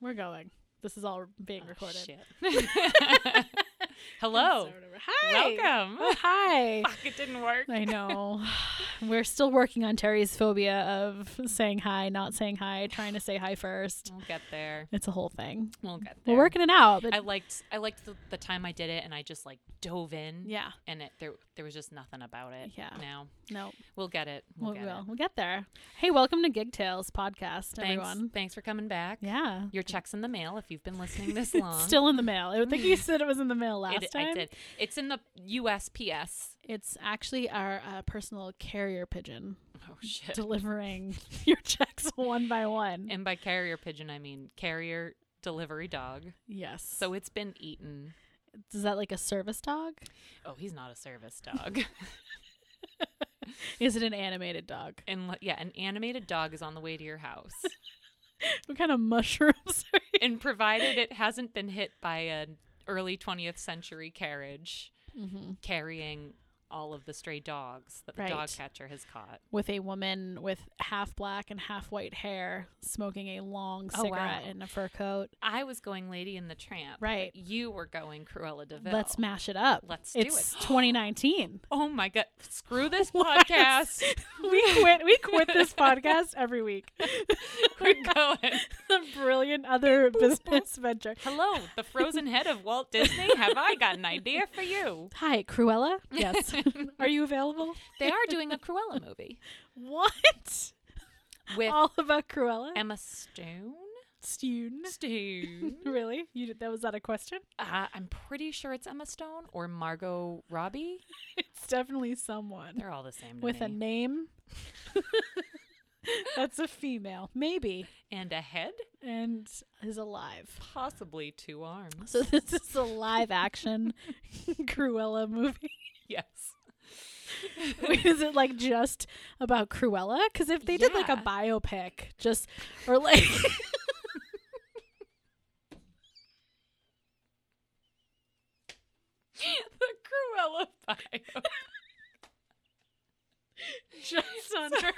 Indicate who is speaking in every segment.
Speaker 1: We're going. This is all being recorded.
Speaker 2: Oh, Shit. Hello.
Speaker 1: Episode over. Hi.
Speaker 2: Welcome.
Speaker 1: Oh, hi.
Speaker 2: Fuck, it didn't work.
Speaker 1: I know. We're still working on Terry's phobia of saying hi, not saying hi, trying to say hi first.
Speaker 2: We'll get there.
Speaker 1: It's a whole thing.
Speaker 2: We'll get there.
Speaker 1: We're working it out. But
Speaker 2: I liked I liked the, the time I did it and I just like dove in.
Speaker 1: yeah.
Speaker 2: And it there there was just nothing about it.
Speaker 1: Yeah.
Speaker 2: Now
Speaker 1: No.
Speaker 2: we'll get it. We'll
Speaker 1: We'll,
Speaker 2: get
Speaker 1: we'll,
Speaker 2: it.
Speaker 1: we'll get there. Hey, welcome to Gig Tales podcast,
Speaker 2: Thanks.
Speaker 1: everyone.
Speaker 2: Thanks for coming back.
Speaker 1: Yeah.
Speaker 2: Your check's in the mail if you've been listening this long.
Speaker 1: Still in the mail. I think you said it was in the mail last
Speaker 2: It-
Speaker 1: time.
Speaker 2: I did. It's in the USPS.
Speaker 1: It's actually our uh, personal carrier pigeon
Speaker 2: Oh shit.
Speaker 1: delivering your checks one by one.
Speaker 2: and by carrier pigeon I mean carrier delivery dog.
Speaker 1: yes.
Speaker 2: So it's been eaten.
Speaker 1: is that like a service dog?
Speaker 2: Oh, he's not a service dog.
Speaker 1: Is it an animated dog?
Speaker 2: and li- yeah, an animated dog is on the way to your house.
Speaker 1: What kind of mushrooms are you?
Speaker 2: and provided it hasn't been hit by an early 20th century carriage Mm-hmm. carrying all of the stray dogs that the dog
Speaker 1: Right.
Speaker 2: catcher has caught.
Speaker 1: With a woman with half black and half white hair, smoking a long
Speaker 2: Oh, wow.
Speaker 1: cigarette in a fur coat.
Speaker 2: I was going Lady in the Tramp. but
Speaker 1: Right.
Speaker 2: you were going Cruella de Vil.
Speaker 1: Let's mash it up.
Speaker 2: Let's do it.
Speaker 1: it's 2019.
Speaker 2: Oh my god. Screw this podcast.
Speaker 1: we quit. We quit this podcast every week.
Speaker 2: We're going.
Speaker 1: the brilliant other business venture.
Speaker 2: Hello, the frozen head of Walt Disney. Have I got an idea for you?
Speaker 1: Hi, Cruella. Yes. Are you available?
Speaker 2: They are doing a Cruella movie
Speaker 1: What?
Speaker 2: with
Speaker 1: All about Cruella?
Speaker 2: Emma Stone.
Speaker 1: Stune.
Speaker 2: Stone.
Speaker 1: Really? You did, that was that a question?
Speaker 2: Uh, I'm pretty sure it's Emma Stone or Margot Robbie.
Speaker 1: It's definitely someone
Speaker 2: They're all the same to
Speaker 1: with a
Speaker 2: me.
Speaker 1: name. That's a female, maybe,
Speaker 2: and a head,
Speaker 1: and is alive.
Speaker 2: possibly two arms.
Speaker 1: So this is a live action Cruella movie.
Speaker 2: Yes.
Speaker 1: Wait, is it like just about Cruella? Because if they did like a
Speaker 2: Yeah.
Speaker 1: biopic, just or like
Speaker 2: the Cruella bio.
Speaker 1: just under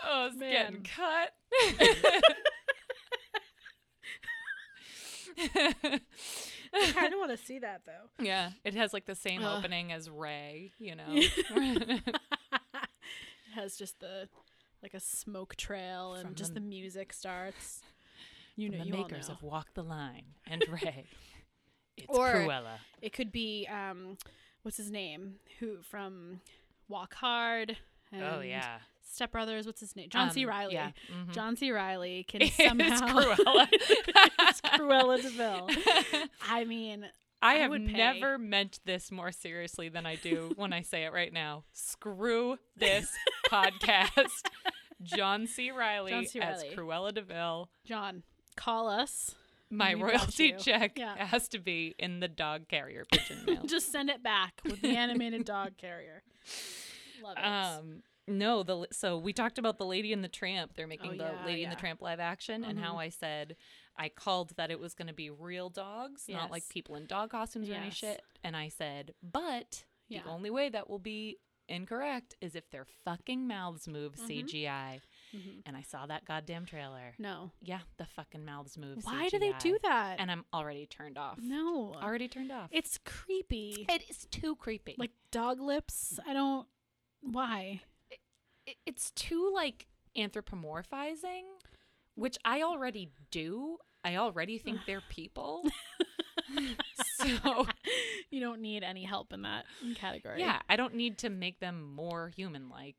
Speaker 2: oh, it's
Speaker 1: Man.
Speaker 2: getting cut.
Speaker 1: I kind of want to see that though.
Speaker 2: yeah, it has like the same
Speaker 1: Ugh.
Speaker 2: opening as Ray, you know.
Speaker 1: It has just the like a smoke trail and
Speaker 2: From
Speaker 1: just
Speaker 2: the-
Speaker 1: the music starts. You know,
Speaker 2: the
Speaker 1: you all
Speaker 2: makers
Speaker 1: know.
Speaker 2: of Walk the Line and Ray. It's
Speaker 1: Or-
Speaker 2: Cruella.
Speaker 1: it could be um, what's his name who from Walk Hard. And
Speaker 2: Oh yeah,
Speaker 1: Step Brothers. What's his name? John C.
Speaker 2: Um,
Speaker 1: Riley.
Speaker 2: yeah, mhm.
Speaker 1: John C. Riley can
Speaker 2: It's
Speaker 1: somehow
Speaker 2: Cruella.
Speaker 1: It's Cruella Deville. I mean,
Speaker 2: I
Speaker 1: I
Speaker 2: have
Speaker 1: would pay.
Speaker 2: never meant this more seriously than I do when I say it right now. Screw this podcast. John C. Riley
Speaker 1: John C.
Speaker 2: as
Speaker 1: Reilly.
Speaker 2: Cruella Deville.
Speaker 1: John, call us.
Speaker 2: My
Speaker 1: We Mm-hmm. got
Speaker 2: royalty
Speaker 1: you.
Speaker 2: check
Speaker 1: Yeah.
Speaker 2: has to be in the dog carrier pigeon mail.
Speaker 1: Just send it back with the animated dog carrier. Love it.
Speaker 2: um, no, the so we talked about the Lady and the Tramp. They're making
Speaker 1: Oh,
Speaker 2: the
Speaker 1: yeah,
Speaker 2: Lady and
Speaker 1: yeah. Mm-hmm.
Speaker 2: the Tramp live action, and how I said I called that it was going to be real dogs, not like
Speaker 1: Yes.
Speaker 2: people in dog costumes or any
Speaker 1: Yes.
Speaker 2: shit. And I said, but
Speaker 1: Yeah.
Speaker 2: the only way that will be incorrect is if their fucking mouths move
Speaker 1: Mm-hmm.
Speaker 2: CGI.
Speaker 1: Mhm.
Speaker 2: And I saw that goddamn trailer.
Speaker 1: no.
Speaker 2: Yeah, the fucking mouths move.
Speaker 1: Why do they do
Speaker 2: CGI.
Speaker 1: that?
Speaker 2: And I'm already turned off.
Speaker 1: no.
Speaker 2: already turned off.
Speaker 1: It's creepy.
Speaker 2: it is too creepy.
Speaker 1: like dog lips. I don't. Why?
Speaker 2: it- it's too like anthropomorphizing, which I already do. I already think they're people. so
Speaker 1: you don't need any help in that category.
Speaker 2: yeah, I don't need to make them more human like.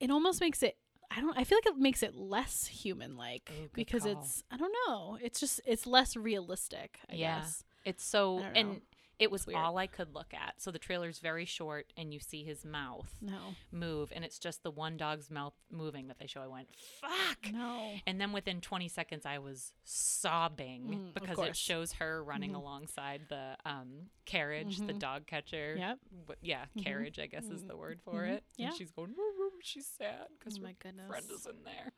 Speaker 1: It almost makes it. I don't. I feel like it makes it less human-like
Speaker 2: Ooh, good
Speaker 1: because
Speaker 2: call.
Speaker 1: it's. I don't know. It's just. It's less realistic. I
Speaker 2: Yeah.
Speaker 1: guess.
Speaker 2: It's so
Speaker 1: I don't know.
Speaker 2: and it was
Speaker 1: weird.
Speaker 2: all I could look at. So the trailer's very short and you see his mouth
Speaker 1: No.
Speaker 2: move and it's just the one dog's mouth moving that they show. I went, "Fuck."
Speaker 1: No.
Speaker 2: And then within 20 seconds, I was sobbing
Speaker 1: Mm, of
Speaker 2: because
Speaker 1: course. Mm-hmm.
Speaker 2: it shows her running alongside the um, carriage, the dog catcher.
Speaker 1: Yep.
Speaker 2: W- yeah, carriage, I guess is the word for
Speaker 1: Mhm.
Speaker 2: it. And
Speaker 1: Yeah.
Speaker 2: she's going, woo, woo, she's sad because
Speaker 1: Oh
Speaker 2: Mm-hmm. my
Speaker 1: my goodness.
Speaker 2: friend is in there.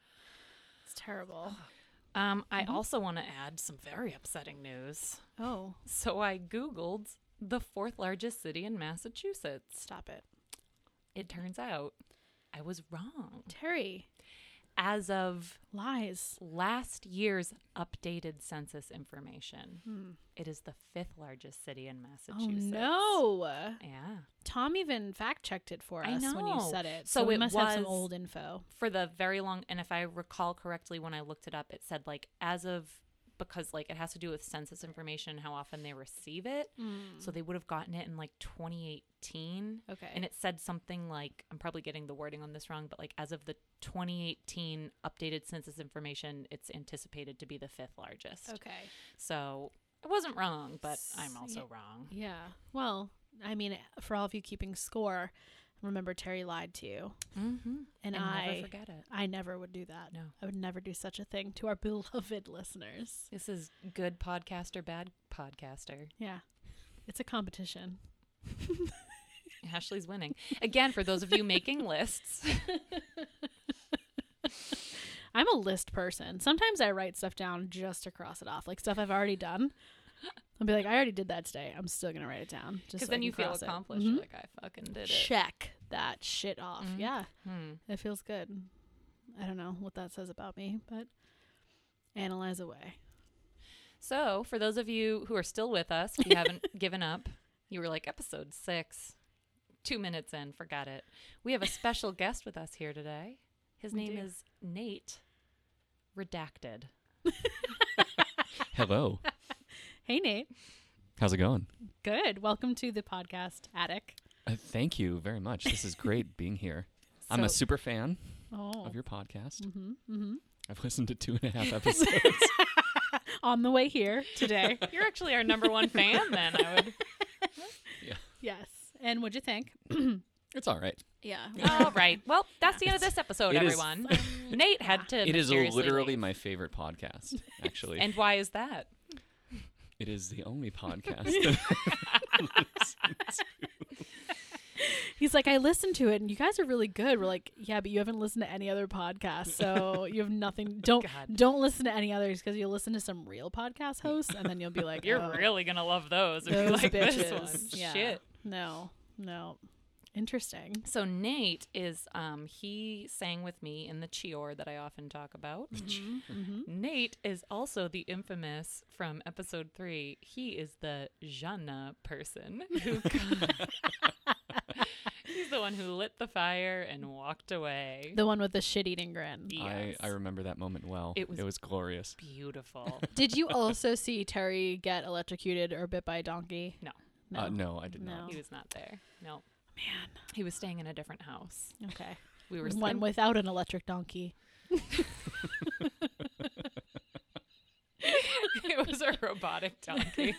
Speaker 1: It's terrible.
Speaker 2: Um, I
Speaker 1: Mhm.
Speaker 2: also want to add some very upsetting news.
Speaker 1: Oh,
Speaker 2: So I Googled the fourth largest city in Massachusetts.
Speaker 1: stop it.
Speaker 2: It turns out I was wrong.
Speaker 1: Terry
Speaker 2: As of
Speaker 1: lies.
Speaker 2: last year's updated census information,
Speaker 1: Hmm.
Speaker 2: it is the fifth largest city in
Speaker 1: Oh
Speaker 2: Massachusetts.
Speaker 1: no.
Speaker 2: Yeah.
Speaker 1: Tom even fact checked it for
Speaker 2: I
Speaker 1: us when you
Speaker 2: know.
Speaker 1: said it.
Speaker 2: So
Speaker 1: So, we
Speaker 2: it
Speaker 1: must have some
Speaker 2: was-
Speaker 1: old info.
Speaker 2: For the very long, and if I recall correctly, when I looked it up, it said like as of because like it has to do with census information, how often they receive it.
Speaker 1: Mm-hmm.
Speaker 2: So they would have gotten it in like 2018.
Speaker 1: Hmm, Okay.
Speaker 2: And it said something like, I'm probably getting the wording on this wrong, but like as of the 2018 updated census information, it's anticipated to be the fifth largest.
Speaker 1: okay.
Speaker 2: So I wasn't wrong, but I'm
Speaker 1: S-
Speaker 2: also wrong.
Speaker 1: Yeah. Well, I mean, for all of you keeping score, remember Terry lied to you,
Speaker 2: Mm-hmm.
Speaker 1: and,
Speaker 2: And
Speaker 1: I
Speaker 2: never forget it.
Speaker 1: I never would do that.
Speaker 2: No.
Speaker 1: I would never do such a thing to our beloved listeners.
Speaker 2: This is good podcaster, bad podcaster.
Speaker 1: Yeah. It's a competition.
Speaker 2: Ashley's winning. Again, for those of you making lists,
Speaker 1: I'm a list person. Sometimes I write stuff down just to cross it off, like stuff I've already done. I'll be like, I already did that today. I'm still gonna write it down. Just
Speaker 2: because
Speaker 1: so I
Speaker 2: then
Speaker 1: can
Speaker 2: you feel
Speaker 1: cross it.
Speaker 2: accomplished.
Speaker 1: Mhm.
Speaker 2: You're like, I fucking did it.
Speaker 1: Check that shit off.
Speaker 2: Mhm.
Speaker 1: Yeah,
Speaker 2: Hmm.
Speaker 1: it feels good. I don't know what that says about me, but analyze away.
Speaker 2: So, for those of you who are still with us, if you haven't given up, you were like episode six, two minutes in, forgot it. We have a special guest with us here today. His
Speaker 1: We
Speaker 2: name
Speaker 1: do.
Speaker 2: is Nate Redacted.
Speaker 3: Hello.
Speaker 1: Hey, Nate.
Speaker 3: How's it going?
Speaker 1: Good. Welcome to the podcast attic.
Speaker 3: Uh, thank you very much. This is great being here. I'm
Speaker 2: So-
Speaker 3: a super fan
Speaker 1: Oh,
Speaker 3: of your podcast.
Speaker 1: hmm hmm
Speaker 3: I've listened to two and a half episodes.
Speaker 1: on the way here today.
Speaker 2: You're actually our number one fan, then. I would.
Speaker 1: yes. And what'd you think?
Speaker 3: it's all right.
Speaker 1: Yeah.
Speaker 2: All right. Well, that's the end of this episode,
Speaker 3: It is-
Speaker 2: everyone. Nate had to.
Speaker 3: It is
Speaker 2: mysteriously
Speaker 3: literally
Speaker 2: leave.
Speaker 3: my favorite podcast, actually.
Speaker 2: And why is that?
Speaker 3: it is the only podcast. that I listen to.
Speaker 1: He's like, I listened to it, and you guys are really good. We're like, yeah, but you haven't listened to any other podcast, so you have nothing. Don't
Speaker 2: God.
Speaker 1: don't listen to any others because you'll listen to some real podcast hosts, and then you'll be like,
Speaker 2: You're
Speaker 1: oh,
Speaker 2: really gonna love those if you
Speaker 1: those
Speaker 2: like
Speaker 1: bitches.
Speaker 2: this one.
Speaker 1: Yeah.
Speaker 2: Shit.
Speaker 1: No, no. Interesting.
Speaker 2: So Nate is um he sang with me in the Chior that I often talk about.
Speaker 1: Mm-hmm.
Speaker 2: Nate is also the infamous from episode three. He is the Jana person who He's the one who lit the fire and walked away.
Speaker 1: The one with the shit-eating grin.
Speaker 2: Yes.
Speaker 3: I, I remember that moment well.
Speaker 2: It was-
Speaker 3: glorious.
Speaker 2: Beautiful.
Speaker 1: Did you also see Terry get electrocuted or bit by a donkey?
Speaker 2: No.
Speaker 1: No.
Speaker 3: Uh, no, I did not.
Speaker 1: No.
Speaker 2: he was not there. No.
Speaker 1: Man.
Speaker 2: He was staying in a different house.
Speaker 1: Okay.
Speaker 2: We were
Speaker 1: One
Speaker 2: and-
Speaker 1: without an electric donkey.
Speaker 2: it was a robotic donkey.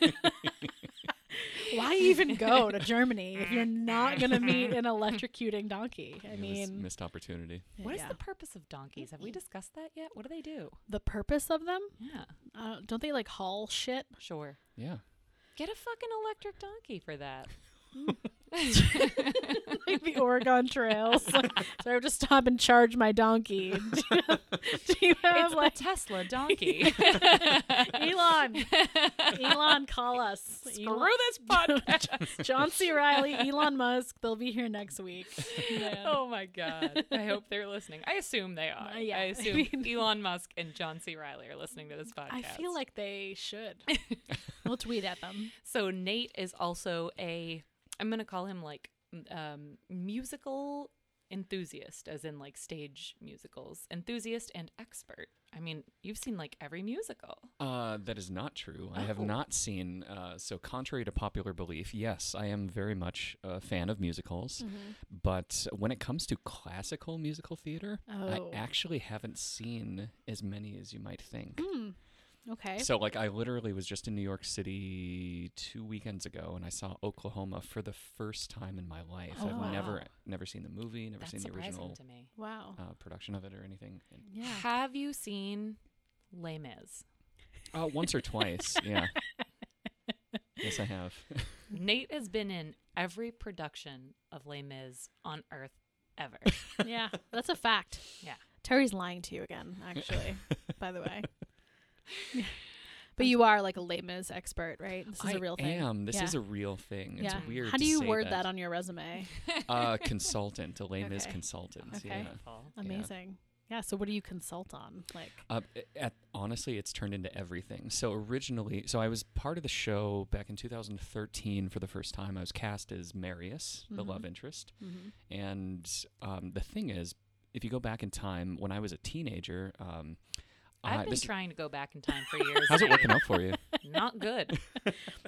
Speaker 1: Why even go to Germany if you're not going to meet an electrocuting donkey? I
Speaker 3: It was
Speaker 1: mean,
Speaker 3: missed opportunity.
Speaker 2: What is
Speaker 1: yeah.
Speaker 2: the purpose of donkeys? Have we discussed that yet? What do they do?
Speaker 1: the purpose of them?
Speaker 2: Yeah.
Speaker 1: Uh, don't they like haul shit?
Speaker 2: Sure.
Speaker 3: Yeah.
Speaker 2: Get a fucking electric donkey for that.
Speaker 1: like the Oregon trails. so I have to stop and charge my donkey. Do you have, do you have
Speaker 2: It's
Speaker 1: like
Speaker 2: like Tesla donkey.
Speaker 1: Elon? Elon, call us.
Speaker 2: Screw this podcast.
Speaker 1: John C. Riley, Elon Musk. They'll be here next week.
Speaker 2: Oh my god. I hope they're listening. I assume they are.
Speaker 1: Uh, yeah,
Speaker 2: I
Speaker 1: I
Speaker 2: assume
Speaker 1: mean-
Speaker 2: Elon Musk and John C. Riley are listening to this podcast.
Speaker 1: I feel like they should. we'll tweet at them.
Speaker 2: so Nate is also a I'm going to call him like m- um musical enthusiast as in like stage musicals. Enthusiast and expert. I mean, you've seen like every musical.
Speaker 3: Uh, that is not true. I have
Speaker 2: Oh.
Speaker 3: not seen. Uh, so, contrary to popular belief, yes, I am very much a fan of musicals.
Speaker 2: Mm-hmm.
Speaker 3: But when it comes to classical musical theater,
Speaker 1: Oh.
Speaker 3: I actually haven't seen as many as you might think.
Speaker 1: Okay.
Speaker 2: Mm.
Speaker 3: So, like, I literally was just in New York City two weekends ago, and I saw Oklahoma for the first time in my life.
Speaker 1: Oh,
Speaker 3: I've
Speaker 1: wow.
Speaker 3: never, never seen the movie, never
Speaker 2: That's
Speaker 3: seen the
Speaker 2: surprising
Speaker 3: original
Speaker 2: to me.
Speaker 1: wow.
Speaker 3: uh, production of it or anything. And-
Speaker 1: Yeah.
Speaker 2: Have you seen Les Mis?
Speaker 3: Uh, once or twice, yeah. Yes, I have.
Speaker 2: Nate has been in every production of Les Mis on Earth ever.
Speaker 1: Yeah. That's a fact.
Speaker 2: Yeah.
Speaker 1: Terry's lying to you again, actually, by the way. But you are like a late Mis expert, right? This is
Speaker 3: I
Speaker 1: a real thing.
Speaker 3: am. This
Speaker 1: Yeah.
Speaker 3: is a real thing. It's
Speaker 1: Yeah.
Speaker 3: weird.
Speaker 1: How do
Speaker 3: to
Speaker 1: you
Speaker 3: say
Speaker 1: word
Speaker 3: that
Speaker 1: that. on your resume?
Speaker 3: uh, consultant, a lame is
Speaker 1: Okay.
Speaker 3: consultant.
Speaker 1: Okay.
Speaker 3: Yeah.
Speaker 2: Paul.
Speaker 1: Amazing. Yeah. So what do you consult on? Like,
Speaker 3: Uh, a- at, honestly, it's turned into everything. So originally, so I was part of the show back in 2013 for the first time. I was cast as Marius, the
Speaker 1: Mm-hmm.
Speaker 3: love interest.
Speaker 1: mhm.
Speaker 3: And um, the thing is, if you go back in time, when I was a teenager, um, I-
Speaker 2: I've been
Speaker 3: this-
Speaker 2: trying to go back in time for years.
Speaker 3: how's it
Speaker 2: and
Speaker 3: working out for you?
Speaker 2: Not good.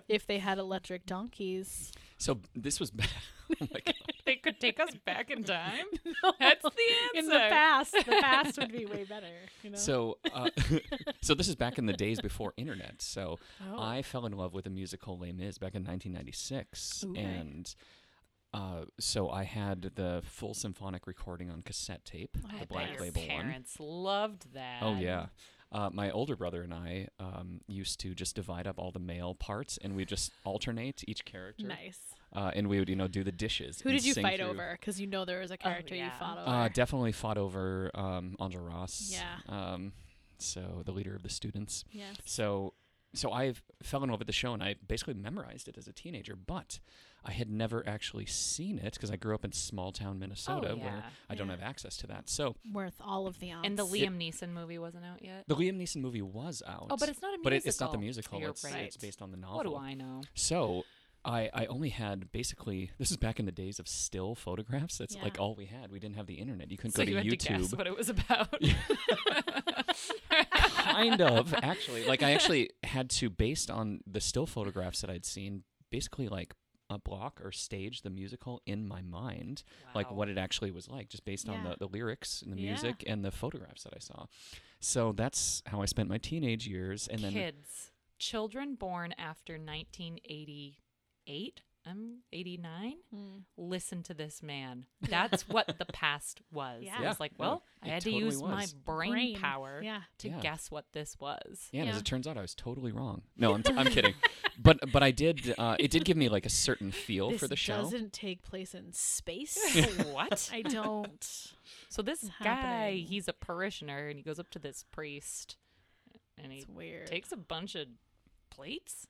Speaker 1: if they had electric donkeys,
Speaker 3: So this was back. oh my God.
Speaker 2: They could take us back in time. That's the answer.
Speaker 1: in the past, the past would be way better. You know?
Speaker 3: So, uh, so this is back in the days before internet. So
Speaker 1: Oh.
Speaker 3: I fell in love with the musical Les Mis back in 1996,
Speaker 1: Okay.
Speaker 3: and uh, so I had the full symphonic recording on cassette tape,
Speaker 2: Oh,
Speaker 1: I
Speaker 3: the
Speaker 1: bet
Speaker 3: black
Speaker 1: your
Speaker 3: label one.
Speaker 2: parents loved that.
Speaker 3: Oh yeah. Uh, my older brother and I um, used to just divide up all the male parts, and we just alternate each character,
Speaker 1: nice.
Speaker 3: uh, and we would, you know, do the dishes.
Speaker 1: Who
Speaker 3: and
Speaker 1: did you
Speaker 3: sing
Speaker 1: fight
Speaker 3: through-
Speaker 1: over? Because you know there was a character
Speaker 2: yeah.
Speaker 1: you fought over.
Speaker 3: Oh, Uh, definitely fought over um, Andre Ross.
Speaker 1: Yeah.
Speaker 3: Um, so the leader of the students.
Speaker 1: yes.
Speaker 3: So so I fell in love with the show and I basically memorized it as a teenager, but I had never actually seen it because I grew up in small town Minnesota where
Speaker 2: Oh, yeah.
Speaker 3: I don't
Speaker 1: Yeah.
Speaker 3: have access to that. So
Speaker 1: Worth all of the ounce.
Speaker 2: And the
Speaker 3: Yeah.
Speaker 2: Liam Neeson movie wasn't out yet.
Speaker 3: the Liam Neeson movie was out.
Speaker 2: Oh, but it's not a musical.
Speaker 3: but it- it's not the musical.
Speaker 2: You're
Speaker 3: it's,
Speaker 2: right.
Speaker 3: it's based on the novel.
Speaker 2: what do I know?
Speaker 3: So I, I only had basically this is back in the days of still photographs. That's
Speaker 1: Yeah.
Speaker 3: like all we had. We didn't have the internet. You couldn't
Speaker 2: so you
Speaker 3: go to
Speaker 2: had
Speaker 3: YouTube.
Speaker 2: to guess what it was about.
Speaker 3: kind of actually like i actually had to based on the still photographs that i'd seen basically like a block or stage the musical in my mind like
Speaker 2: Wow.
Speaker 3: what it actually was like just based on
Speaker 1: Yeah.
Speaker 3: the, the lyrics and the
Speaker 1: Yeah.
Speaker 3: music and the photographs that i saw so that's how i spent my teenage years and then
Speaker 2: kids, children born after 1988, I'm 89.
Speaker 1: Mm.
Speaker 2: Listen to this man. That's what the past was.
Speaker 1: Yeah.
Speaker 2: I was like,
Speaker 3: Yeah,
Speaker 2: well,
Speaker 3: it
Speaker 2: I had
Speaker 3: totally
Speaker 2: to use my
Speaker 3: was.
Speaker 2: brain,
Speaker 1: Brain,
Speaker 2: power
Speaker 1: yeah.
Speaker 2: to
Speaker 3: Yeah.
Speaker 2: guess what this was.
Speaker 3: yeah, and as
Speaker 1: Yeah.
Speaker 3: it turns out, I was totally wrong. No, I'm, t- I'm kidding, but but I did. Uh, it did give me like a certain feel
Speaker 1: This
Speaker 3: for the show.
Speaker 1: doesn't take place in space.
Speaker 2: what?
Speaker 1: I don't.
Speaker 2: So this
Speaker 1: It's
Speaker 2: guy,
Speaker 1: happening.
Speaker 2: he's a parishioner, and he goes up to this priest, and he
Speaker 1: It's weird.
Speaker 2: takes a bunch of plates.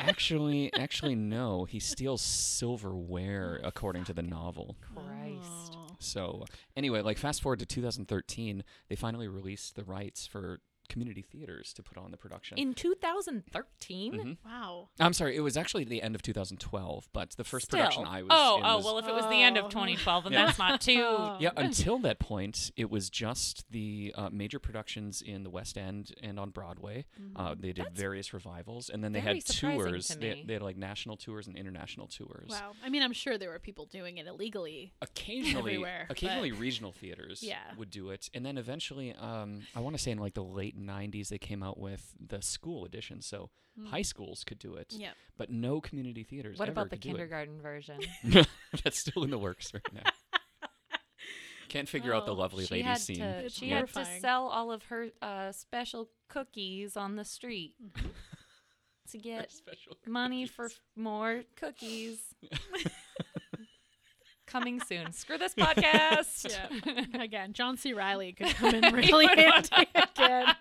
Speaker 3: Actually, actually, no, he steals silverware according to the novel.
Speaker 2: Christ.
Speaker 1: Oh.
Speaker 3: So anyway, like fast forward to 2013, they finally released the rights for community theaters to put on the production.
Speaker 2: In 2013.
Speaker 3: Mhm.
Speaker 1: Wow.
Speaker 3: I'm sorry, it was actually the end of 2012, but the first production
Speaker 2: Still.
Speaker 3: I was
Speaker 2: Oh,
Speaker 3: in
Speaker 2: oh,
Speaker 3: was-
Speaker 2: well, if it was the end of
Speaker 1: Oh.
Speaker 2: 2012, then
Speaker 3: Yeah.
Speaker 2: that's not too.
Speaker 1: Oh.
Speaker 3: yeah, until that point, it was just the uh, major productions in the West End and on Broadway. Uh, they did various revivals, and then they
Speaker 2: Mm-hmm. very
Speaker 3: had
Speaker 2: surprising to
Speaker 3: tours. They,
Speaker 2: me.
Speaker 3: they had like national tours and international tours.
Speaker 1: Wow. I mean, I'm sure there were people doing it illegally.
Speaker 3: occasionally
Speaker 1: Everywhere, but-
Speaker 3: occasionally regional theaters
Speaker 1: Yeah.
Speaker 3: would do it and then eventually um, i want to say in like the late 90s they came out with the school edition so high schools could do it
Speaker 1: Yep.
Speaker 3: but no community theaters
Speaker 2: Hmm. What
Speaker 3: ever
Speaker 2: about the
Speaker 3: could do it.
Speaker 2: kindergarten version?
Speaker 3: that's still in the works right now can't figure out the
Speaker 1: Oh,
Speaker 3: lovely
Speaker 2: she
Speaker 3: lady
Speaker 2: had
Speaker 3: scene
Speaker 2: to.
Speaker 1: It's
Speaker 2: She
Speaker 3: yet.
Speaker 2: had to
Speaker 1: horrifying.
Speaker 2: sell all of her uh, special cookies on the street
Speaker 1: Mm-hmm.
Speaker 2: to get
Speaker 3: Special
Speaker 2: money for
Speaker 3: cookies.
Speaker 2: f- more cookies. Coming soon. Screw this podcast.
Speaker 1: Again, John C. Riley could come in really handy again.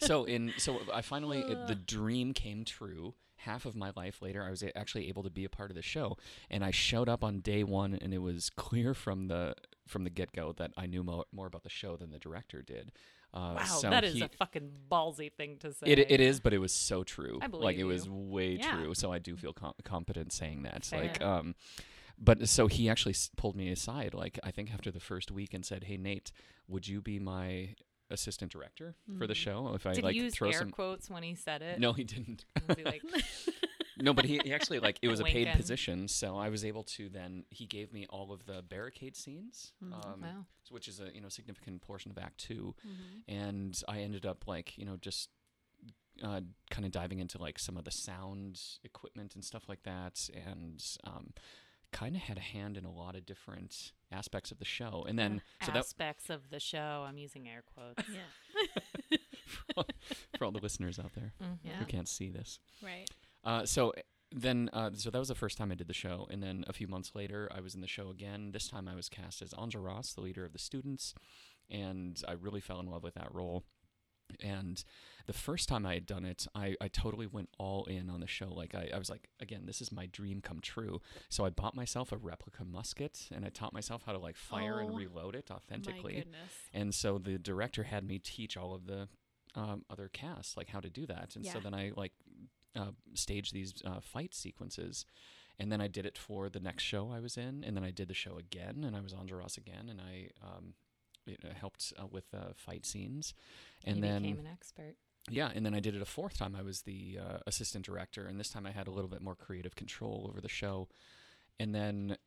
Speaker 3: so in so i finally it, the
Speaker 2: Uh.
Speaker 3: dream came true half of my life later i was a- actually able to be a part of the show and i showed up on day one and it was clear from the from the get-go that i knew mo- more about the show than the director did uh,
Speaker 2: Wow,
Speaker 3: so
Speaker 2: that is
Speaker 3: he-
Speaker 2: a fucking ballsy thing to say.
Speaker 3: it, it is but it was so true
Speaker 2: I
Speaker 3: like
Speaker 2: believe
Speaker 3: it was
Speaker 2: you.
Speaker 3: way
Speaker 1: Yeah.
Speaker 3: true so i do feel com- competent saying that like
Speaker 2: Fair.
Speaker 3: um but so he actually s- pulled me aside like i think after the first week and said hey nate would you be my assistant director for the show if i
Speaker 2: Did
Speaker 3: like
Speaker 2: he Hmm. use
Speaker 3: throw
Speaker 2: air
Speaker 3: some
Speaker 2: quotes when he said it?
Speaker 3: no, he didn't.
Speaker 2: Was he like,
Speaker 3: No, but he, he actually like it was a paid
Speaker 2: Lincoln.
Speaker 3: position, so I was able to then he gave me all of the barricade scenes, um,
Speaker 2: Mm, Wow.
Speaker 3: s- which is a you know significant portion of Act 2
Speaker 2: Mm-hmm.
Speaker 3: and I ended up like you know just uh, kind of diving into like some of the sound equipment and stuff like that, and um, kind of had a hand in a lot of different aspects of the show, and then so that
Speaker 2: aspects of the show. I'm using air quotes.
Speaker 1: Yeah.
Speaker 3: for all the listeners out there
Speaker 2: Mm-hmm.
Speaker 1: Yeah.
Speaker 3: who can't see this.
Speaker 1: Right.
Speaker 3: Uh, so then, uh, so that was the first time I did the show, and then a few months later, I was in the show again. This time, I was cast as Anja Ross, the leader of the students, and I really fell in love with that role. And the first time I had done it, I, I totally went all in on the show. Like, I, I was like, again, this is my dream come true. So I bought myself a replica musket and I taught myself how to like fire
Speaker 1: Oh,
Speaker 3: and reload it
Speaker 1: My
Speaker 3: authentically.
Speaker 1: goodness.
Speaker 3: And so the director had me teach all of the um, other cast like how to do that. And so
Speaker 1: Yeah.
Speaker 3: then I like uh, staged these uh, fight sequences. And then I did it for the next show I was in, and then I did the show again, and I was on Jaros again, and I um, you know, helped uh, with uh, fight scenes, and
Speaker 2: you
Speaker 3: then
Speaker 2: became an expert.
Speaker 3: yeah, and then I did it a fourth time. I was the uh, assistant director, and this time I had a little bit more creative control over the show. And then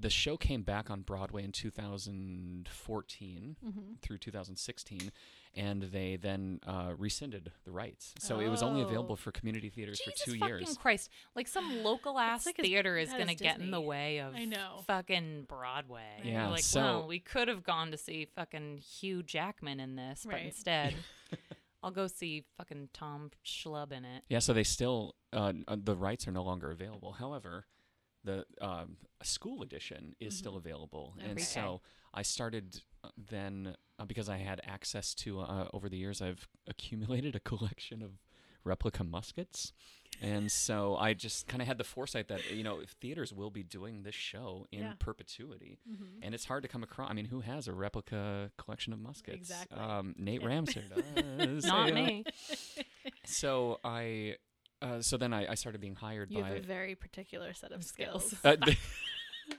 Speaker 3: the show came back on Broadway in 2014
Speaker 1: Mm-hmm.
Speaker 3: through 2016, and they then uh, rescinded the rights. So it was only
Speaker 2: Oh.
Speaker 3: available for community theaters
Speaker 2: Jesus
Speaker 3: for two
Speaker 2: fucking
Speaker 3: years.
Speaker 2: Christ! Like some local ass
Speaker 1: like as-
Speaker 2: theater is
Speaker 1: that
Speaker 2: gonna
Speaker 1: is
Speaker 2: get in the
Speaker 1: Disney.
Speaker 2: way of
Speaker 1: I know.
Speaker 2: fucking Broadway. You're
Speaker 3: Yeah,
Speaker 2: like
Speaker 3: so-
Speaker 2: well, we could have gone to see fucking Hugh Jackman in this, but
Speaker 1: Right.
Speaker 2: instead, I'll go see fucking Tom Schlub in it.
Speaker 3: Yeah, so they still uh, n- uh, the rights are no longer available. However, the um, school edition is still available, and
Speaker 1: Okay.
Speaker 3: so I started uh, then uh, because I had access to uh, over the years I've accumulated a collection of replica muskets. And so I just kind of had the foresight that you know if theaters will be doing this show in
Speaker 1: Yeah.
Speaker 3: perpetuity,
Speaker 1: Mm-hmm.
Speaker 3: and it's hard to come across. I mean, who has a replica collection of muskets?
Speaker 1: Exactly.
Speaker 3: Um, Nate
Speaker 1: Yeah.
Speaker 3: Ramsey does. uh,
Speaker 2: Not
Speaker 3: Yeah.
Speaker 2: me.
Speaker 3: So I, uh, so then I, I started being hired
Speaker 1: You
Speaker 3: by.
Speaker 1: have a very particular set of
Speaker 2: Skills.
Speaker 1: skills.
Speaker 3: uh, th-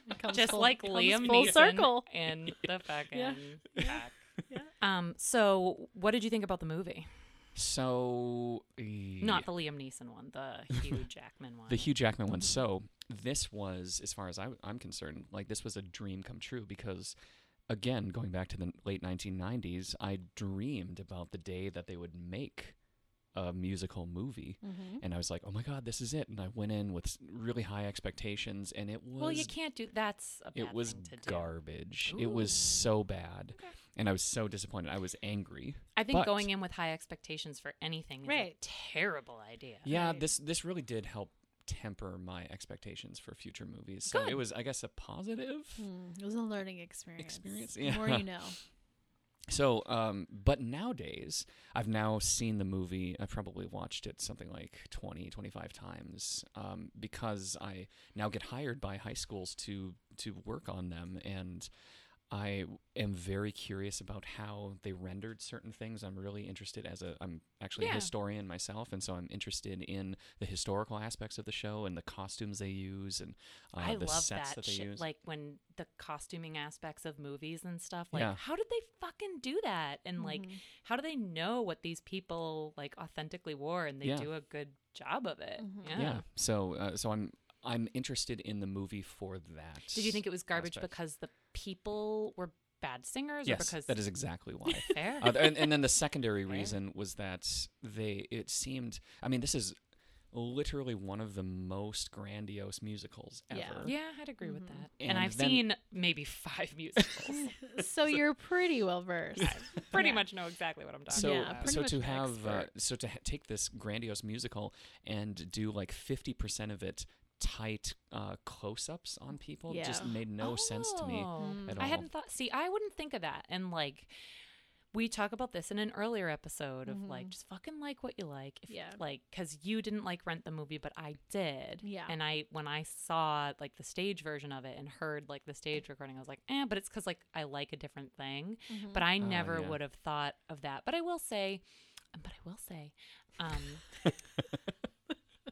Speaker 1: It comes
Speaker 2: Just
Speaker 1: full-
Speaker 2: like
Speaker 1: comes
Speaker 2: Liam
Speaker 1: full
Speaker 2: Neeson
Speaker 1: circle.
Speaker 2: and the fucking
Speaker 1: Yeah.
Speaker 2: pack.
Speaker 1: Yeah.
Speaker 2: Um. So, what did you think about the movie?
Speaker 3: so
Speaker 2: Not the Liam Neeson one, the Hugh Jackman one.
Speaker 3: the Hugh Jackman one. So this was, as far as I, am concerned, like this was a dream come true because, again, going back to the late 1990s, I dreamed about the day that they would make a musical movie.
Speaker 1: Mm-hmm.
Speaker 3: And I was like, "Oh my God, this is it!" And I went in with s- really high expectations, and it was
Speaker 2: well, you can't do. That's a bad
Speaker 3: it was
Speaker 2: thing to do.
Speaker 3: garbage. It
Speaker 2: Ooh.
Speaker 3: was so bad,
Speaker 2: Okay.
Speaker 3: and I was so disappointed. I was angry.
Speaker 2: I think
Speaker 3: But-
Speaker 2: going in with high expectations for anything is a
Speaker 1: Right.
Speaker 2: terrible idea.
Speaker 3: Yeah,
Speaker 1: Right.
Speaker 3: this this really did help temper my expectations for future movies. So
Speaker 2: Good.
Speaker 3: it was, I guess, a positive.
Speaker 2: Mm.
Speaker 1: it was a learning experience.
Speaker 3: Experience,
Speaker 1: The More
Speaker 3: yeah.
Speaker 1: you know.
Speaker 3: So, um, but nowadays, I've now seen the movie. I've probably watched it something like 20, 25 times um, because I now get hired by high schools to to work on them and. I am very curious about how they rendered certain things. I'm really interested as a I'm actually
Speaker 2: Yeah.
Speaker 3: a historian myself, and so I'm interested in the historical aspects of the show and the costumes they use and uh,
Speaker 2: I
Speaker 3: the
Speaker 2: love
Speaker 3: sets
Speaker 2: that,
Speaker 3: that, they
Speaker 2: shit.
Speaker 3: use.
Speaker 2: Like when the costuming aspects of movies and stuff. Like,
Speaker 3: Yeah.
Speaker 2: how did they fucking do that? And like,
Speaker 1: Mhm.
Speaker 2: how do they know what these people like authentically wore? And they
Speaker 3: Yeah.
Speaker 2: do a good job of it.
Speaker 1: Mhm.
Speaker 2: Yeah.
Speaker 3: yeah. So uh, so I'm I'm interested in the movie for that.
Speaker 2: Did you think it was garbage
Speaker 3: aspect.
Speaker 2: because the people were bad singers?
Speaker 3: yes,
Speaker 2: or because
Speaker 3: that is exactly why.
Speaker 2: fair.
Speaker 3: Uh, and, and then the secondary
Speaker 2: Fair.
Speaker 3: reason was that they it seemed. I mean, this is literally one of the most grandiose musicals ever.
Speaker 1: Yeah.
Speaker 2: yeah, I'd agree with
Speaker 1: Mhm.
Speaker 2: that. And,
Speaker 3: And
Speaker 2: I've
Speaker 3: then-
Speaker 2: seen maybe five musicals.
Speaker 1: so you're pretty well versed.
Speaker 2: Pretty
Speaker 1: Yeah.
Speaker 2: much know exactly what I'm talking
Speaker 3: So,
Speaker 1: Yeah,
Speaker 2: about.
Speaker 1: pretty
Speaker 3: so
Speaker 1: much
Speaker 3: to
Speaker 1: an
Speaker 3: have uh,
Speaker 1: expert.
Speaker 3: so to ha- take this grandiose musical and do like fifty percent of it tight uh, close-ups on people just
Speaker 1: Yeah.
Speaker 3: made no sense to me
Speaker 2: Oh.
Speaker 1: Mm.
Speaker 3: at all.
Speaker 2: I hadn't thought. See, I wouldn't think of that. And like, we talk about this in an earlier episode of like,
Speaker 1: Mhm.
Speaker 2: just fucking like what you like. If,
Speaker 1: Yeah.
Speaker 2: Like, because you didn't like rent the movie, but I did.
Speaker 1: Yeah.
Speaker 2: And I, when I saw like the stage version of it and heard like the stage recording, I was like, eh, but it's because like I like a different thing. But I
Speaker 3: Ah,
Speaker 2: never
Speaker 3: yeah.
Speaker 2: would have thought of that. But I will say, but I will say, um,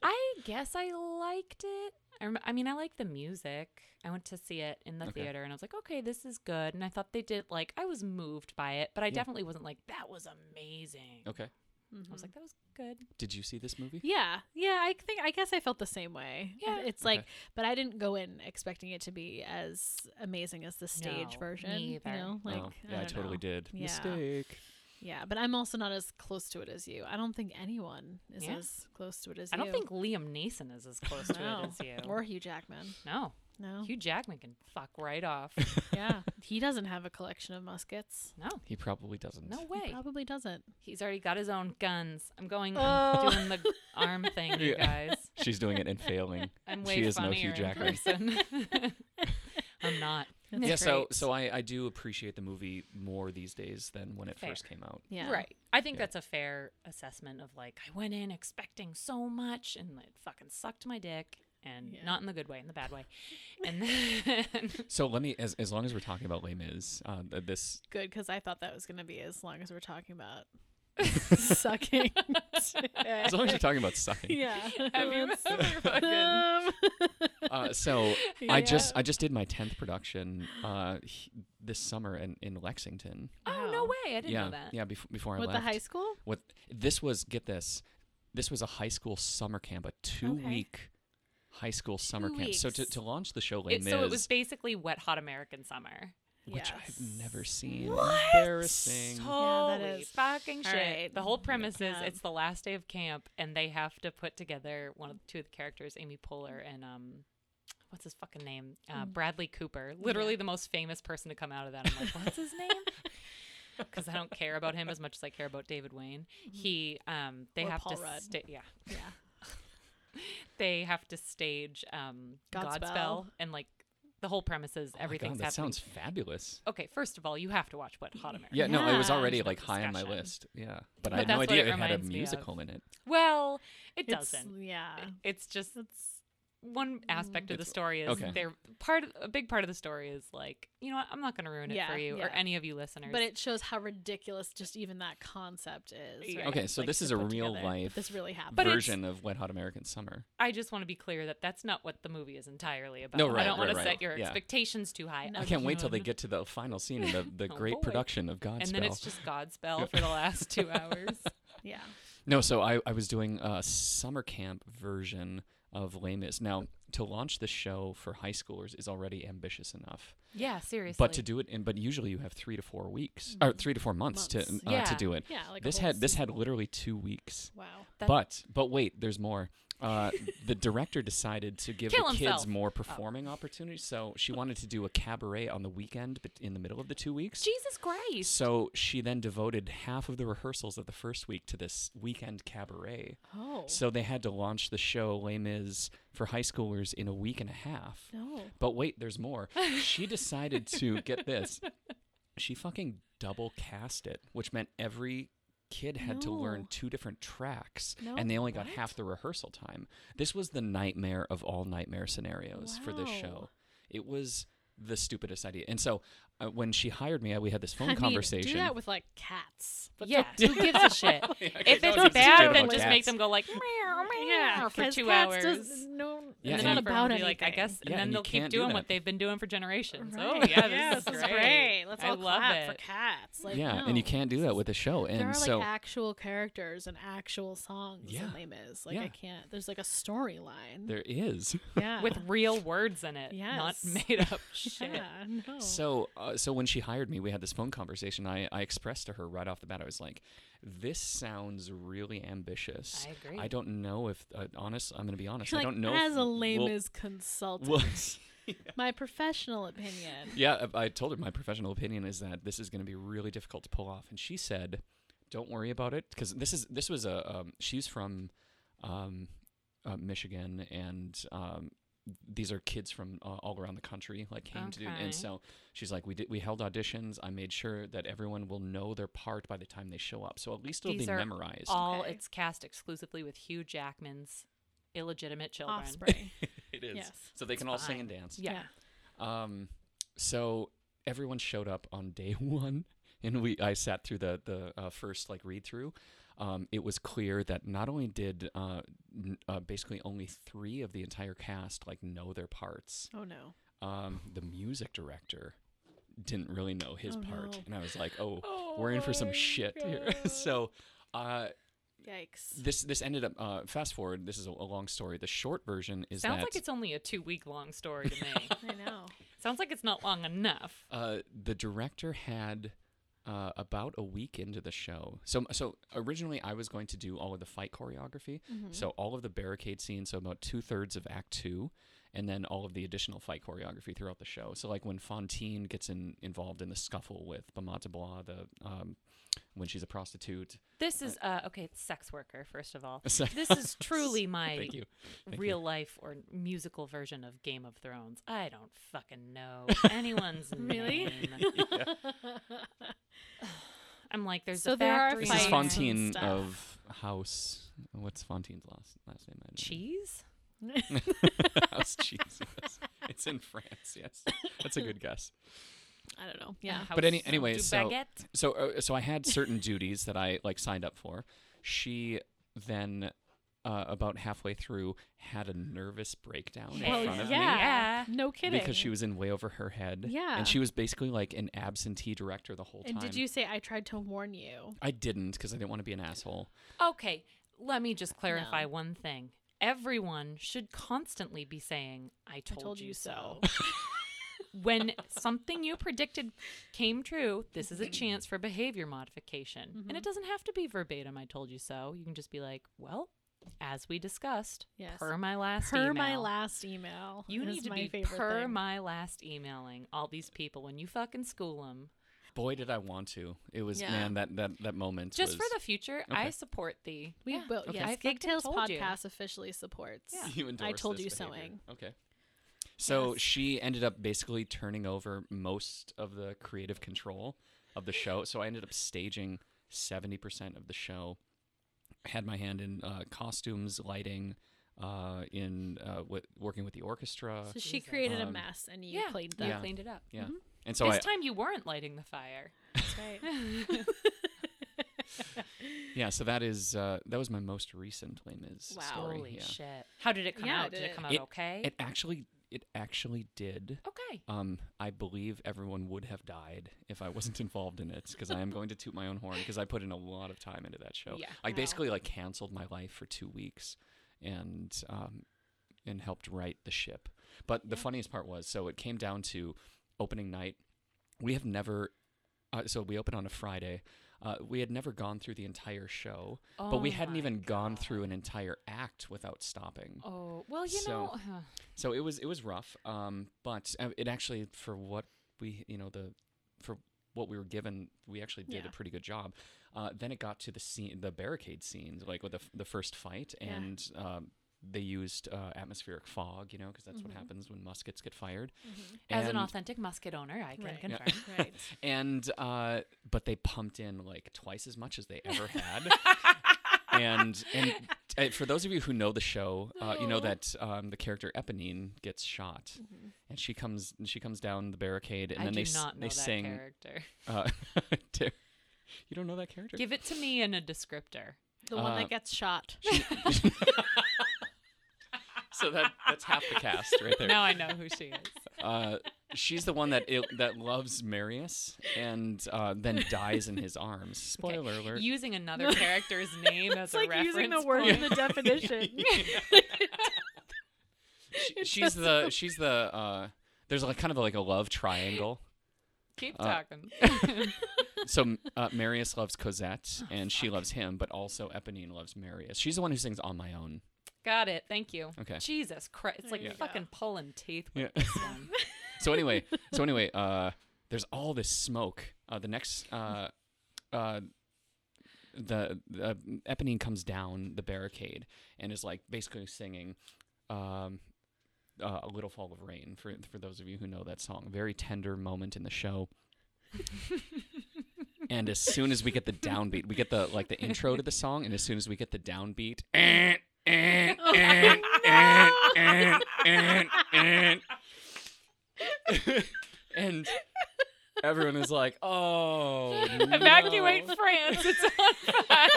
Speaker 2: I guess I liked it. I, rem- I mean, I like the music. I went to see it in the
Speaker 3: Okay.
Speaker 2: theater and I was like, okay, this is good. And I thought they did, like, I was moved by it, but I
Speaker 3: Yeah.
Speaker 2: definitely wasn't like, that was amazing.
Speaker 3: Okay,
Speaker 1: Mm-hmm.
Speaker 2: I was like, that was good.
Speaker 3: did you see this movie?
Speaker 1: yeah, yeah. I think I guess I felt the same way.
Speaker 2: Yeah.
Speaker 1: it's
Speaker 3: Okay.
Speaker 1: like, but I didn't go in expecting it to be as amazing as the stage
Speaker 2: No,
Speaker 1: version.
Speaker 2: me
Speaker 1: You
Speaker 2: either.
Speaker 1: know,
Speaker 3: Oh,
Speaker 1: like
Speaker 3: yeah, I,
Speaker 1: don't
Speaker 3: totally
Speaker 1: know.
Speaker 3: did.
Speaker 1: Yeah.
Speaker 3: Mistake.
Speaker 1: Yeah, but I'm also not as close to it as you. I don't think anyone is
Speaker 2: Yeah.
Speaker 1: as close to it as
Speaker 2: I
Speaker 1: you.
Speaker 2: don't think Liam Neeson is as close to
Speaker 1: No.
Speaker 2: it as you.
Speaker 1: or Hugh Jackman.
Speaker 2: no,
Speaker 1: No,
Speaker 2: Hugh Jackman can fuck right off.
Speaker 1: yeah, he doesn't have a collection of muskets.
Speaker 2: No,
Speaker 3: He probably doesn't.
Speaker 2: no
Speaker 1: He
Speaker 2: way.
Speaker 1: probably doesn't.
Speaker 2: He's already got his own guns. I'm going,
Speaker 1: Oh.
Speaker 2: I'm doing the arm thing, you
Speaker 3: Yeah.
Speaker 2: guys.
Speaker 3: She's doing it and failing.
Speaker 2: I'm
Speaker 3: She
Speaker 2: way
Speaker 3: is no
Speaker 2: funnier
Speaker 3: Hugh
Speaker 2: in
Speaker 3: Jackman.
Speaker 2: person. I'm not.
Speaker 1: That's
Speaker 3: yeah,
Speaker 1: great.
Speaker 3: so
Speaker 2: great.
Speaker 3: so I, I do appreciate the movie more these days than when it
Speaker 2: Fair.
Speaker 3: first came out.
Speaker 1: yeah,
Speaker 2: Right. I think
Speaker 3: Yeah.
Speaker 2: that's a fair assessment of like I went in expecting so much and it fucking sucked my dick and
Speaker 1: Yeah.
Speaker 2: not in the good way, in the bad way. And then
Speaker 3: So let me, as as long as we're talking about Les Mis, uh, th- this
Speaker 1: Good, because I thought that was gonna be as long as we're talking about sucking.
Speaker 3: as long as we're talking about sucking.
Speaker 1: yeah.
Speaker 2: Have you
Speaker 1: Let's-
Speaker 2: ever fucking
Speaker 1: Um,
Speaker 3: Uh, so
Speaker 1: yeah.
Speaker 3: I just I just did my tenth production uh, he- this summer in, in Lexington.
Speaker 2: Oh no
Speaker 1: Wow.
Speaker 2: way, I didn't
Speaker 3: yeah,
Speaker 2: know that.
Speaker 3: yeah. Before before I
Speaker 1: with
Speaker 3: left,
Speaker 1: the high school.
Speaker 3: What this was? Get this. This was a high school summer camp, a two week high school summer
Speaker 1: Two
Speaker 3: camp. So to,
Speaker 1: weeks.
Speaker 3: to launch the show Les
Speaker 2: It,
Speaker 3: Mis,
Speaker 2: so it was basically wet hot American summer.
Speaker 3: which
Speaker 1: Yes.
Speaker 3: I've never seen.
Speaker 2: What?
Speaker 3: Embarrassing.
Speaker 2: Holy
Speaker 1: is-
Speaker 2: fucking
Speaker 1: all
Speaker 2: shit.
Speaker 1: right.
Speaker 2: The whole premise is
Speaker 1: Um,
Speaker 2: it's the last day of camp and they have to put together one of two of the characters, Amy Poehler and um what's his fucking name? Uh,
Speaker 1: Mm.
Speaker 2: Bradley Cooper. Literally the most famous person to come out of that. I'm like, what's his name? Because I don't care about him as much as I care about David Wayne. He um they
Speaker 1: Mm-hmm. Or
Speaker 2: have
Speaker 1: Paul
Speaker 2: to
Speaker 1: Rudd.
Speaker 2: sta- yeah.
Speaker 1: Yeah.
Speaker 2: They have to stage um
Speaker 1: Godspell.
Speaker 2: Godspell, and like the whole premise is
Speaker 3: Oh my God,
Speaker 2: everything's
Speaker 3: that
Speaker 2: happening.
Speaker 3: sounds fabulous.
Speaker 2: Okay, first of all, you have to watch What Hot America.
Speaker 3: Yeah, no, it was
Speaker 1: Yeah.
Speaker 3: already
Speaker 2: There's no
Speaker 3: like high on my
Speaker 2: discussion.
Speaker 3: list. Yeah, but, I
Speaker 2: But
Speaker 3: had
Speaker 2: that's
Speaker 3: no
Speaker 2: what
Speaker 3: idea
Speaker 2: it
Speaker 3: it, had a
Speaker 2: reminds me of.
Speaker 3: musical in it.
Speaker 2: Well, it
Speaker 1: It's-
Speaker 2: doesn't.
Speaker 1: Yeah.
Speaker 2: It's just
Speaker 1: That's
Speaker 2: one aspect of the
Speaker 3: It's-
Speaker 2: story is
Speaker 3: okay.
Speaker 2: they're part of a big part of the story is like, you know what, I'm not gonna ruin it
Speaker 1: Yeah,
Speaker 2: for you or
Speaker 1: yeah.
Speaker 2: any of you listeners.
Speaker 1: but it shows how ridiculous just even that concept is.
Speaker 2: Yeah.
Speaker 1: right?
Speaker 3: Okay, so
Speaker 1: Like,
Speaker 3: this
Speaker 1: to
Speaker 3: is a
Speaker 1: put
Speaker 3: real
Speaker 1: together.
Speaker 3: life
Speaker 1: This really happened.
Speaker 2: But it's-
Speaker 3: version of Wet Hot American Summer.
Speaker 2: I just want to be clear that that's not what the movie is entirely about.
Speaker 3: No, right,
Speaker 2: I don't
Speaker 3: right,
Speaker 2: want
Speaker 3: right.
Speaker 2: to set your
Speaker 3: Yeah.
Speaker 2: expectations too high.
Speaker 1: No.
Speaker 3: I
Speaker 1: Okay.
Speaker 3: can't wait till they get to the final scene of the, the
Speaker 2: Oh,
Speaker 3: great
Speaker 2: boy.
Speaker 3: production of Godspell.
Speaker 2: And then it's just Godspell for the last two hours.
Speaker 1: yeah.
Speaker 3: No, so I, I was doing a summer camp version of Les Mis. Now, to launch this show for high schoolers is already ambitious enough.
Speaker 2: yeah, seriously.
Speaker 3: But to do it, in, but usually you have three to four weeks or three to four months,
Speaker 1: Months.
Speaker 3: to uh,
Speaker 2: Yeah.
Speaker 3: to do it.
Speaker 1: Yeah. Like a
Speaker 3: this
Speaker 1: whole
Speaker 3: had this
Speaker 1: season.
Speaker 3: had literally two weeks.
Speaker 1: Wow.
Speaker 2: That-
Speaker 3: But but wait, there's more. Uh, the director decided to give
Speaker 2: Kill
Speaker 3: the kids
Speaker 2: himself. Oh.
Speaker 3: more performing opportunities, so she wanted to do a cabaret on the weekend, but in the middle of the two weeks.
Speaker 2: Jesus Christ.
Speaker 3: So she then devoted half of the rehearsals of the first week to this weekend cabaret.
Speaker 1: Oh.
Speaker 3: So they had to launch the show Les Mis for high schoolers in a week and a half.
Speaker 1: no.
Speaker 3: But wait, there's more. She decided to get this. She fucking double cast it, which meant every kid had to learn
Speaker 1: No.
Speaker 3: two different tracks
Speaker 1: No,
Speaker 3: and they only got
Speaker 1: what?
Speaker 3: half the rehearsal time. This was the nightmare of all nightmare scenarios for this
Speaker 1: Wow.
Speaker 3: show. It was the stupidest idea. And so uh, when she hired me, I- we had this phone
Speaker 1: I mean,
Speaker 3: conversation.
Speaker 1: do that with like cats. But
Speaker 2: yeah, who gives a shit? if
Speaker 3: no,
Speaker 2: it's
Speaker 3: it's
Speaker 2: bad,
Speaker 3: a shit
Speaker 2: then
Speaker 3: about
Speaker 2: just
Speaker 3: cats.
Speaker 2: make them go like meow meow
Speaker 1: yeah,
Speaker 2: for
Speaker 1: 'cause
Speaker 2: two
Speaker 1: cats
Speaker 2: hours.
Speaker 1: does- no,
Speaker 3: Yeah,
Speaker 1: it's
Speaker 2: and
Speaker 1: not
Speaker 3: and
Speaker 2: then
Speaker 3: you-
Speaker 1: about
Speaker 2: it.
Speaker 1: anything.
Speaker 2: Like I guess, and
Speaker 3: Yeah,
Speaker 2: then
Speaker 3: and you
Speaker 2: they'll keep
Speaker 3: can't do
Speaker 2: doing
Speaker 3: that.
Speaker 2: what they've been doing for generations. Oh
Speaker 1: Right.
Speaker 2: yeah, this, is, great.
Speaker 1: Let's
Speaker 2: I
Speaker 1: all
Speaker 2: love
Speaker 1: clap
Speaker 2: it.
Speaker 1: for cats. Like,
Speaker 3: yeah,
Speaker 1: no.
Speaker 3: and you can't do that with a show. And
Speaker 1: There are like
Speaker 3: so
Speaker 1: actual characters and actual songs
Speaker 3: Yeah.
Speaker 1: in Les Mis. Like
Speaker 3: Yeah.
Speaker 1: I can't. There's like a storyline.
Speaker 3: there is.
Speaker 1: Yeah.
Speaker 2: With real words in it,
Speaker 1: Yes.
Speaker 2: not made up shit.
Speaker 1: yeah. No.
Speaker 3: So, uh, so when she hired me, we had this phone conversation. I, I expressed to her right off the bat, I was like, "This sounds really ambitious.
Speaker 2: I agree.
Speaker 3: I don't know if, uh, honest, I'm going to be honest.
Speaker 1: Like,
Speaker 3: I don't know
Speaker 1: as
Speaker 3: if
Speaker 1: a Les
Speaker 3: we'll-
Speaker 1: Mis consultant,
Speaker 3: we'll-
Speaker 1: my professional opinion.
Speaker 3: yeah, I I told her my professional opinion is that this is going to be really difficult to pull off, and she said, "Don't worry about it," because this is this was a um, she's from um, uh, Michigan, and um, these are kids from uh, all around the country, like came to do,
Speaker 2: Okay.
Speaker 3: and so she's like, "We did we held auditions. I made sure that everyone will know their part by the time they show up, so at least it'll
Speaker 2: These
Speaker 3: be
Speaker 2: are
Speaker 3: memorized."
Speaker 2: All
Speaker 1: Okay.
Speaker 2: it's cast exclusively with Hugh Jackman's illegitimate children.
Speaker 1: Offspring.
Speaker 3: it is
Speaker 1: yes.
Speaker 3: so they can all sing and dance.
Speaker 2: Yeah.
Speaker 3: Um, so everyone showed up on day one, and we I sat through the the uh, first like read through. Um, it was clear that not only did uh, n- uh, basically only three of the entire cast like know their parts.
Speaker 1: Oh no.
Speaker 3: Um, the music director didn't really know his
Speaker 1: Oh,
Speaker 3: part,
Speaker 1: no.
Speaker 3: and I was like, "Oh, we're in for some shit here." so, uh,
Speaker 1: Yikes.
Speaker 3: this this ended up uh, fast forward. This is a, a long story. The short version is
Speaker 2: Sounds
Speaker 3: that
Speaker 2: like it's only a two week long story to me.
Speaker 1: I know.
Speaker 2: Sounds like it's not long enough.
Speaker 3: Uh, the director had uh, about a week into the show. So so originally I was going
Speaker 1: Mm-hmm.
Speaker 3: to do all of the fight choreography, so all of the barricade scenes, so about two thirds of Act Two, and then all of the additional fight choreography throughout the show. So like when Fontaine gets in, involved in the scuffle with Bamata Blah, the um, when she's a prostitute.
Speaker 2: This is uh, okay. It's sex worker, first of all.
Speaker 3: Sex-
Speaker 2: This is truly my
Speaker 3: Thank you. Thank you.
Speaker 2: real life or musical version of Game of Thrones. I don't fucking know anyone's
Speaker 1: Really?
Speaker 2: name. I'm like, there's
Speaker 1: So
Speaker 2: a
Speaker 1: there are
Speaker 2: factory.
Speaker 3: This
Speaker 1: fights
Speaker 3: is
Speaker 1: and
Speaker 3: Fontaine
Speaker 1: stuff.
Speaker 3: of House. What's Fontaine's last last name? I don't
Speaker 2: cheese.
Speaker 3: know. House cheese. yes. It's in France. Yes, that's a good guess.
Speaker 1: I don't know. Yeah.
Speaker 3: But any- anyway,
Speaker 2: do
Speaker 3: so-
Speaker 2: baguette.
Speaker 3: So uh, so I had certain duties that I like signed up for. She then. Uh, about halfway through, had a nervous breakdown
Speaker 1: Well,
Speaker 3: in front of me.
Speaker 1: Oh, yeah.
Speaker 2: yeah.
Speaker 1: No kidding.
Speaker 3: Because she was in way over her head.
Speaker 1: Yeah.
Speaker 3: And she was basically like an absentee director the whole
Speaker 1: And
Speaker 3: time.
Speaker 1: did you say I tried to warn you?
Speaker 3: I didn't because I didn't want to be an asshole.
Speaker 2: Okay, let me just clarify
Speaker 1: No.
Speaker 2: one thing. Everyone should constantly be saying, I
Speaker 1: I
Speaker 2: told,
Speaker 1: told you so.
Speaker 2: when something you predicted came true, this is a chance for behavior modification.
Speaker 1: Mm-hmm.
Speaker 2: And it doesn't have to be verbatim, I told you so. You can just be like, well, as we discussed,
Speaker 1: Yes.
Speaker 2: per my last
Speaker 1: per
Speaker 2: email.
Speaker 1: my last email.
Speaker 2: You
Speaker 1: is
Speaker 2: need to
Speaker 1: my
Speaker 2: be
Speaker 1: favorite
Speaker 2: per
Speaker 1: thing.
Speaker 2: my last emailing all these people when you fucking school them.
Speaker 3: Boy, did I want to. It was,
Speaker 1: Yeah.
Speaker 3: man, that, that, that moment.
Speaker 2: Just
Speaker 3: was,
Speaker 2: for the future, I support thee.
Speaker 1: We
Speaker 2: Yeah.
Speaker 1: both
Speaker 2: Okay. I
Speaker 1: yes.
Speaker 2: fucking
Speaker 1: Gig Tales
Speaker 2: told you.
Speaker 1: podcast officially supports.
Speaker 2: Yeah.
Speaker 3: you
Speaker 1: I
Speaker 3: endorse
Speaker 1: told
Speaker 3: this
Speaker 1: you
Speaker 3: behavior.
Speaker 1: sewing.
Speaker 3: Okay. So she ended up basically turning over most of the creative control of the show. So I ended up staging 70% of the show. Had my hand in uh, costumes, lighting, uh, in uh, wi- working with the orchestra.
Speaker 1: So she mm-hmm. created a
Speaker 3: Um,
Speaker 1: mess and you
Speaker 2: yeah.
Speaker 1: cleaned
Speaker 2: I
Speaker 1: them.
Speaker 3: Yeah.
Speaker 2: cleaned it up. Mm-hmm.
Speaker 3: yeah. And so
Speaker 2: this
Speaker 3: I,
Speaker 2: time you weren't lighting the fire.
Speaker 1: That's right.
Speaker 3: yeah, so that is, uh, that was my most recent Les Mis
Speaker 1: Wow.
Speaker 3: story.
Speaker 2: Holy
Speaker 3: yeah.
Speaker 2: shit! How did it come
Speaker 1: Yeah,
Speaker 2: out? Did
Speaker 1: did
Speaker 2: it,
Speaker 1: it-
Speaker 2: come out
Speaker 3: It-
Speaker 2: okay?
Speaker 3: It actually, it actually did.
Speaker 2: okay.
Speaker 3: Um, I believe everyone would have died if I wasn't involved in it because I am going to toot my own horn because I put in a lot of time into that show.
Speaker 2: Yeah.
Speaker 3: I
Speaker 1: Wow.
Speaker 3: basically like canceled my life for two weeks, and um, and helped right the ship. But the funniest part was so it came down to opening night. We have never, uh, so we open on a Friday. Uh, we had never gone through the entire show, but we
Speaker 2: Oh
Speaker 3: hadn't
Speaker 2: my
Speaker 3: even gone
Speaker 2: God.
Speaker 3: through an entire act without stopping.
Speaker 2: Oh well, you
Speaker 3: So-
Speaker 2: know,
Speaker 3: So it was it was rough, um, but uh, it actually for what we you know the for what we were given, we actually did
Speaker 1: Yeah.
Speaker 3: a pretty good job. Uh, then it got to the scene, the barricade scenes, like with the, f- the first fight,
Speaker 1: Yeah.
Speaker 3: and um, they used uh, atmospheric fog, you know, because that's what happens when muskets get fired.
Speaker 2: as an
Speaker 3: And-
Speaker 2: authentic musket owner, I can
Speaker 1: Right.
Speaker 2: confirm.
Speaker 1: right.
Speaker 3: and uh, but they pumped in like twice as much as they ever had. and and uh, for those of you who know the show, uh, you know that um, the character Eponine gets shot, and she comes she comes down the barricade, and
Speaker 2: Mm-hmm. I
Speaker 3: then
Speaker 2: do
Speaker 3: they s-
Speaker 2: not know
Speaker 3: they
Speaker 2: that
Speaker 3: sing.
Speaker 2: character.
Speaker 3: Uh, Ter- you don't know that character?
Speaker 2: Give it to me in a descriptor.
Speaker 1: The one
Speaker 3: Uh,
Speaker 1: that gets shot.
Speaker 3: so that that's half the cast right there.
Speaker 2: Now I know who she is.
Speaker 3: Uh, she's the one that il- that loves Marius and uh, then dies in his arms. Spoiler alert.
Speaker 2: Using another character's name as
Speaker 1: It's
Speaker 2: a
Speaker 1: like
Speaker 2: reference.
Speaker 1: using the word in
Speaker 2: point.
Speaker 1: the definition.
Speaker 3: She- she's the she's the uh, there's like kind of like a love triangle.
Speaker 2: Keep
Speaker 3: uh,
Speaker 2: talking.
Speaker 3: so uh, Marius loves Cosette, and she loves him, but also Eponine loves Marius. She's the one who sings "On My Own."
Speaker 2: Got it. Thank you.
Speaker 3: Okay.
Speaker 2: Jesus Christ! It's like
Speaker 1: you go.
Speaker 2: fucking pulling teeth. With
Speaker 3: Yeah.
Speaker 2: this one.
Speaker 3: so anyway, so anyway, uh, there's all this smoke. Uh, the next, uh, uh, the uh, Eponine comes down the barricade and is like basically singing. Um, uh, a little fall of rain for for those of you who know that song. Very tender moment in the show. and as soon as we get the downbeat, we get the like the intro to the song, and as soon as we get the downbeat, eh, eh, eh, eh, eh, eh, eh. and everyone is like, "Oh,
Speaker 2: Evacuate
Speaker 3: no."
Speaker 2: France. It's on fire.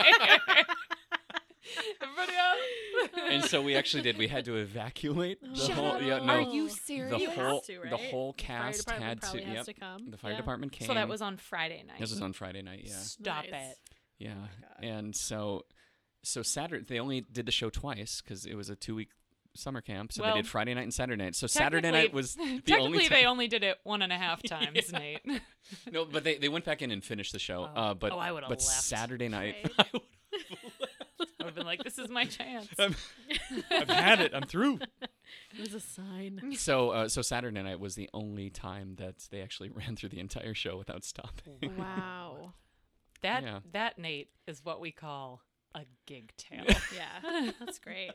Speaker 2: Everybody else.
Speaker 3: And so we actually did. We had to evacuate the
Speaker 1: Shut
Speaker 3: whole.
Speaker 1: up.
Speaker 3: Yeah, no,
Speaker 2: Are
Speaker 1: Oh.
Speaker 2: you
Speaker 1: The
Speaker 2: serious?
Speaker 3: the
Speaker 1: You have
Speaker 3: whole
Speaker 1: to,
Speaker 3: the
Speaker 1: right?
Speaker 3: whole
Speaker 1: The fire
Speaker 3: cast
Speaker 1: department
Speaker 3: had to.
Speaker 1: probably has
Speaker 3: yep.
Speaker 1: to come.
Speaker 3: The fire
Speaker 1: Yeah.
Speaker 3: department came.
Speaker 2: So that was on Friday night.
Speaker 3: This was on Friday night. Yeah,
Speaker 2: Stop
Speaker 1: Nice.
Speaker 2: it. oh
Speaker 3: yeah. and so, so Saturday they only did the show twice because it was a two week summer camp. So
Speaker 2: Well,
Speaker 3: they did Friday night and Saturday night. So Saturday night
Speaker 2: Technically-
Speaker 3: was the
Speaker 2: technically
Speaker 3: only. time.
Speaker 2: they only did it one and a half times, Nate.
Speaker 3: No, but they, they went back in and finished the show. Uh, but
Speaker 2: Oh, I would've
Speaker 3: but
Speaker 2: left.
Speaker 3: Saturday night,
Speaker 2: I've been like, this is my chance.
Speaker 3: I've had it. I'm through.
Speaker 1: There's a sign.
Speaker 3: So, uh, so Saturday night was the only time that they actually ran through the entire show without stopping.
Speaker 1: Wow.
Speaker 2: That
Speaker 3: Yeah.
Speaker 2: that Nate is what we call a gig tale.
Speaker 1: yeah, that's great.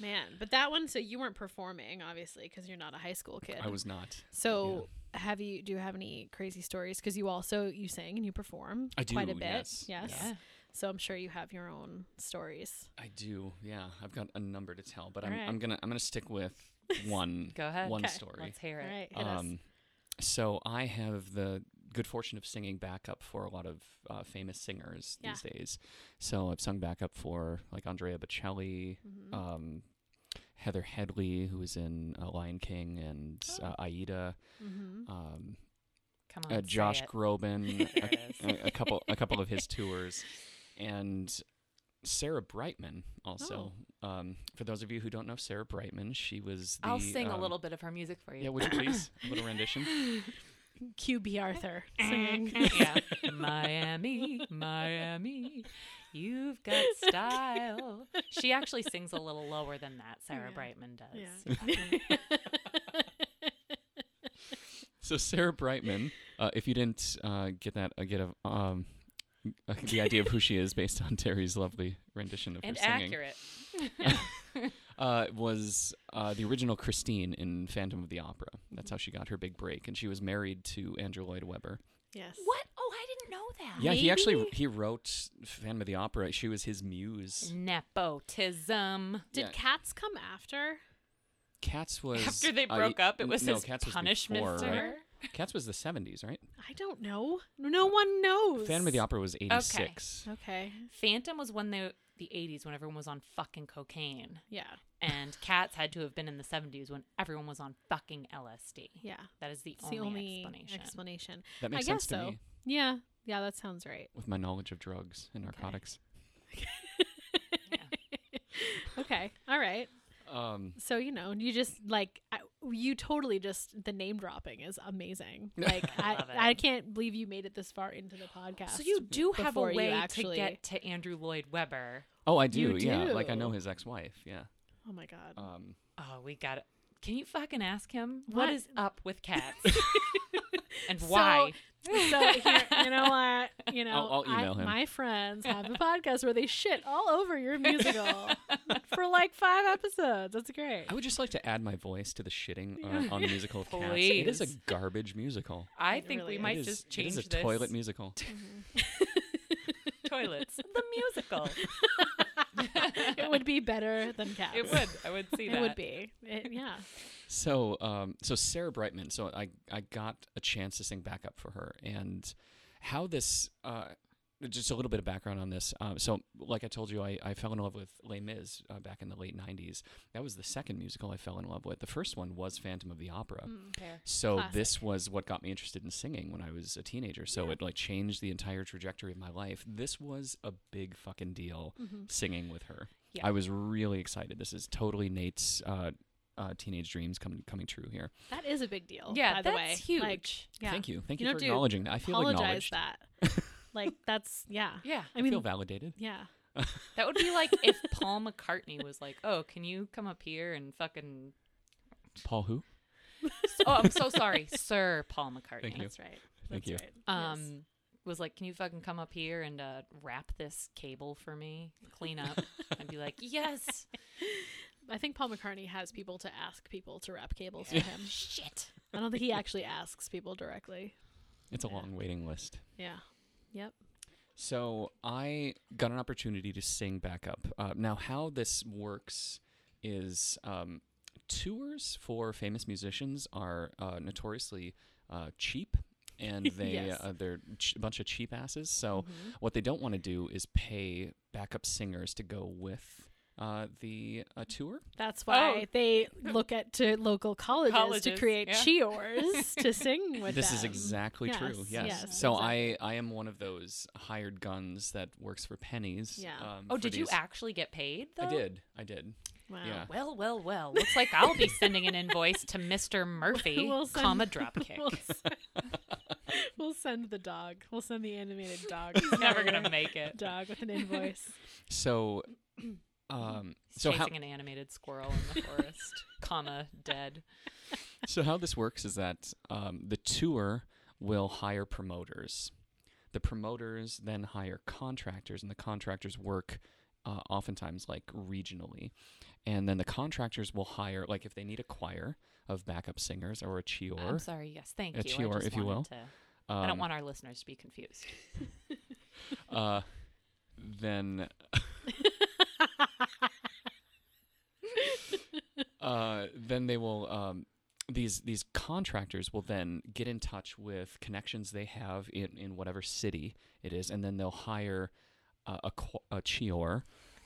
Speaker 1: Man, but that one. So you weren't performing, obviously, because you're not a high school kid.
Speaker 3: I was not.
Speaker 1: So have you? Do you have any crazy stories? Because you also you sing and you perform
Speaker 3: I
Speaker 1: quite a
Speaker 3: do,
Speaker 1: bit.
Speaker 3: yes,
Speaker 2: Yeah.
Speaker 1: So I'm sure you have your own stories.
Speaker 3: I do. Yeah, I've got a number to tell, but I'm,
Speaker 1: Alright.
Speaker 3: I'm gonna I'm gonna stick with one
Speaker 2: Go ahead.
Speaker 3: one
Speaker 1: 'Kay.
Speaker 3: story.
Speaker 2: Let's hear
Speaker 1: All
Speaker 2: it.
Speaker 1: right, hit us.
Speaker 3: Um, so I have the good fortune of singing backup for a lot of uh, famous singers
Speaker 1: Yeah.
Speaker 3: these days. So I've sung backup for like Andrea Bocelli,
Speaker 1: Mhm.
Speaker 3: um, Heather Headley, who was in uh, Lion King and
Speaker 2: Oh.
Speaker 3: uh, Aida,
Speaker 1: Mhm.
Speaker 3: um,
Speaker 2: Come on.
Speaker 3: uh,
Speaker 2: say
Speaker 3: Josh
Speaker 2: it.
Speaker 3: Groban,
Speaker 2: There it is.
Speaker 3: a, a couple a couple of his tours, and Sarah Brightman also. Um, for those of you who don't know Sarah Brightman, she was. The,
Speaker 2: Oh. I'll sing a
Speaker 3: um,
Speaker 2: little bit of her music for you.
Speaker 3: Yeah, would you please a little rendition?
Speaker 1: QB Arthur singing.
Speaker 2: yeah. Miami, Miami, you've got style. She actually sings a little lower than
Speaker 3: Oh,
Speaker 2: that, Sarah
Speaker 1: Yeah.
Speaker 2: Brightman does.
Speaker 1: yeah.
Speaker 3: So Sarah Brightman, uh, if you didn't uh, get that, uh, get a, um, uh, the idea of who she is based on Terry's lovely rendition of
Speaker 2: And
Speaker 3: her singing,
Speaker 2: accurate.
Speaker 3: uh, was uh, the original Christine in Phantom of the Opera. That's how she got her big break, and she was married to Andrew Lloyd Webber.
Speaker 1: yes.
Speaker 2: What? Oh, I didn't know that.
Speaker 3: Yeah, he actually
Speaker 1: Maybe.
Speaker 3: he wrote Phantom of the Opera. She was his muse.
Speaker 2: Mm. Nepotism.
Speaker 1: Did
Speaker 3: Yeah.
Speaker 1: cats come after?
Speaker 3: Cats was
Speaker 2: After they
Speaker 3: uh,
Speaker 2: broke up, it
Speaker 3: n-
Speaker 2: was
Speaker 3: no,
Speaker 2: his
Speaker 3: Cats was
Speaker 2: punishment
Speaker 3: before,
Speaker 2: for
Speaker 3: right?
Speaker 2: her.
Speaker 3: Cats was the seventies, right?
Speaker 1: I don't know. No one knows.
Speaker 3: Phantom of the Opera was eighty six.
Speaker 1: Okay.
Speaker 2: Phantom was when the the 80s when everyone was on fucking cocaine.
Speaker 1: Yeah.
Speaker 2: And Cats had to have been in the 70s when everyone was on fucking LSD.
Speaker 1: Yeah.
Speaker 2: That is the
Speaker 1: It's
Speaker 2: only,
Speaker 1: the only
Speaker 2: explanation.
Speaker 1: explanation.
Speaker 3: That
Speaker 1: I
Speaker 3: makes
Speaker 1: guess
Speaker 3: sense to
Speaker 1: so.
Speaker 3: me
Speaker 1: Yeah. Yeah, that sounds right.
Speaker 3: with my knowledge of drugs and narcotics.
Speaker 1: Okay. All right.
Speaker 3: Um,
Speaker 1: So, you know, you just like, I, you totally just, the name dropping is amazing. Like, I,
Speaker 2: Love it.
Speaker 1: I can't believe you made it this far into the podcast.
Speaker 2: So you do have a
Speaker 1: before you
Speaker 2: way
Speaker 1: actually-
Speaker 2: to get to Andrew Lloyd Webber.
Speaker 3: Oh, I do.
Speaker 1: You
Speaker 3: yeah, like I
Speaker 1: do.
Speaker 3: know his ex-wife. Yeah.
Speaker 1: Oh my God.
Speaker 3: Um,
Speaker 2: Oh, we got it. Can you fucking ask him
Speaker 1: What?
Speaker 2: what is up with cats and why?
Speaker 1: So here, you know what? You know,
Speaker 3: I'll- I'll
Speaker 1: I-
Speaker 3: email him.
Speaker 1: my friends have a podcast where they shit all over your musical for like five episodes. That's great.
Speaker 3: I would just like to add my voice to the shitting uh, on, on the musical of Cats. It is a
Speaker 2: Please.
Speaker 3: garbage musical.
Speaker 2: I
Speaker 1: It
Speaker 2: think
Speaker 1: really
Speaker 2: we
Speaker 1: is.
Speaker 2: might
Speaker 3: it is,
Speaker 2: just
Speaker 3: it
Speaker 2: change
Speaker 3: is a
Speaker 2: this
Speaker 3: toilet musical.
Speaker 2: toilets. The musical.
Speaker 1: it would be better than cats.
Speaker 2: It would. I would see that.
Speaker 1: It would be. It- yeah.
Speaker 3: So, um, so Sarah Brightman. So I I got a chance to sing backup for her, and how this. Uh, just a little bit of background on this. Um, so, like I told you, I, I fell in love with Les Mis uh, back in the late '90s. That was the second musical I fell in love with. The first one was Phantom of the Opera.
Speaker 1: Mm-hmm.
Speaker 3: So
Speaker 1: Mm, Classic.
Speaker 3: this was what got me interested in singing when I was a teenager. So it like changed the entire trajectory of my life. This was a big fucking deal singing with her.
Speaker 2: Yeah.
Speaker 3: I was really excited. This is totally Nate's uh, uh, teenage dreams coming coming true here.
Speaker 1: That is a big deal.
Speaker 2: Yeah,
Speaker 1: by the
Speaker 2: that's
Speaker 1: way.
Speaker 2: huge.
Speaker 1: Like, yeah.
Speaker 3: Thank you. Thank you,
Speaker 1: You know,
Speaker 3: for
Speaker 1: dude,
Speaker 3: acknowledging that. I feel
Speaker 1: Apologize
Speaker 3: acknowledged.
Speaker 1: that. like that's yeah.
Speaker 2: Yeah.
Speaker 1: I
Speaker 3: I
Speaker 1: mean,
Speaker 3: feel validated.
Speaker 1: yeah.
Speaker 2: That would be like if Paul McCartney was like, "Oh, can you come up here and fucking
Speaker 3: Paul who?
Speaker 2: Oh, I'm so sorry, Sir Paul McCartney."
Speaker 3: Thank you.
Speaker 1: That's right.
Speaker 3: Thank
Speaker 1: That's
Speaker 3: you.
Speaker 1: Right.
Speaker 2: Um
Speaker 1: Yes.
Speaker 2: was like, "Can you fucking come up here and uh wrap this cable for me? Clean up." I'd be like, "Yes."
Speaker 1: I think Paul McCartney has people to ask people to wrap cables for him.
Speaker 2: Shit.
Speaker 1: I don't think he actually asks people directly.
Speaker 3: It's a long waiting list.
Speaker 1: Yeah. Yep.
Speaker 3: So I got an opportunity to sing backup. Uh, now, how this works is um, tours for famous musicians are uh, notoriously uh, cheap, and they
Speaker 1: Yes. Mm-hmm.
Speaker 3: uh, they're ch- a bunch of cheap asses. So what they don't want to do is pay backup singers to go with uh, the uh, tour.
Speaker 1: That's why
Speaker 2: Oh.
Speaker 1: they look at to local colleges, to
Speaker 2: Colleges,
Speaker 1: create
Speaker 2: yeah.
Speaker 1: cheors to sing with
Speaker 3: this is
Speaker 1: them.
Speaker 3: exactly true.
Speaker 1: Yes,
Speaker 3: Yes.
Speaker 1: yes,
Speaker 3: so I I am one of those hired guns that works for pennies.
Speaker 1: Yeah.
Speaker 3: um,
Speaker 2: Oh,
Speaker 3: for
Speaker 2: did you
Speaker 3: these-
Speaker 2: actually get paid though?
Speaker 3: I did. I did.
Speaker 1: Wow.
Speaker 3: yeah.
Speaker 2: Well, well, well. Looks like I'll be sending an invoice to Mr. Murphy,
Speaker 1: We'll send-
Speaker 2: comma dropkick.
Speaker 1: We'll, s- we'll send the dog. We'll send the animated dog. He's
Speaker 2: Never gonna make it.
Speaker 1: dog with an invoice.
Speaker 3: So Um,
Speaker 2: He's
Speaker 3: so how
Speaker 2: chasing an animated squirrel in the forest, comma dead.
Speaker 3: so how this works is that um, the tour will hire promoters. The promoters then hire contractors, and the contractors work uh, oftentimes like regionally. And then the contractors will hire, like if they need a choir of backup singers or a chior.
Speaker 2: I'm sorry. Yes, thank
Speaker 3: A
Speaker 2: you. I
Speaker 3: chior,
Speaker 2: just
Speaker 3: if you
Speaker 2: wanted
Speaker 3: will.
Speaker 2: to- I
Speaker 3: um,
Speaker 2: don't want our listeners to be confused.
Speaker 3: uh, then uh, then they will um, these these contractors will then get in touch with connections they have in, in whatever city it is, and then they'll hire uh, a qu- a chior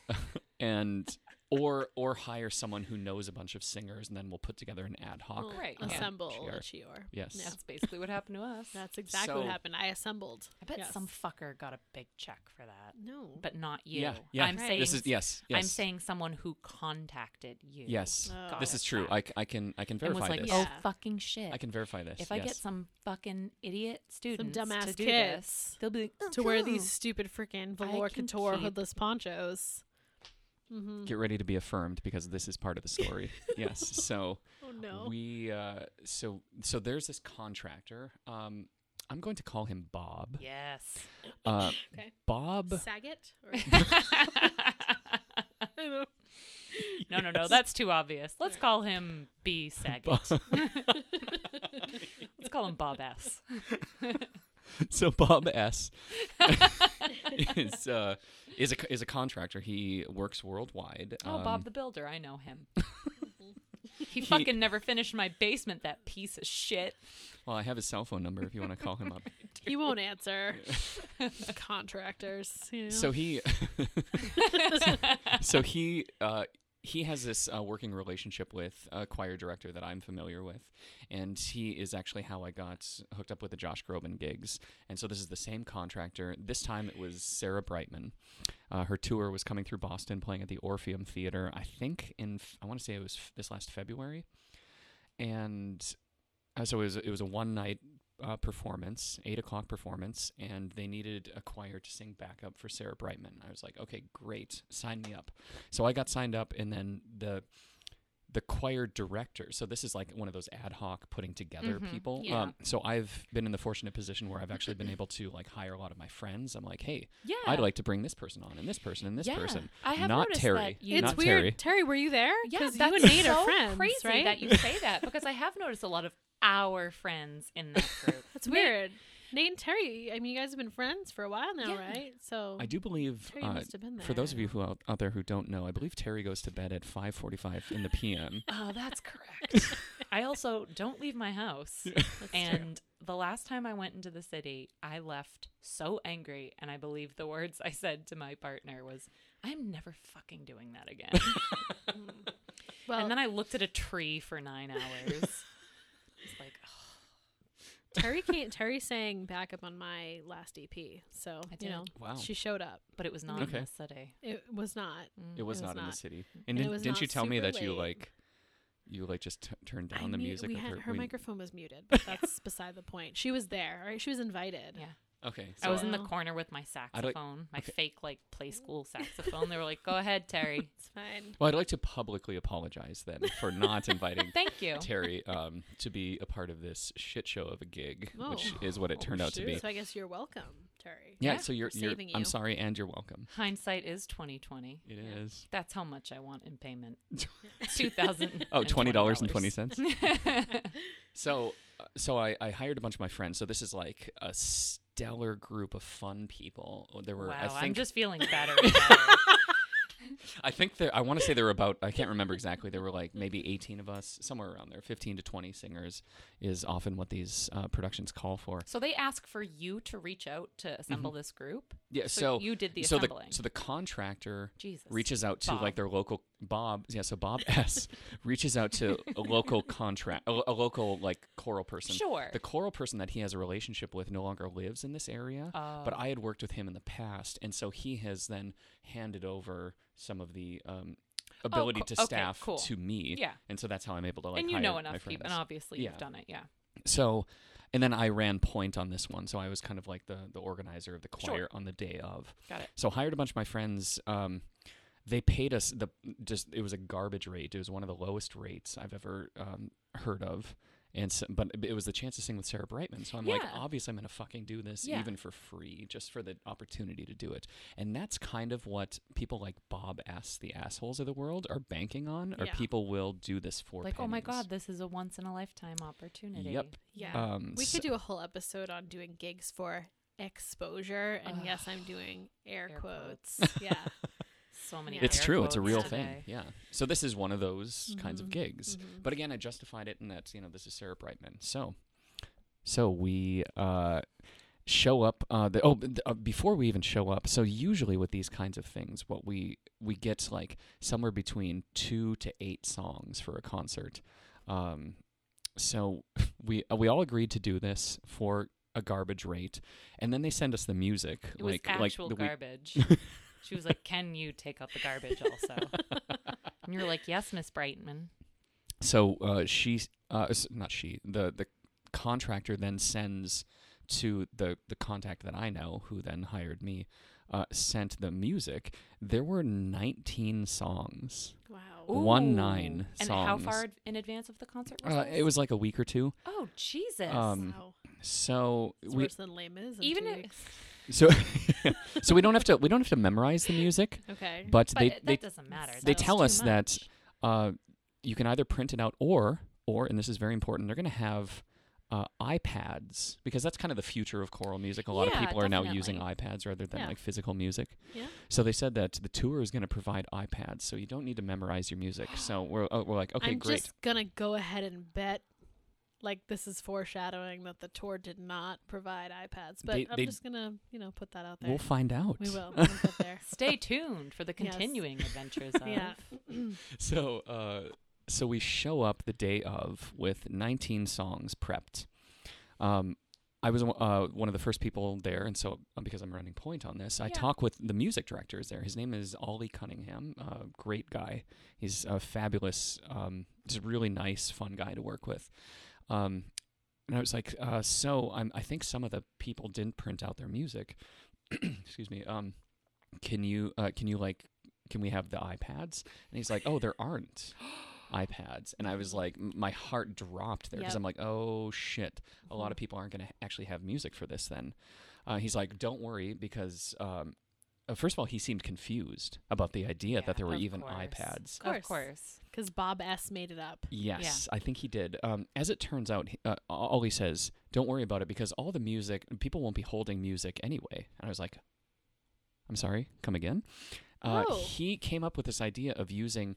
Speaker 3: and or or hire someone who knows a bunch of singers, and then we'll put together an ad hoc. uh,
Speaker 1: We'll
Speaker 2: Right, yeah.
Speaker 1: Assemble
Speaker 3: Chior.
Speaker 1: a Chior.
Speaker 3: Yes.
Speaker 1: Yeah.
Speaker 2: That's basically what happened to us.
Speaker 1: That's exactly what
Speaker 3: So-
Speaker 1: happened. I assembled.
Speaker 2: I bet
Speaker 1: Yes.
Speaker 2: some fucker got a big check for that,
Speaker 1: No.
Speaker 2: but not you.
Speaker 3: Yeah, yeah.
Speaker 2: I'm
Speaker 1: Right.
Speaker 2: saying
Speaker 3: This is yes. yes
Speaker 2: I'm saying someone who contacted you.
Speaker 3: yes.
Speaker 1: Oh.
Speaker 2: got
Speaker 3: This
Speaker 2: it
Speaker 3: is true.
Speaker 2: back
Speaker 3: I, c- I can I can
Speaker 2: And was
Speaker 3: verify
Speaker 2: like,
Speaker 3: this.
Speaker 2: oh
Speaker 1: Yeah.
Speaker 2: fucking shit.
Speaker 3: I can verify this.
Speaker 2: if I get
Speaker 3: yes.
Speaker 2: some fucking idiot students to
Speaker 1: dumbass
Speaker 2: do
Speaker 1: kids
Speaker 2: this, they'll be like, "Oh,
Speaker 1: to wear
Speaker 2: cool."
Speaker 1: these stupid freaking velour
Speaker 2: can
Speaker 1: couture
Speaker 2: keep-
Speaker 1: hoodless ponchos. Mm-hmm.
Speaker 3: get ready to be affirmed because this is part of the story. yes. So
Speaker 1: Oh no.
Speaker 3: we uh, so so there's this contractor. Um, I'm going to call him Bob.
Speaker 2: Yes.
Speaker 3: Uh,
Speaker 1: Okay.
Speaker 3: Bob.
Speaker 1: Saget? Or-
Speaker 2: no, no, no. That's too obvious. Let's call him B. Saget. Let's call him Bob S.
Speaker 3: So Bob S. is uh, is a co- is a contractor. He works worldwide.
Speaker 2: Oh,
Speaker 3: Um,
Speaker 2: Bob the Builder. I know him. he fucking never finished my basement, that piece of shit.
Speaker 3: Well, I have his cell phone number if you want to call him up.
Speaker 1: he won't answer. Contractors. You know?
Speaker 3: So he, so he, uh, he has this uh, working relationship with a choir director that I'm familiar with, and he is actually how I got hooked up with the Josh Groban gigs. And so this is the same contractor. This time it was Sarah Brightman. Uh, her tour was coming through Boston, playing at the Orpheum Theater. I think in f- I want to say it was f- this last February, and uh, so it was it was a one night uh, performance, eight o'clock performance, and they needed a choir to sing backup for Sarah Brightman. I was like, okay, great, sign me up. So I got signed up, and then the the choir director. So this is like one of those ad hoc putting together
Speaker 2: Mhm,
Speaker 3: people.
Speaker 1: yeah.
Speaker 3: Um, so I've been in the fortunate position where I've actually been able to like hire a lot of my friends. I'm like, hey,
Speaker 2: Yeah.
Speaker 3: I'd like to bring this person on and this person and this
Speaker 2: yeah.
Speaker 3: person.
Speaker 2: I have
Speaker 3: not
Speaker 2: noticed
Speaker 3: Terry.
Speaker 2: That you,
Speaker 1: it's
Speaker 3: not
Speaker 1: weird.
Speaker 3: Terry.
Speaker 1: were you there?
Speaker 2: Yeah,
Speaker 1: 'Cause
Speaker 2: that's
Speaker 1: you and Nate
Speaker 2: so
Speaker 1: are friends,
Speaker 2: crazy
Speaker 1: right?
Speaker 2: that you say that because I have noticed a lot of our friends in that group.
Speaker 1: That's weird. Nate and Terry. I mean, you guys have been friends for a while now,
Speaker 2: Yeah.
Speaker 1: right? So
Speaker 3: I do believe
Speaker 1: Terry
Speaker 3: uh,
Speaker 1: must have been there.
Speaker 3: for those of you who out, out there who don't know, I believe Terry goes to bed at 5:45 in the p.m.
Speaker 2: Oh, that's correct. I also don't leave my house.
Speaker 1: That's true.
Speaker 2: And the last time I went into the city, I left so angry. And I believe the words I said to my partner was, I'm never fucking doing that again.
Speaker 1: well,
Speaker 2: and then I looked at a tree for nine hours. It's like, "Ugh,
Speaker 1: Terry can't, Terry sang backup on my last EP, so
Speaker 2: I
Speaker 1: you
Speaker 2: did.
Speaker 1: know
Speaker 3: Wow.
Speaker 1: she showed up.
Speaker 2: but it was not
Speaker 3: Okay.
Speaker 2: in the city.
Speaker 1: It was not.
Speaker 3: It
Speaker 1: was
Speaker 3: was not, in the
Speaker 1: not.
Speaker 3: city.
Speaker 1: And
Speaker 3: And,
Speaker 1: it
Speaker 3: didn't-
Speaker 1: was
Speaker 3: didn't
Speaker 1: not
Speaker 3: you tell me
Speaker 1: super
Speaker 3: that you
Speaker 1: late.
Speaker 3: like you like just t- turned down
Speaker 1: I
Speaker 3: the
Speaker 1: mean,
Speaker 3: music
Speaker 1: We
Speaker 3: of
Speaker 1: had,
Speaker 3: her,
Speaker 1: her
Speaker 3: we-
Speaker 1: microphone was muted, but that's beside the point. She was there. Right? She was invited.
Speaker 2: Yeah.
Speaker 3: Okay.
Speaker 2: I
Speaker 3: So
Speaker 2: was in the
Speaker 1: Wow.
Speaker 2: corner with my
Speaker 3: I'd like-
Speaker 2: saxophone, my
Speaker 3: okay.
Speaker 2: fake, like, play school saxophone. They were like, go ahead, Terry.
Speaker 1: It's fine.
Speaker 3: well, I'd like to publicly apologize then for not inviting
Speaker 2: Thank you.
Speaker 3: Terry um, to be a part of this shit show of a gig, which
Speaker 1: Oh.
Speaker 3: is what it turned out to be.
Speaker 1: So I guess you're welcome, Terry.
Speaker 3: Yeah,
Speaker 2: Yeah,
Speaker 3: so you're,
Speaker 1: we're
Speaker 3: you're
Speaker 1: saving you.
Speaker 3: I'm sorry, and you're welcome.
Speaker 2: Hindsight is 2020.
Speaker 3: It is.
Speaker 1: Yeah.
Speaker 2: That's how much I want in payment. Two thousand.
Speaker 3: Oh, twenty dollars and twenty cents. so, uh, so I, I hired a bunch of my friends. So this is like a stellar group of fun people. Oh, There were,
Speaker 2: Wow,
Speaker 3: I think,
Speaker 2: I'm just feeling better. and better.
Speaker 3: I think there. I want to say there were about. I can't remember exactly. There were like maybe eighteen of us, somewhere around there. Fifteen to twenty singers is often what these uh, productions call for.
Speaker 2: so they ask for you to reach out to
Speaker 3: Mm-hmm.
Speaker 2: assemble this group.
Speaker 3: Yeah.
Speaker 2: So
Speaker 3: So,
Speaker 2: you did the
Speaker 3: so the
Speaker 2: assembling.
Speaker 3: so the contractor
Speaker 2: Jesus.
Speaker 3: reaches out to
Speaker 2: Bob.
Speaker 3: like their local Bob. Yeah. So Bob S. reaches out to a local contract, a, a local like choral person.
Speaker 2: Sure.
Speaker 3: The choral person that he has a relationship with no longer lives in this area, but I had worked with him in the past, and so he has then handed over some of the um, ability
Speaker 2: cool.
Speaker 3: to
Speaker 2: Oh, Okay,
Speaker 3: staff
Speaker 2: cool.
Speaker 3: to me.
Speaker 2: Yeah.
Speaker 3: and so that's how I'm able to like.
Speaker 2: and you know
Speaker 3: hire my
Speaker 2: enough people, and
Speaker 3: friends.
Speaker 2: obviously
Speaker 3: Yeah.
Speaker 2: you've done it. Yeah.
Speaker 3: So, and then I ran point on this one, so I was kind of like the the organizer of the
Speaker 2: Sure.
Speaker 3: choir on the day of.
Speaker 2: Got it.
Speaker 3: So hired a bunch of my friends. Um, they paid us the just it was a garbage rate. It was one of the lowest rates I've ever um, heard of. And so, but it was the chance to sing with Sarah Brightman, so I'm like,
Speaker 2: Yeah.
Speaker 3: obviously, I'm gonna fucking do this
Speaker 2: Yeah.
Speaker 3: even for free, just for the opportunity to do it. And that's kind of what people like Bob S, the assholes of the world, are banking on, or
Speaker 1: Yeah.
Speaker 3: people will do this for
Speaker 2: like, oh my
Speaker 3: pennies.
Speaker 2: god, this is a once in a lifetime opportunity.
Speaker 3: Yep.
Speaker 1: Yeah.
Speaker 3: Um,
Speaker 1: we
Speaker 3: so-
Speaker 1: could do a whole episode on doing gigs for exposure. And yes, I'm doing air,
Speaker 2: Air
Speaker 1: quotes.
Speaker 2: quotes.
Speaker 1: yeah.
Speaker 2: So many.
Speaker 1: Yeah.
Speaker 3: It's
Speaker 2: air
Speaker 3: true. It's a
Speaker 2: quotes
Speaker 3: real
Speaker 2: today. Mm-hmm,
Speaker 3: thing. Yeah. So this is one of those kinds
Speaker 1: Mhm.
Speaker 3: of gigs.
Speaker 1: Mhm.
Speaker 3: But again, I justified it in that you know this is Sarah Brightman. So, so we uh, show up. Uh, the, oh, th- uh, before we even show up. So usually with these kinds of things, what we we get like somewhere between two to eight songs for a concert. Um, so we uh, we all agreed to do this for a garbage rate, and then they send us the music
Speaker 2: It
Speaker 3: like
Speaker 2: was
Speaker 3: like
Speaker 2: actual
Speaker 3: the week
Speaker 2: garbage. she was like, "Can you take out the garbage also?" and you're like, "Yes, Miss Brightman."
Speaker 3: So uh, she, uh, s- not she, the the contractor then sends to the the contact that I know, who then hired me, uh, sent the music. There were nineteen songs.
Speaker 1: Wow.
Speaker 3: One nine
Speaker 2: And how
Speaker 3: songs.
Speaker 2: far ad- in advance of the concert? Was
Speaker 3: Uh,
Speaker 2: this?
Speaker 3: it was like a week or two.
Speaker 2: Oh Jesus!
Speaker 3: um,
Speaker 1: wow.
Speaker 3: So
Speaker 1: It's
Speaker 3: we
Speaker 1: worse than lame is. in
Speaker 2: Even
Speaker 1: two
Speaker 2: if,
Speaker 1: weeks.
Speaker 3: so so we don't have to we don't have to memorize the music,
Speaker 1: Okay.
Speaker 3: but,
Speaker 2: but
Speaker 3: they
Speaker 2: that
Speaker 3: they
Speaker 2: doesn't matter.
Speaker 3: they
Speaker 2: That's
Speaker 3: tell
Speaker 2: too
Speaker 3: us that
Speaker 2: much.
Speaker 3: uh, you can either print it out or or and this is very important they're going to have uh, iPads because that's kind of the future of choral music. A lot
Speaker 2: Yeah,
Speaker 3: of people are now using
Speaker 2: definitely.
Speaker 3: iPads rather than
Speaker 1: Yeah.
Speaker 3: like physical music.
Speaker 1: Yeah.
Speaker 3: So they said that the tour is going to provide iPads, so you don't need to memorize your music. So we're oh, we're like, okay,
Speaker 1: I'm
Speaker 3: great.
Speaker 1: just gonna go ahead and bet, like this is foreshadowing that the tour did not provide iPads. But
Speaker 3: They-
Speaker 1: I'm
Speaker 3: they-
Speaker 1: just gonna, you know, put that out there.
Speaker 3: We'll find out.
Speaker 1: we will. We'll get there.
Speaker 2: Stay tuned for the
Speaker 1: Yes.
Speaker 2: continuing adventures of.
Speaker 1: Yeah.
Speaker 3: So uh, so we show up the day of with 19 songs prepped. Um, I was uh, one of the first people there, and so uh, because I'm running point on this, I
Speaker 2: Yeah.
Speaker 3: talk with the music directors there. His name is Ollie Cunningham, uh, great guy. He's a fabulous, um, just a really nice, fun guy to work with. Um, and I was like, uh, so I'm, I think some of the people didn't print out their music. Excuse me. Um, can you uh, can you like can we have the iPads? And he's like, oh, there aren't iPads. And I was like, m- my heart dropped there because
Speaker 1: Yep.
Speaker 3: I'm like, oh shit a
Speaker 1: Mhm.
Speaker 3: lot
Speaker 2: Mm-hmm.
Speaker 3: of people aren't going to actually have music for this then uh, he's like don't worry because um, uh, first of all he seemed confused about the idea
Speaker 2: Yeah,
Speaker 3: that there were
Speaker 2: of
Speaker 3: even
Speaker 2: course.
Speaker 3: ipads
Speaker 1: Of course.
Speaker 2: Of course.
Speaker 1: Because Bob S made it up.
Speaker 3: yes i think he did um, as it turns out he- uh, all he says don't worry about it because all the music people won't be holding music anyway and i was like i'm sorry come again uh,
Speaker 1: Oh.
Speaker 3: he came up with this idea of using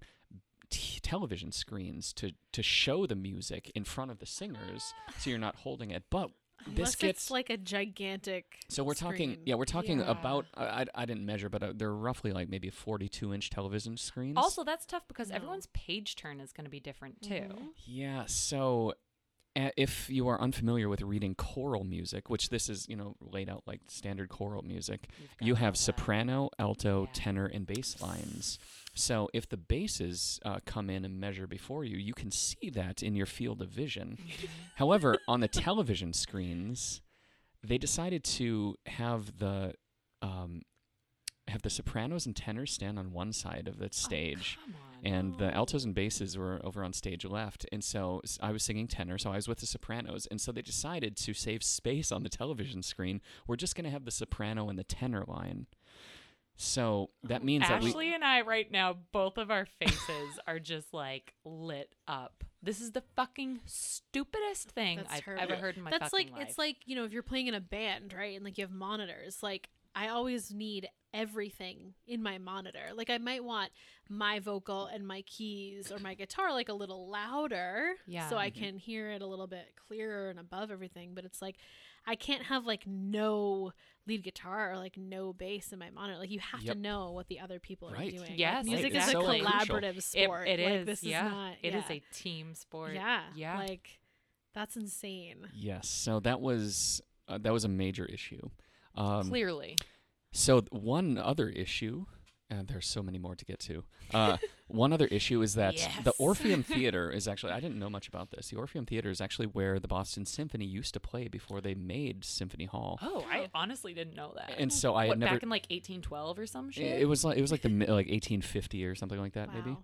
Speaker 3: t- television screens to to show the music in front of the singers so you're not holding it but
Speaker 1: Unless
Speaker 3: this gets
Speaker 1: it's like a gigantic.
Speaker 3: So we're talking,
Speaker 1: screen.
Speaker 3: yeah, we're talking
Speaker 2: Yeah.
Speaker 3: about. I, I- I didn't measure, but uh, they're roughly like maybe forty-two inch television screens.
Speaker 2: Also, that's tough because
Speaker 1: No.
Speaker 2: everyone's page turn is going to be different too.
Speaker 1: Mhm.
Speaker 3: yeah. So, uh, if you are unfamiliar with reading choral music, which this is, you know, laid out like standard choral music,
Speaker 2: You've got
Speaker 3: you
Speaker 2: all
Speaker 3: have
Speaker 2: that. Oh,
Speaker 3: soprano, alto,
Speaker 2: Yeah.
Speaker 3: tenor, and bass lines. So if the basses uh, come in and measure before you, you can see that in your field of vision. However, on the television screens, they decided to have the um, have the sopranos and tenors stand on one side of the
Speaker 2: Oh,
Speaker 3: stage.
Speaker 2: come on.
Speaker 3: and the
Speaker 1: no.
Speaker 3: altos and basses were over on stage left. And so s- I was singing tenor, so I was with the sopranos. And so they decided to save space on the television screen. We're just going to have the soprano and the tenor line. So that means that we.
Speaker 2: Ashley and I right now, both of our faces are just like lit up. This is the fucking stupidest thing
Speaker 1: That's
Speaker 2: I've
Speaker 1: terrible.
Speaker 2: ever heard in my
Speaker 1: That's like
Speaker 2: fucking
Speaker 1: it's
Speaker 2: life.
Speaker 1: like you know if you're playing in a band, right? And like you have monitors. Like I always need everything in my monitor. Like I might want my vocal and my keys or my guitar like a little louder,
Speaker 2: Yeah.
Speaker 1: so I can hear it a little bit clearer and above everything. But it's like I can't have like no lead guitar or like no bass in my monitor. Like you have
Speaker 3: Yep.
Speaker 1: to know what the other people are
Speaker 3: Right.
Speaker 1: doing. Like,
Speaker 2: Yes,
Speaker 1: music
Speaker 2: right.
Speaker 1: is a
Speaker 2: Exactly.
Speaker 1: collaborative
Speaker 2: It-
Speaker 1: sport.
Speaker 2: it
Speaker 1: Like,
Speaker 2: is.
Speaker 1: This
Speaker 2: yeah.
Speaker 1: is not.
Speaker 2: It is
Speaker 1: yeah.
Speaker 2: a team sport.
Speaker 1: yeah,
Speaker 2: Yeah.
Speaker 1: Like that's insane.
Speaker 3: Yes. So that was uh, that was a major issue. Um,
Speaker 2: Clearly.
Speaker 3: So th- one other issue, and there's so many more to get to. Uh, one other issue is that the
Speaker 2: Yes.
Speaker 3: Orpheum Theater is actually, I didn't know much about this. The Orpheum Theater is actually where the Boston Symphony used to play before they made Symphony Hall.
Speaker 2: Oh, I honestly didn't know that.
Speaker 3: And so I had
Speaker 2: Oh. what,
Speaker 3: never.
Speaker 2: back in like 1812 or some shit?
Speaker 3: it was like it was like the mi- like 1850 or something like that maybe.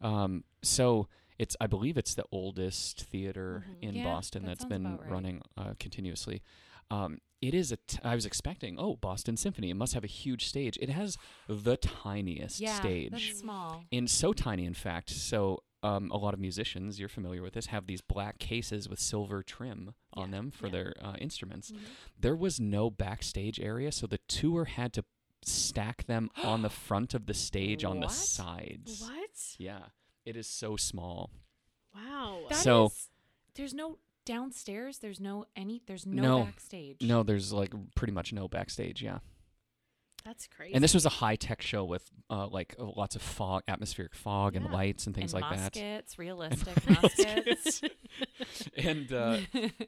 Speaker 1: Wow.
Speaker 3: Um, so it's I believe it's the oldest theater
Speaker 1: Mhm.
Speaker 3: in
Speaker 2: Mm-hmm. Yeah,
Speaker 3: Boston
Speaker 2: that
Speaker 3: that's
Speaker 2: sounds
Speaker 3: been
Speaker 2: about right.
Speaker 3: running uh, continuously. Um, it is a. T- I was expecting oh Boston Symphony it must have a huge stage. It has the tiniest
Speaker 2: yeah,
Speaker 3: stage
Speaker 2: That's small.
Speaker 3: and so tiny in fact so um, a lot of musicians you're familiar with this have these black cases with silver trim on them for
Speaker 2: yeah. Mm-hmm.
Speaker 3: their uh, instruments
Speaker 1: Mhm.
Speaker 3: there was no backstage area so the tour had to stack them on the front of the stage on the
Speaker 2: What?
Speaker 3: sides
Speaker 1: What?
Speaker 3: yeah it is so small
Speaker 1: Wow.
Speaker 2: That
Speaker 3: So-
Speaker 2: is- there's no downstairs. There's no any. There's no,
Speaker 3: No.
Speaker 2: backstage.
Speaker 3: no there's like pretty much no backstage yeah
Speaker 1: That's crazy.
Speaker 3: and this was a high-tech show with uh, like uh, lots of fog atmospheric fog and
Speaker 1: Yeah.
Speaker 3: lights and things
Speaker 2: and
Speaker 3: like that
Speaker 2: muskets, realistic muskets.
Speaker 3: and uh,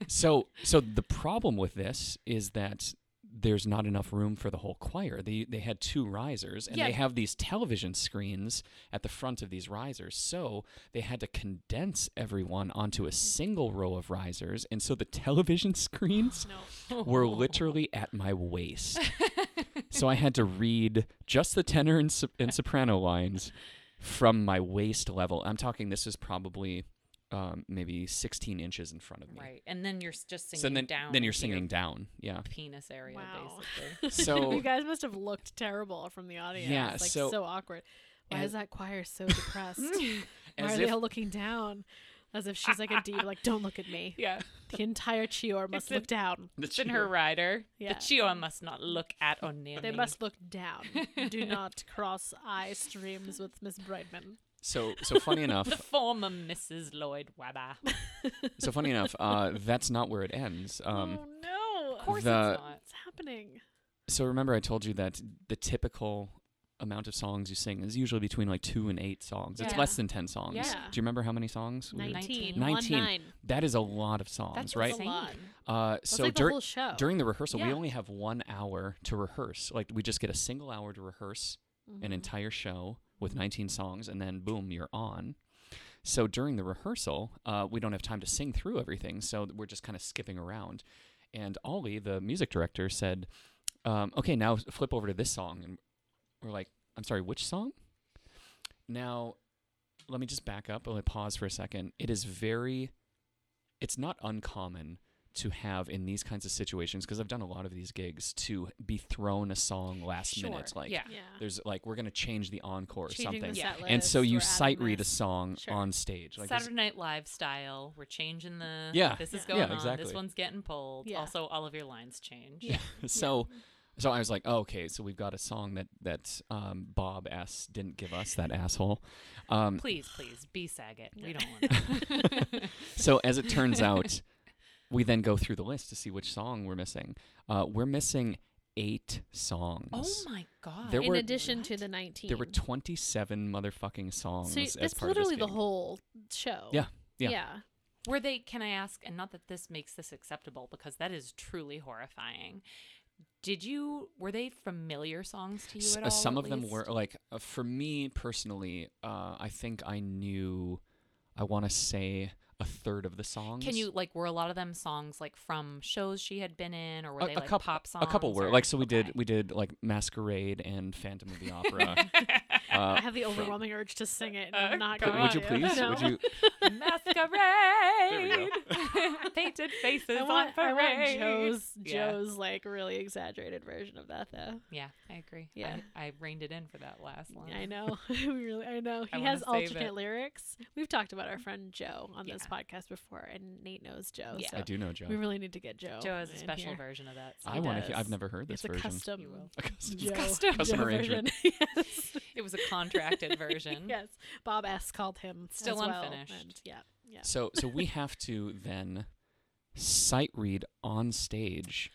Speaker 3: so so the problem with this is that there's not enough room for the whole choir. They they had two risers and
Speaker 2: Yeah.
Speaker 3: they have these television screens at the front of these risers. So they had to condense everyone onto a single row of risers and so the television screens
Speaker 1: no.
Speaker 3: were literally at my waist. so I had to read just the tenor and, so- and soprano lines from my waist level. I'm talking this is probably um, maybe 16 inches in front of me.
Speaker 2: right, and then you're s- just singing
Speaker 3: So then,
Speaker 2: down.
Speaker 3: then you're
Speaker 2: into your
Speaker 3: singing down. Yeah.
Speaker 2: penis area,
Speaker 1: Wow.
Speaker 2: basically.
Speaker 1: you
Speaker 3: So
Speaker 1: guys must have looked terrible from the audience.
Speaker 3: Yeah,
Speaker 1: like
Speaker 3: so-
Speaker 1: so, awkward. Why
Speaker 3: and-
Speaker 1: is that choir so depressed? Why
Speaker 3: as
Speaker 1: are they
Speaker 3: if-
Speaker 1: all looking down? As if she's like a diva, like, don't look at me.
Speaker 2: yeah,
Speaker 1: The entire Chior must
Speaker 2: It's a-
Speaker 1: look down.
Speaker 3: the
Speaker 2: it's in
Speaker 3: cheer-
Speaker 2: her rider.
Speaker 1: Yeah.
Speaker 2: The Chio must not look at or near
Speaker 1: They
Speaker 2: me.
Speaker 1: must look down. Do not cross eye streams with Miss Brightman.
Speaker 3: So so funny enough.
Speaker 2: The former Mrs. Lloyd Webber.
Speaker 3: so funny enough. Uh, that's not where it ends. Um,
Speaker 1: oh no!
Speaker 2: Of course,
Speaker 3: The-
Speaker 2: it's not.
Speaker 1: What's happening?
Speaker 3: so remember, I told you that the typical amount of songs you sing is usually between like two and eight songs. It's
Speaker 2: Yeah.
Speaker 3: less than ten songs.
Speaker 1: Yeah.
Speaker 3: Do you remember how many songs? we were-
Speaker 2: Nineteen.
Speaker 1: 19.
Speaker 3: Nineteen.
Speaker 1: One nine.
Speaker 3: That is a lot of songs,
Speaker 2: That's
Speaker 3: right?
Speaker 1: insane.
Speaker 3: Uh,
Speaker 1: That's
Speaker 3: so
Speaker 1: like the
Speaker 3: dur-
Speaker 1: whole show.
Speaker 3: during the rehearsal, we
Speaker 2: Yeah.
Speaker 3: only have one hour to rehearse. Like we just get a single hour to rehearse an
Speaker 1: Mm-hmm.
Speaker 3: entire show with 19 songs, and then boom, you're on. So during the rehearsal, uh, we don't have time to sing through everything, so we're just kind of skipping around. And Ollie, the music director, said, um, "Okay, now flip over to this song." And we're like, "I'm sorry, which song?" Now, let me just back up. Let me pause for a second. It is very, it's not uncommon to have in these kinds of situations because I've done a lot of these gigs to be thrown a song last
Speaker 2: Sure.
Speaker 3: minute, like
Speaker 2: yeah.
Speaker 1: yeah.
Speaker 3: there's like we're gonna change the encore or
Speaker 1: Changing
Speaker 3: something,
Speaker 1: the
Speaker 2: Yeah.
Speaker 1: set
Speaker 3: and so
Speaker 1: list,
Speaker 3: you
Speaker 1: we're adding
Speaker 3: sight read a
Speaker 1: this.
Speaker 3: song
Speaker 1: Sure.
Speaker 3: on stage. Like this-
Speaker 2: Saturday Night Live style. We're changing the.
Speaker 3: Yeah.
Speaker 2: This is
Speaker 1: Yeah.
Speaker 2: going
Speaker 3: Yeah,
Speaker 2: on.
Speaker 3: exactly.
Speaker 2: This one's getting pulled.
Speaker 1: Yeah.
Speaker 2: Also, all of your lines change.
Speaker 1: Yeah.
Speaker 3: so, so I was like, oh, okay, so we've got a song that that um, Bob S didn't give us that asshole. Um,
Speaker 2: Please, please, be sag it. We don't want it.
Speaker 3: so as it turns out, we then go through the list to see which song we're missing. Uh, we're missing eight songs.
Speaker 2: oh my god.
Speaker 3: There
Speaker 1: In
Speaker 3: were-
Speaker 1: addition to the 19.
Speaker 3: There were twenty-seven motherfucking songs.
Speaker 1: so
Speaker 3: as
Speaker 1: that's
Speaker 3: part of this
Speaker 1: literally the
Speaker 3: gig.
Speaker 1: whole show.
Speaker 3: Yeah, yeah.
Speaker 2: Were they, can I ask, and not that this makes this acceptable because that is truly horrifying. Did you, were they familiar songs to you
Speaker 3: S-
Speaker 2: at
Speaker 3: uh,
Speaker 2: all?
Speaker 3: some
Speaker 2: at
Speaker 3: of them
Speaker 2: least?
Speaker 3: were like uh, for me personally uh, i think i knew i want to say a third of the songs
Speaker 2: Can you, like, were a lot of them songs like from shows she had been in or were
Speaker 3: a,
Speaker 2: they
Speaker 3: a
Speaker 2: like
Speaker 3: couple
Speaker 2: pop songs?
Speaker 3: a couple were
Speaker 2: or-
Speaker 3: like so we
Speaker 2: okay.
Speaker 3: did we did like masquerade and phantom of the opera uh,
Speaker 1: I have the overwhelming urge to sing it. And I'm not
Speaker 2: could-
Speaker 1: going
Speaker 3: would you
Speaker 1: to.
Speaker 3: please
Speaker 1: No.
Speaker 3: would you
Speaker 2: Masquerade! Painted faces
Speaker 1: I want,
Speaker 2: on
Speaker 1: I
Speaker 2: parade.
Speaker 1: want Joe's
Speaker 2: Yeah.
Speaker 1: Joe's like really exaggerated version of that though.
Speaker 2: Yeah, I agree.
Speaker 1: Yeah.
Speaker 2: I, I reined it in for that last line.
Speaker 1: I know, we really, I know.
Speaker 2: I
Speaker 1: He
Speaker 2: wanna
Speaker 1: has
Speaker 2: save it.
Speaker 1: alternate lyrics. We've talked about our friend Joe on this
Speaker 2: Yeah.
Speaker 1: podcast before, and Nate knows Joe.
Speaker 2: Yeah.
Speaker 1: so
Speaker 3: i do know joe
Speaker 1: we really need to get Joe.
Speaker 2: Joe has a
Speaker 1: in
Speaker 2: special
Speaker 1: here.
Speaker 2: version of that.
Speaker 3: i want to hear
Speaker 1: does.
Speaker 3: i've never heard
Speaker 1: It's
Speaker 3: this
Speaker 1: a
Speaker 2: You
Speaker 3: version
Speaker 1: custom
Speaker 2: will.
Speaker 3: A custom-
Speaker 1: Joe,
Speaker 2: Custom-
Speaker 3: custom
Speaker 1: Joe
Speaker 3: arrangement.
Speaker 1: version. yes.
Speaker 2: It was a contracted version.
Speaker 1: yes. Bob S called him
Speaker 2: Still
Speaker 1: as well,
Speaker 2: unfinished.
Speaker 1: and yeah. Yeah.
Speaker 3: so so we have to then sight read on stage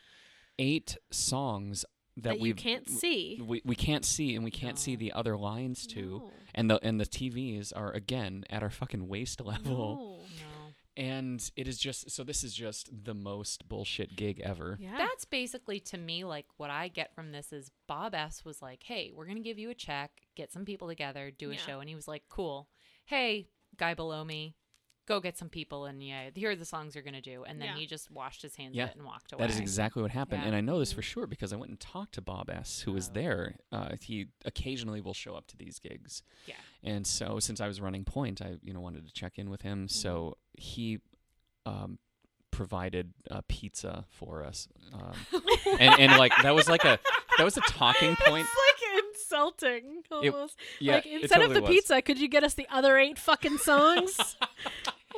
Speaker 3: eight songs that,
Speaker 1: That, you
Speaker 3: we've
Speaker 1: can't see.
Speaker 3: we, we can't see and we can't see
Speaker 2: No.
Speaker 3: the other lines to
Speaker 1: No.
Speaker 3: and the and the TVs are again at our fucking waist level
Speaker 1: No.
Speaker 2: No.
Speaker 3: and it is just so this is just the most bullshit gig ever.
Speaker 1: Yeah.
Speaker 2: That's basically to me like what I get from this is Bob S was like, "Hey, we're going to give you a check, get some people together, do a
Speaker 1: Yeah.
Speaker 2: show." And he was like, "Cool. Hey, guy below me, go get some people and yeah, here are the songs you're going to do." And then
Speaker 1: Yeah.
Speaker 2: he just washed his hands
Speaker 3: Yeah.
Speaker 2: of it and walked away.
Speaker 3: That is exactly what happened,
Speaker 2: Yeah.
Speaker 3: and I know this for sure because I went and talked to Bob S, who was
Speaker 2: Oh.
Speaker 3: there. Uh, he occasionally will show up to these gigs,
Speaker 2: Yeah.
Speaker 3: and so since I was running point, I you know wanted to check in with
Speaker 1: Mm-hmm.
Speaker 3: him. So he um, provided uh, pizza for us, um, and, and like that was like a that was a talking point.
Speaker 1: It's like insulting almost.
Speaker 3: Yeah,
Speaker 1: like
Speaker 3: it
Speaker 1: instead
Speaker 3: totally
Speaker 1: of the
Speaker 3: was.
Speaker 1: pizza, could you get us the other eight fucking songs?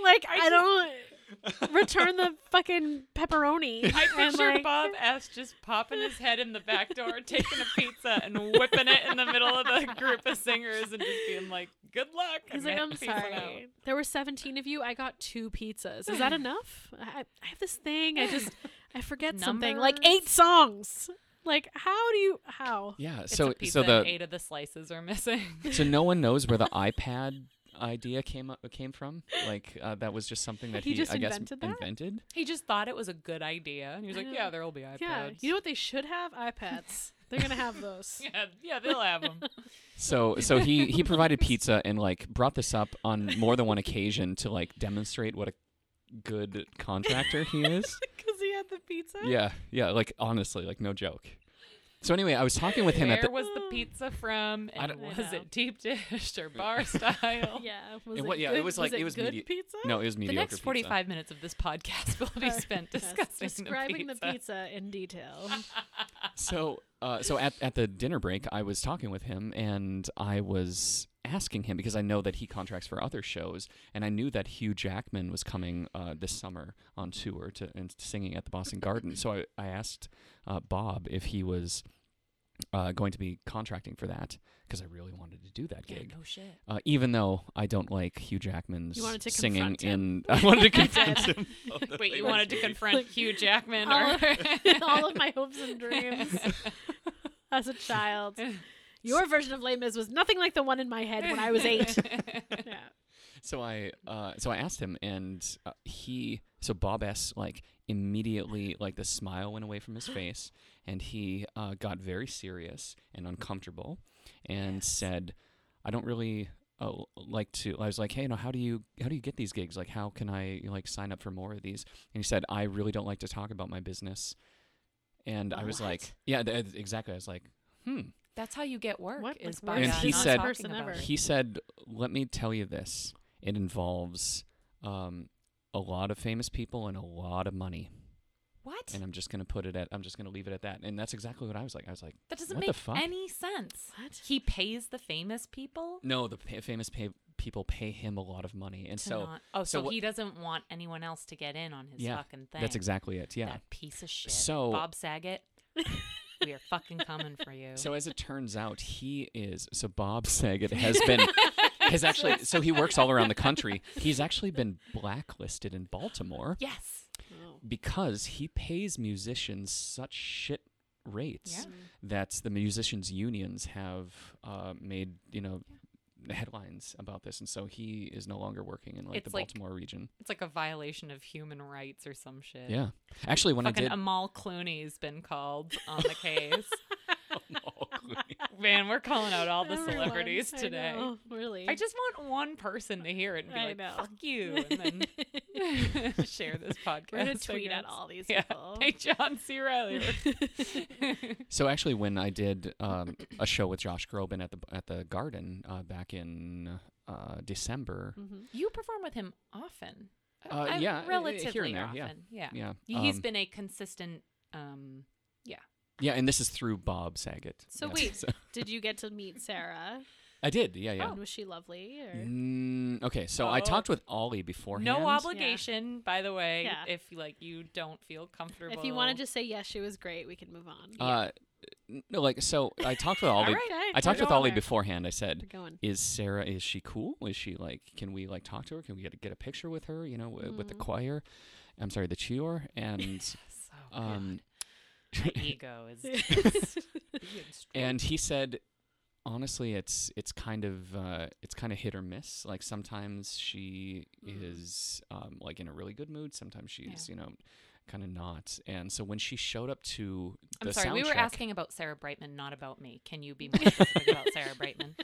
Speaker 1: like I, don't return the fucking pepperoni.
Speaker 2: I
Speaker 1: and,
Speaker 2: picture
Speaker 1: like-
Speaker 2: Bob S just popping his head in the back door, taking a pizza and whipping it in the middle of the group of singers and just being like, "Good luck."
Speaker 1: He's
Speaker 2: and
Speaker 1: like,
Speaker 2: that
Speaker 1: I'm
Speaker 2: peace out.
Speaker 1: sorry. There were 17 of you. I got two pizzas. Is that enough? I, I have this thing. I just, I forget something. Like eight
Speaker 2: Numbers.
Speaker 1: songs. Like, how do you, how?
Speaker 3: Yeah,
Speaker 2: It's
Speaker 3: so
Speaker 2: a pizza
Speaker 3: so the
Speaker 2: and eight of the slices are missing.
Speaker 3: so no one knows where the iPad idea came up came from. Like uh, that was just something that
Speaker 1: He
Speaker 3: he,
Speaker 1: just
Speaker 3: I guess
Speaker 1: invented that?
Speaker 3: invented.
Speaker 2: he just thought it was a good idea, and he was
Speaker 1: I
Speaker 2: like,
Speaker 1: know.
Speaker 2: "Yeah, there'll be iPads."
Speaker 1: Yeah. You know what they should have? iPads. They're going to have those.
Speaker 2: yeah, yeah, they'll have them.
Speaker 3: So so he he provided pizza and like brought this up on more than one occasion to like demonstrate what a good contractor he is.
Speaker 1: Because he had the pizza.
Speaker 3: Yeah, yeah, like honestly, like no joke. So anyway, I was talking with him
Speaker 2: Where
Speaker 3: at the
Speaker 2: was the pizza from?
Speaker 3: I
Speaker 2: And
Speaker 3: don't-
Speaker 1: I
Speaker 2: was
Speaker 1: know.
Speaker 2: it deep dish or bar style?
Speaker 1: Yeah. Was
Speaker 3: It
Speaker 1: it,
Speaker 3: wa- yeah, it
Speaker 1: good-
Speaker 3: was like- it was
Speaker 1: good
Speaker 3: medi-
Speaker 1: pizza?
Speaker 3: No, it was
Speaker 2: The
Speaker 3: mediocre.
Speaker 2: next
Speaker 3: pizza.
Speaker 2: 45 minutes of this podcast will be
Speaker 1: Or-
Speaker 2: spent
Speaker 1: Yes,
Speaker 2: discussing
Speaker 1: Describing
Speaker 2: the
Speaker 1: the
Speaker 2: pizza.
Speaker 1: pizza in detail.
Speaker 3: So uh, so at at the dinner break, I was talking with him and I was asking him because I know that he contracts for other shows and I knew that Hugh Jackman was coming uh, this summer on tour to and singing at the Boston Garden. So I I asked uh, Bob if he was uh, going to be contracting for that because I really wanted to do that gig.
Speaker 2: no shit.
Speaker 3: Uh, even though I don't like Hugh Jackman's
Speaker 1: You wanted to
Speaker 3: singing
Speaker 1: confront
Speaker 3: in,
Speaker 1: him.
Speaker 3: I wanted to
Speaker 1: You
Speaker 3: confront
Speaker 1: did.
Speaker 3: him.
Speaker 2: Wait, you wanted to confront Hugh Jackman?
Speaker 1: All
Speaker 2: Or...
Speaker 1: of- All of my hopes and dreams as a child. Your version of Les Mis was nothing like the one in my head when I was eight. yeah.
Speaker 3: So I uh, so I asked him, and uh, he so Bob S like immediately like the smile went away from his face, and he uh, got very serious and uncomfortable, and said, "I don't really." Uh, like to I was like, hey, you know, how do you how do you get these gigs? Like, how can I like sign up for more of these? And he said, I really don't like to talk about my business. And I was
Speaker 1: What?
Speaker 3: like, yeah, th- exactly. I was like, hmm.
Speaker 2: That's how you get work.
Speaker 1: What?
Speaker 2: Is
Speaker 1: Like,
Speaker 2: by
Speaker 3: And
Speaker 2: not
Speaker 3: he said-
Speaker 2: talking
Speaker 1: person
Speaker 2: about
Speaker 1: ever.
Speaker 2: it.
Speaker 3: He said, "Let me tell you this. It involves um, a lot of famous people and a lot of money."
Speaker 2: what?
Speaker 3: And I'm just gonna put it at. I'm just gonna leave it at that. And that's exactly what I was like. I was like,
Speaker 2: That doesn't
Speaker 3: What the
Speaker 2: make
Speaker 3: fuck?
Speaker 2: any sense.
Speaker 1: What?
Speaker 2: He pays the famous people
Speaker 3: "No, the pa- famous pay- people pay him a lot of money, and
Speaker 2: to
Speaker 3: so
Speaker 2: not. Oh, so,
Speaker 3: so what-
Speaker 2: he doesn't want anyone else to get in on his
Speaker 3: Yeah,
Speaker 2: fucking thing.
Speaker 3: that's exactly it. Yeah."
Speaker 2: That piece of shit.
Speaker 3: So-
Speaker 2: Bob Saget, we are fucking coming for you.
Speaker 3: So as it turns out, he is. So Bob Saget has been. Has actually, so he works all around the country. He's actually been blacklisted in Baltimore
Speaker 2: yes.
Speaker 1: Oh.
Speaker 3: because he pays musicians such shit rates.
Speaker 2: Yeah.
Speaker 3: that the musicians unions have uh, made you know headlines about this and so he is no longer working in like
Speaker 2: It's
Speaker 3: the
Speaker 2: like-
Speaker 3: baltimore region
Speaker 2: It's like a violation of human rights or some shit.
Speaker 3: yeah actually when
Speaker 2: Fucking
Speaker 3: i did
Speaker 2: Amal Clooney's been called on the case. Man, we're calling out all the
Speaker 1: Everyone,
Speaker 2: celebrities
Speaker 1: I
Speaker 2: today.
Speaker 1: know, really.
Speaker 2: I just want one person to hear it and be
Speaker 1: I
Speaker 2: like,
Speaker 1: know.
Speaker 2: "Fuck you," and then share this podcast.
Speaker 1: We're gonna
Speaker 2: I
Speaker 1: tweet at
Speaker 2: guess.
Speaker 1: all these
Speaker 2: Yeah.
Speaker 1: people.
Speaker 2: Hey, John C. Riley.
Speaker 3: so actually when i did um, a show with josh groban at the at the garden uh, back in uh, december
Speaker 1: Mhm.
Speaker 2: you perform with him often.
Speaker 3: Uh,
Speaker 2: I-
Speaker 3: yeah, uh,
Speaker 2: Mm-hmm. relatively
Speaker 3: here and there, yeah.
Speaker 2: often. Yeah,
Speaker 3: yeah
Speaker 2: Y- He's
Speaker 3: um,
Speaker 2: been a consistent. Um,
Speaker 3: yeah and this is through bob saget
Speaker 1: So
Speaker 3: Yes.
Speaker 1: wait. Did you get to meet Sarah?
Speaker 3: i did yeah yeah
Speaker 1: And was she lovely? Or?
Speaker 3: Mm, okay so i
Speaker 2: Oh.
Speaker 3: talked with ollie beforehand
Speaker 2: no obligation, by the way.
Speaker 1: Yeah.
Speaker 2: If like you don't feel comfortable,
Speaker 1: If you want to just say yes, she was great. We can move on.
Speaker 3: uh, n- no like so i talked with ollie
Speaker 1: right, okay,
Speaker 3: I talked
Speaker 1: we're
Speaker 3: with
Speaker 1: going
Speaker 3: Ollie
Speaker 1: there.
Speaker 3: beforehand. I said,
Speaker 1: We're going.
Speaker 3: "Is Sarah? Is she cool? Is she like? Can we like talk to her? Can we get a, get a picture with her? You know, w- with the
Speaker 2: Mm-hmm.
Speaker 1: Mhm.
Speaker 3: choir? I'm sorry, the cheer and
Speaker 2: So
Speaker 3: um,
Speaker 2: good. My ego is just being
Speaker 3: and he said, honestly it's it's kind of uh, it's kind of hit or miss like sometimes she
Speaker 2: Mhm.
Speaker 3: is um, like in a really good mood sometimes she's
Speaker 2: Yeah.
Speaker 3: you know kind of not and so when she showed up to the
Speaker 2: I'm sorry, we were
Speaker 3: soundcheck-
Speaker 2: asking about Sarah Brightman, not about me. Can you be more specific about Sarah Brightman?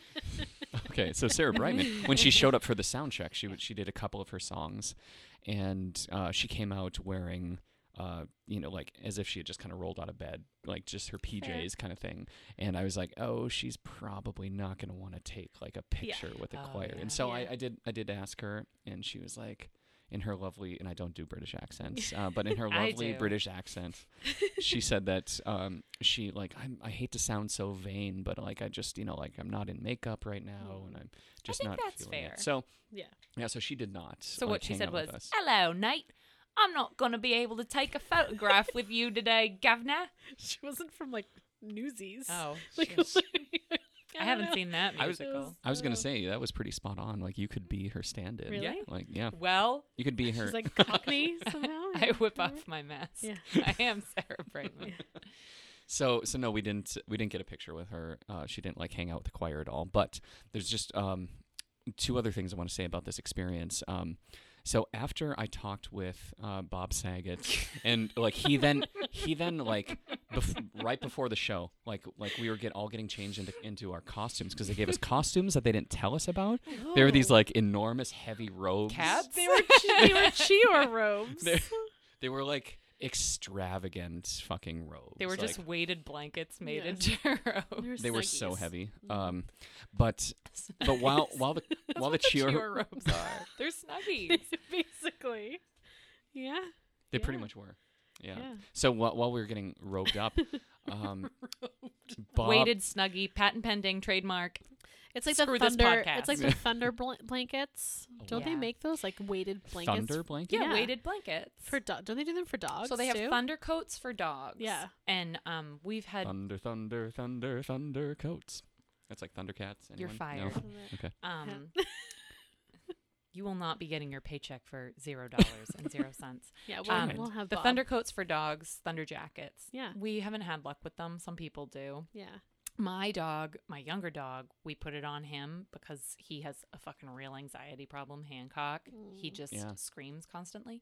Speaker 3: okay so sarah brightman when she showed up for the sound check she, w- she did a couple of her songs and uh, she came out wearing uh, you know like as if she had just kind of rolled out of bed like just her pjs kind of thing and i was like oh she's probably not going to want to take like a picture with a
Speaker 2: Oh,
Speaker 3: choir
Speaker 2: yeah.
Speaker 3: and so I,
Speaker 1: Yeah.
Speaker 3: I did i did ask her and she was like in her lovely and i don't do british accents uh, but in her
Speaker 2: I
Speaker 3: lovely
Speaker 2: do.
Speaker 3: british accent she said that um, she like I'm, I hate to sound so vain, but like I just you know like I'm not in makeup right now, and I'm just
Speaker 2: Hmm. think
Speaker 3: not
Speaker 2: that's
Speaker 3: feeling
Speaker 2: fair.
Speaker 3: it. So
Speaker 1: Yeah.
Speaker 3: yeah, so she did not.
Speaker 2: So
Speaker 3: like,
Speaker 2: what she
Speaker 3: hang
Speaker 2: said
Speaker 3: out with
Speaker 2: was,
Speaker 3: us.
Speaker 2: "Hello, Nate. I'm not gonna be able to take a photograph with you today, Governor."
Speaker 1: She wasn't from like Newsies.
Speaker 2: Oh,
Speaker 1: Like,
Speaker 2: shit.
Speaker 1: I
Speaker 2: I
Speaker 1: don't
Speaker 2: haven't
Speaker 1: know.
Speaker 2: seen that
Speaker 3: I was-
Speaker 2: musical.
Speaker 3: I was gonna
Speaker 1: Oh.
Speaker 3: say that was pretty spot on. Like you could be her stand-in.
Speaker 1: Really?
Speaker 2: Yeah.
Speaker 3: Like yeah,
Speaker 2: Well,
Speaker 3: you could be her.
Speaker 1: She's like Cockney somehow.
Speaker 2: I whip off my mask.
Speaker 1: Yeah.
Speaker 2: I am Sarah Brightman.
Speaker 3: So so no, we didn't we didn't get a picture with her. Uh, she didn't like hang out with the choir at all. But there's just um, two other things I want to say about this experience. Um, so after I talked with uh, Bob Saget, and like he then he then like bef- right before the show, like like we were get all getting changed into into our costumes because they gave us costumes that they didn't tell us about. There were these
Speaker 1: Oh.
Speaker 3: like enormous heavy robes.
Speaker 2: Cabs?
Speaker 1: They were chi- they were Chior robes.
Speaker 3: They, they were like extravagant fucking robes.
Speaker 2: They were
Speaker 3: like-
Speaker 2: just weighted blankets made
Speaker 1: Yeah.
Speaker 2: into robes.
Speaker 1: were
Speaker 3: they were so
Speaker 1: snuggies.
Speaker 3: heavy.
Speaker 1: Mhm.
Speaker 3: Um, but but while while the
Speaker 2: That's
Speaker 3: while the
Speaker 2: what
Speaker 3: cheer
Speaker 2: Chior robes are, they're snuggies.
Speaker 1: Basically. Yeah.
Speaker 3: they pretty
Speaker 1: yeah.
Speaker 3: much were, yeah.
Speaker 1: Yeah.
Speaker 3: So while while we were getting robed up, um, Bob,
Speaker 2: Weighted snuggie, patent pending, trademark.
Speaker 1: It's like
Speaker 2: Screw
Speaker 1: the
Speaker 2: this
Speaker 1: thunder.
Speaker 2: podcast.
Speaker 1: It's like the thunder bl- blankets. Don't they
Speaker 2: Yeah.
Speaker 1: make those like weighted blankets
Speaker 3: thunder blanket.
Speaker 2: Yeah,
Speaker 1: Yeah.
Speaker 2: weighted blankets.
Speaker 1: for dogs? Don't they do them for dogs?
Speaker 2: so they have
Speaker 1: too?
Speaker 2: thunder coats for dogs.
Speaker 1: Yeah.
Speaker 2: And um, we've had
Speaker 3: Thunder, thunder, thunder, thunder coats. That's like Thundercats. Anyone?
Speaker 2: You're
Speaker 3: No?
Speaker 2: fired.
Speaker 3: Okay.
Speaker 2: um, you will not be getting your paycheck for zero dollars and zero cents.
Speaker 1: Yeah, we'll,
Speaker 2: Um,
Speaker 1: we'll have
Speaker 2: The
Speaker 1: Bob.
Speaker 2: thunder coats for dogs, thunder jackets.
Speaker 1: Yeah.
Speaker 2: We haven't had luck with them. Some people do.
Speaker 1: Yeah.
Speaker 2: My dog, my younger dog, we put it on him because he has a fucking real anxiety problem, Hancock. He just
Speaker 3: Yeah.
Speaker 2: screams constantly.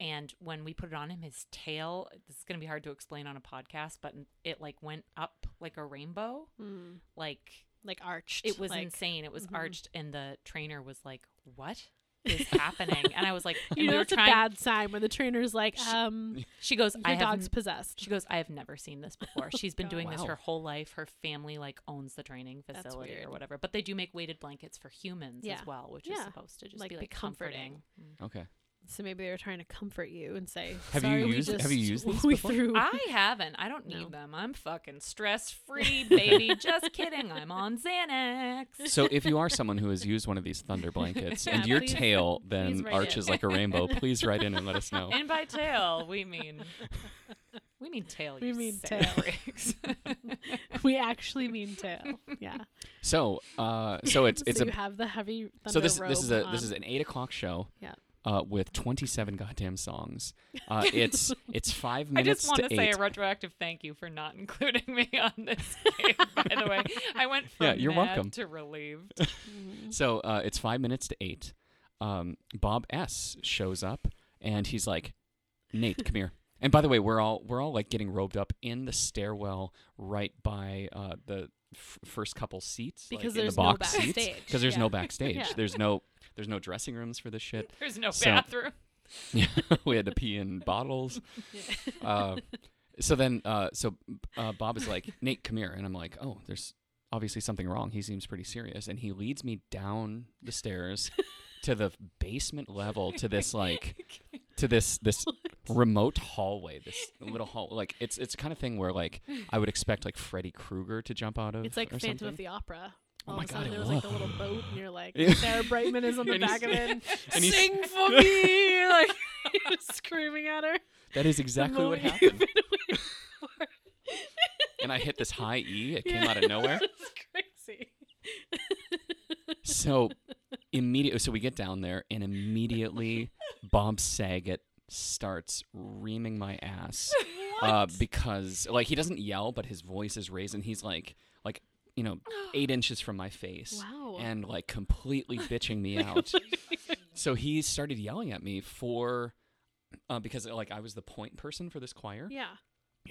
Speaker 2: And when we put it on him, his tail, this is going to be hard to explain on a podcast, but it like went up like a rainbow.
Speaker 1: Mm.
Speaker 2: Like
Speaker 1: Like arched.
Speaker 2: it was
Speaker 1: like,
Speaker 2: insane. It was
Speaker 1: mhm.
Speaker 2: arched, and the trainer was like, "What is happening?" And I was like, and
Speaker 1: You
Speaker 2: we
Speaker 1: know,
Speaker 2: were
Speaker 1: it's a
Speaker 2: trying-
Speaker 1: bad sign when the trainer's like, um,
Speaker 2: She goes, "I
Speaker 1: your
Speaker 2: have."
Speaker 1: dog's
Speaker 2: n-
Speaker 1: possessed.
Speaker 2: She goes, "I have never seen this before. She's been doing this
Speaker 3: Wow.
Speaker 2: her whole life. Her family like owns the training
Speaker 1: That's
Speaker 2: facility or
Speaker 1: weird.
Speaker 2: whatever. But they do make weighted blankets for humans
Speaker 1: Yeah.
Speaker 2: as well, which is
Speaker 1: Yeah.
Speaker 2: supposed to just
Speaker 1: Like,
Speaker 2: be
Speaker 1: be
Speaker 2: like comforting."
Speaker 3: Okay.
Speaker 1: So maybe they were trying to comfort you and say, Ah.
Speaker 3: Have you
Speaker 1: "Sorry, we
Speaker 3: used-
Speaker 1: Just,
Speaker 3: have you used these
Speaker 1: we
Speaker 3: before?"
Speaker 1: threw.
Speaker 2: I haven't. I don't
Speaker 1: No.
Speaker 2: need them. I'm fucking stress free, baby. Just kidding. I'm on Xanax.
Speaker 3: So if you are someone who has used one of these thunder blankets and
Speaker 1: Yeah,
Speaker 3: your
Speaker 1: please-
Speaker 3: tail
Speaker 1: please
Speaker 3: then
Speaker 1: write
Speaker 3: arches
Speaker 1: in.
Speaker 3: like a rainbow, please write in and let us know.
Speaker 2: And by tail, we mean we mean tail.
Speaker 1: We
Speaker 2: you
Speaker 1: mean
Speaker 2: sick
Speaker 1: tail.
Speaker 2: pricks.
Speaker 1: we actually mean tail. Yeah.
Speaker 3: So uh, so it's it's
Speaker 1: so
Speaker 3: a
Speaker 1: you have the heavy. Thunder
Speaker 3: so this this is a
Speaker 1: robe
Speaker 3: this
Speaker 1: on.
Speaker 3: is an eight o'clock show.
Speaker 1: Yeah.
Speaker 3: Uh, with twenty seven goddamn songs. Uh, it's it's five
Speaker 2: I
Speaker 3: minutes
Speaker 2: just want to
Speaker 3: to
Speaker 2: say
Speaker 3: eight.
Speaker 2: a retroactive thank you for not including me on this game. By the way, I went from
Speaker 3: Yeah, you're
Speaker 2: mad
Speaker 3: welcome.
Speaker 2: to relieved.
Speaker 1: Mm-hmm.
Speaker 3: so uh, it's five minutes to eight. Um, Bob S shows up and he's like, Nate, come here. And by the way, we're all we're all like getting robed up in the stairwell right by uh, the f- first couple seats like,
Speaker 1: Because
Speaker 3: in
Speaker 1: there's
Speaker 3: the
Speaker 1: no
Speaker 3: box seats
Speaker 1: backstage.
Speaker 3: because there's no
Speaker 1: Yeah.
Speaker 3: backstage.
Speaker 1: Yeah.
Speaker 3: There's no there's no dressing rooms for this shit.
Speaker 2: There's no
Speaker 3: So-
Speaker 2: bathroom.
Speaker 3: Yeah, we had to pee in bottles. Uh, so then, uh, so uh, Bob is like, Nate, come here. And I'm like, oh, there's obviously something wrong. He seems pretty serious. And he leads me down the stairs to the basement level to this, like, to this, this remote hallway, this little hall. Like, it's, it's the kind of thing where, like, I would expect, like, Freddy Krueger to jump out of.
Speaker 1: It's like
Speaker 3: or
Speaker 1: Phantom of the Opera.
Speaker 3: Oh
Speaker 1: All
Speaker 3: my
Speaker 1: of a
Speaker 3: God,
Speaker 1: sudden,
Speaker 3: it
Speaker 1: there was like a
Speaker 3: was.
Speaker 1: little boat, and you're like,
Speaker 3: Yeah.
Speaker 1: Sarah Brightman is on the
Speaker 3: And he's-
Speaker 1: back of it.
Speaker 3: and he's-
Speaker 1: Sing for me, like you're screaming at her.
Speaker 3: That is exactly
Speaker 1: moment
Speaker 3: what happened. and I hit this high E. It came
Speaker 1: Yeah.
Speaker 3: out of nowhere.
Speaker 1: it's crazy.
Speaker 3: So immediately, so we get down there, and immediately Bob Saget starts reaming my ass uh, because, like, he doesn't yell, but his voice is raised, and he's like, like you know, eight inches from my face
Speaker 1: Wow.
Speaker 3: and like completely bitching me out. so he started yelling at me for uh, because like I was the point person for this choir,
Speaker 1: yeah.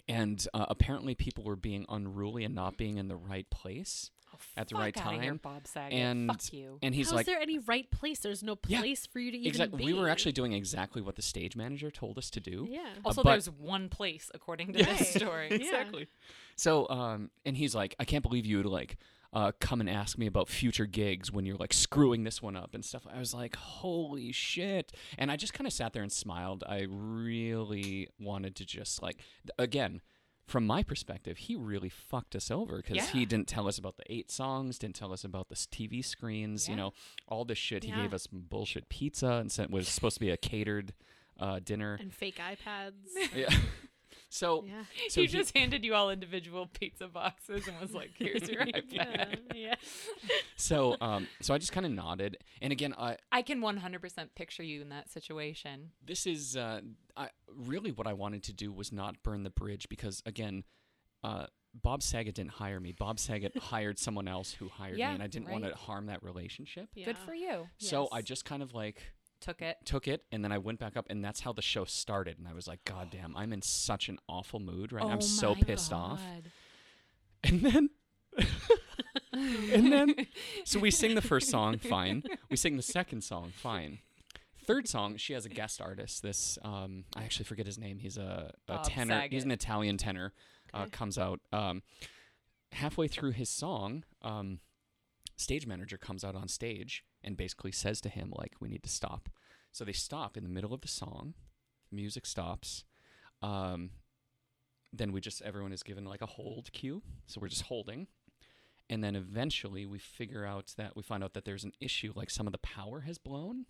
Speaker 3: and uh, apparently people were being unruly and not being in the right place.
Speaker 2: Oh,
Speaker 3: at the right
Speaker 2: fuck outta here,
Speaker 3: time,
Speaker 2: Bob Saget.
Speaker 3: And
Speaker 2: fuck you.
Speaker 3: and he's
Speaker 1: How's
Speaker 3: like,
Speaker 1: there any right place? There's no
Speaker 3: Yeah.
Speaker 1: place for you to even
Speaker 3: exactly.
Speaker 1: be.
Speaker 3: We were actually doing exactly what the stage manager told us to do.
Speaker 1: Yeah.
Speaker 2: also,
Speaker 3: uh, but-
Speaker 2: there's one place according to this
Speaker 1: Right.
Speaker 2: story.
Speaker 1: Yeah.
Speaker 3: exactly. So, um, and he's like, I can't believe you would like uh, come and ask me about future gigs when you're like screwing this one up and stuff. I was like, holy shit! And I just kind of sat there and smiled. I really wanted to just like, th- again. From my perspective, he really fucked us over because he
Speaker 2: Yeah.
Speaker 3: didn't tell us about the eight songs, didn't tell us about the s- TV screens, you
Speaker 2: Yeah.
Speaker 3: know, all this shit.
Speaker 1: Yeah.
Speaker 3: He gave us bullshit pizza and sent was supposed to be a catered uh, dinner.
Speaker 1: And fake iPads.
Speaker 3: yeah. So,
Speaker 1: yeah.
Speaker 3: so
Speaker 2: he just handed you all individual pizza boxes and was like, "Here's your iPad."
Speaker 1: Yeah. yeah.
Speaker 3: so um so i just kind of nodded and again i
Speaker 2: I can 100% picture you in that situation.
Speaker 3: this is uh I, really what i wanted to do was not burn the bridge because again uh bob saget didn't hire me bob saget hired someone else who hired
Speaker 2: Yeah,
Speaker 3: me and i didn't want
Speaker 2: right.
Speaker 3: to harm that relationship
Speaker 2: Good for you.
Speaker 3: so i
Speaker 1: Yes.
Speaker 3: just kind of like
Speaker 2: Took it.
Speaker 3: took it and then i went back up and that's how the show started and i was like god damn i'm in such an awful mood right now.
Speaker 2: Oh
Speaker 3: i'm so pissed off and then and then so we sing the first song fine we sing the second song fine third song she has a guest artist this um i actually forget his name he's a, a
Speaker 2: Bob
Speaker 3: tenor he's
Speaker 2: Saget.
Speaker 3: an italian tenor uh,
Speaker 1: Okay.
Speaker 3: comes out um halfway through his song um stage manager comes out on stage and basically says to him like we need to stop so they stop in the middle of the song music stops um then we just everyone is given like a hold cue so we're just holding and then eventually we figure out that we find out that there's an issue like some of the power has blown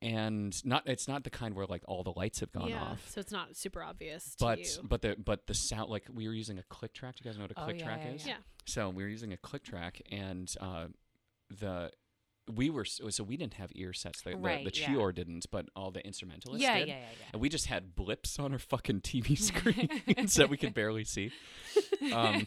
Speaker 3: and not it's not the kind where like all the lights have gone
Speaker 1: yeah.
Speaker 3: off
Speaker 1: So it's not super obvious to
Speaker 3: but
Speaker 1: you.
Speaker 3: but the but the sound like we were using a click track do you guys know what a
Speaker 2: Oh,
Speaker 3: click
Speaker 2: yeah,
Speaker 3: track
Speaker 2: yeah,
Speaker 3: is
Speaker 1: yeah. Yeah.
Speaker 3: so we were using a click track and uh the we were so so we didn't have ear sets the, the,
Speaker 2: Right,
Speaker 3: the
Speaker 2: yeah.
Speaker 3: Chior didn't but all the instrumentalists
Speaker 2: yeah, yeah,
Speaker 3: did
Speaker 2: yeah,
Speaker 3: and we just had blips on our fucking TV screens that we could barely see.
Speaker 2: yeah.
Speaker 3: Um,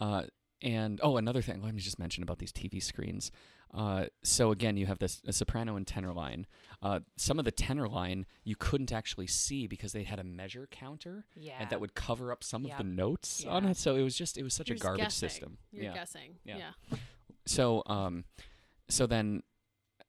Speaker 3: Uh, and oh, another thing, let me just mention about these TV screens. Uh, so again, you have this a soprano and tenor line. Uh, some of the tenor line you couldn't actually see because they had a measure counter,
Speaker 2: yeah.
Speaker 3: and that would cover up some
Speaker 2: Yeah.
Speaker 3: of the notes on
Speaker 2: Yeah.
Speaker 3: it. So it was just it was such
Speaker 1: You're
Speaker 3: a
Speaker 1: just
Speaker 3: garbage
Speaker 1: guessing.
Speaker 3: system.
Speaker 1: You're
Speaker 3: yeah.
Speaker 1: guessing.
Speaker 3: Yeah.
Speaker 1: Yeah.
Speaker 3: So um, so then.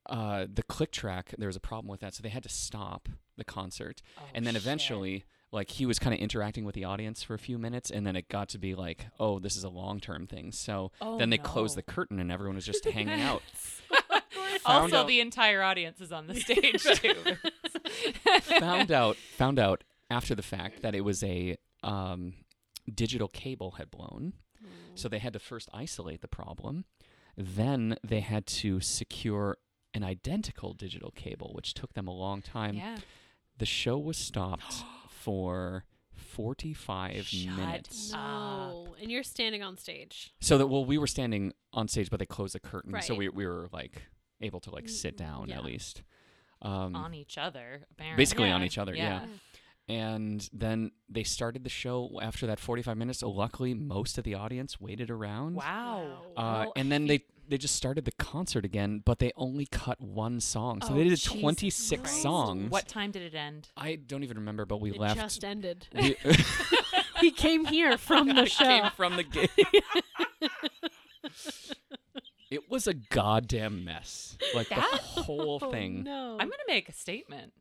Speaker 3: Uh, the click track, there was a problem with that, so they had to stop the concert
Speaker 2: Oh,
Speaker 3: and then
Speaker 2: shit.
Speaker 3: eventually like he was kind of interacting with the audience for a few minutes and then it got to be like oh this is a long-term thing so
Speaker 2: Oh,
Speaker 3: then they closed
Speaker 2: no.
Speaker 3: the curtain and everyone was just hanging out Found
Speaker 2: also,
Speaker 3: out-
Speaker 2: the entire audience is on the stage too.
Speaker 3: found out found out after the fact that it was a um, digital cable had blown so they had to first isolate the problem then they had to secure an identical digital cable which took them a long time
Speaker 2: yeah.
Speaker 3: the show was stopped for 45
Speaker 2: Shut
Speaker 3: minutes
Speaker 1: No. And you're standing on stage.
Speaker 3: So that well, we were standing on stage, but they closed the curtain, so
Speaker 1: Right.
Speaker 3: we we were like able to like sit down
Speaker 1: yeah.
Speaker 3: at least, um,
Speaker 2: on each other, apparently.
Speaker 3: basically
Speaker 1: yeah,
Speaker 3: on each other, yeah.
Speaker 2: yeah.
Speaker 3: And then they started the show after that forty five minutes. So luckily, most of the audience waited around.
Speaker 2: Wow.
Speaker 1: Wow.
Speaker 3: Uh,
Speaker 2: Well,
Speaker 3: and then they they just started the concert again, but they only cut one song, so they did twenty six
Speaker 1: Christ.
Speaker 3: songs.
Speaker 2: Oh, What time did it end?
Speaker 3: I don't even remember, but we
Speaker 1: it
Speaker 3: left.
Speaker 1: just ended.
Speaker 3: we-
Speaker 1: he came here from the show.
Speaker 3: came from the game. it was a goddamn mess. Like
Speaker 2: That-
Speaker 3: the whole
Speaker 1: Oh,
Speaker 3: thing.
Speaker 1: No.
Speaker 2: I'm gonna make a statement.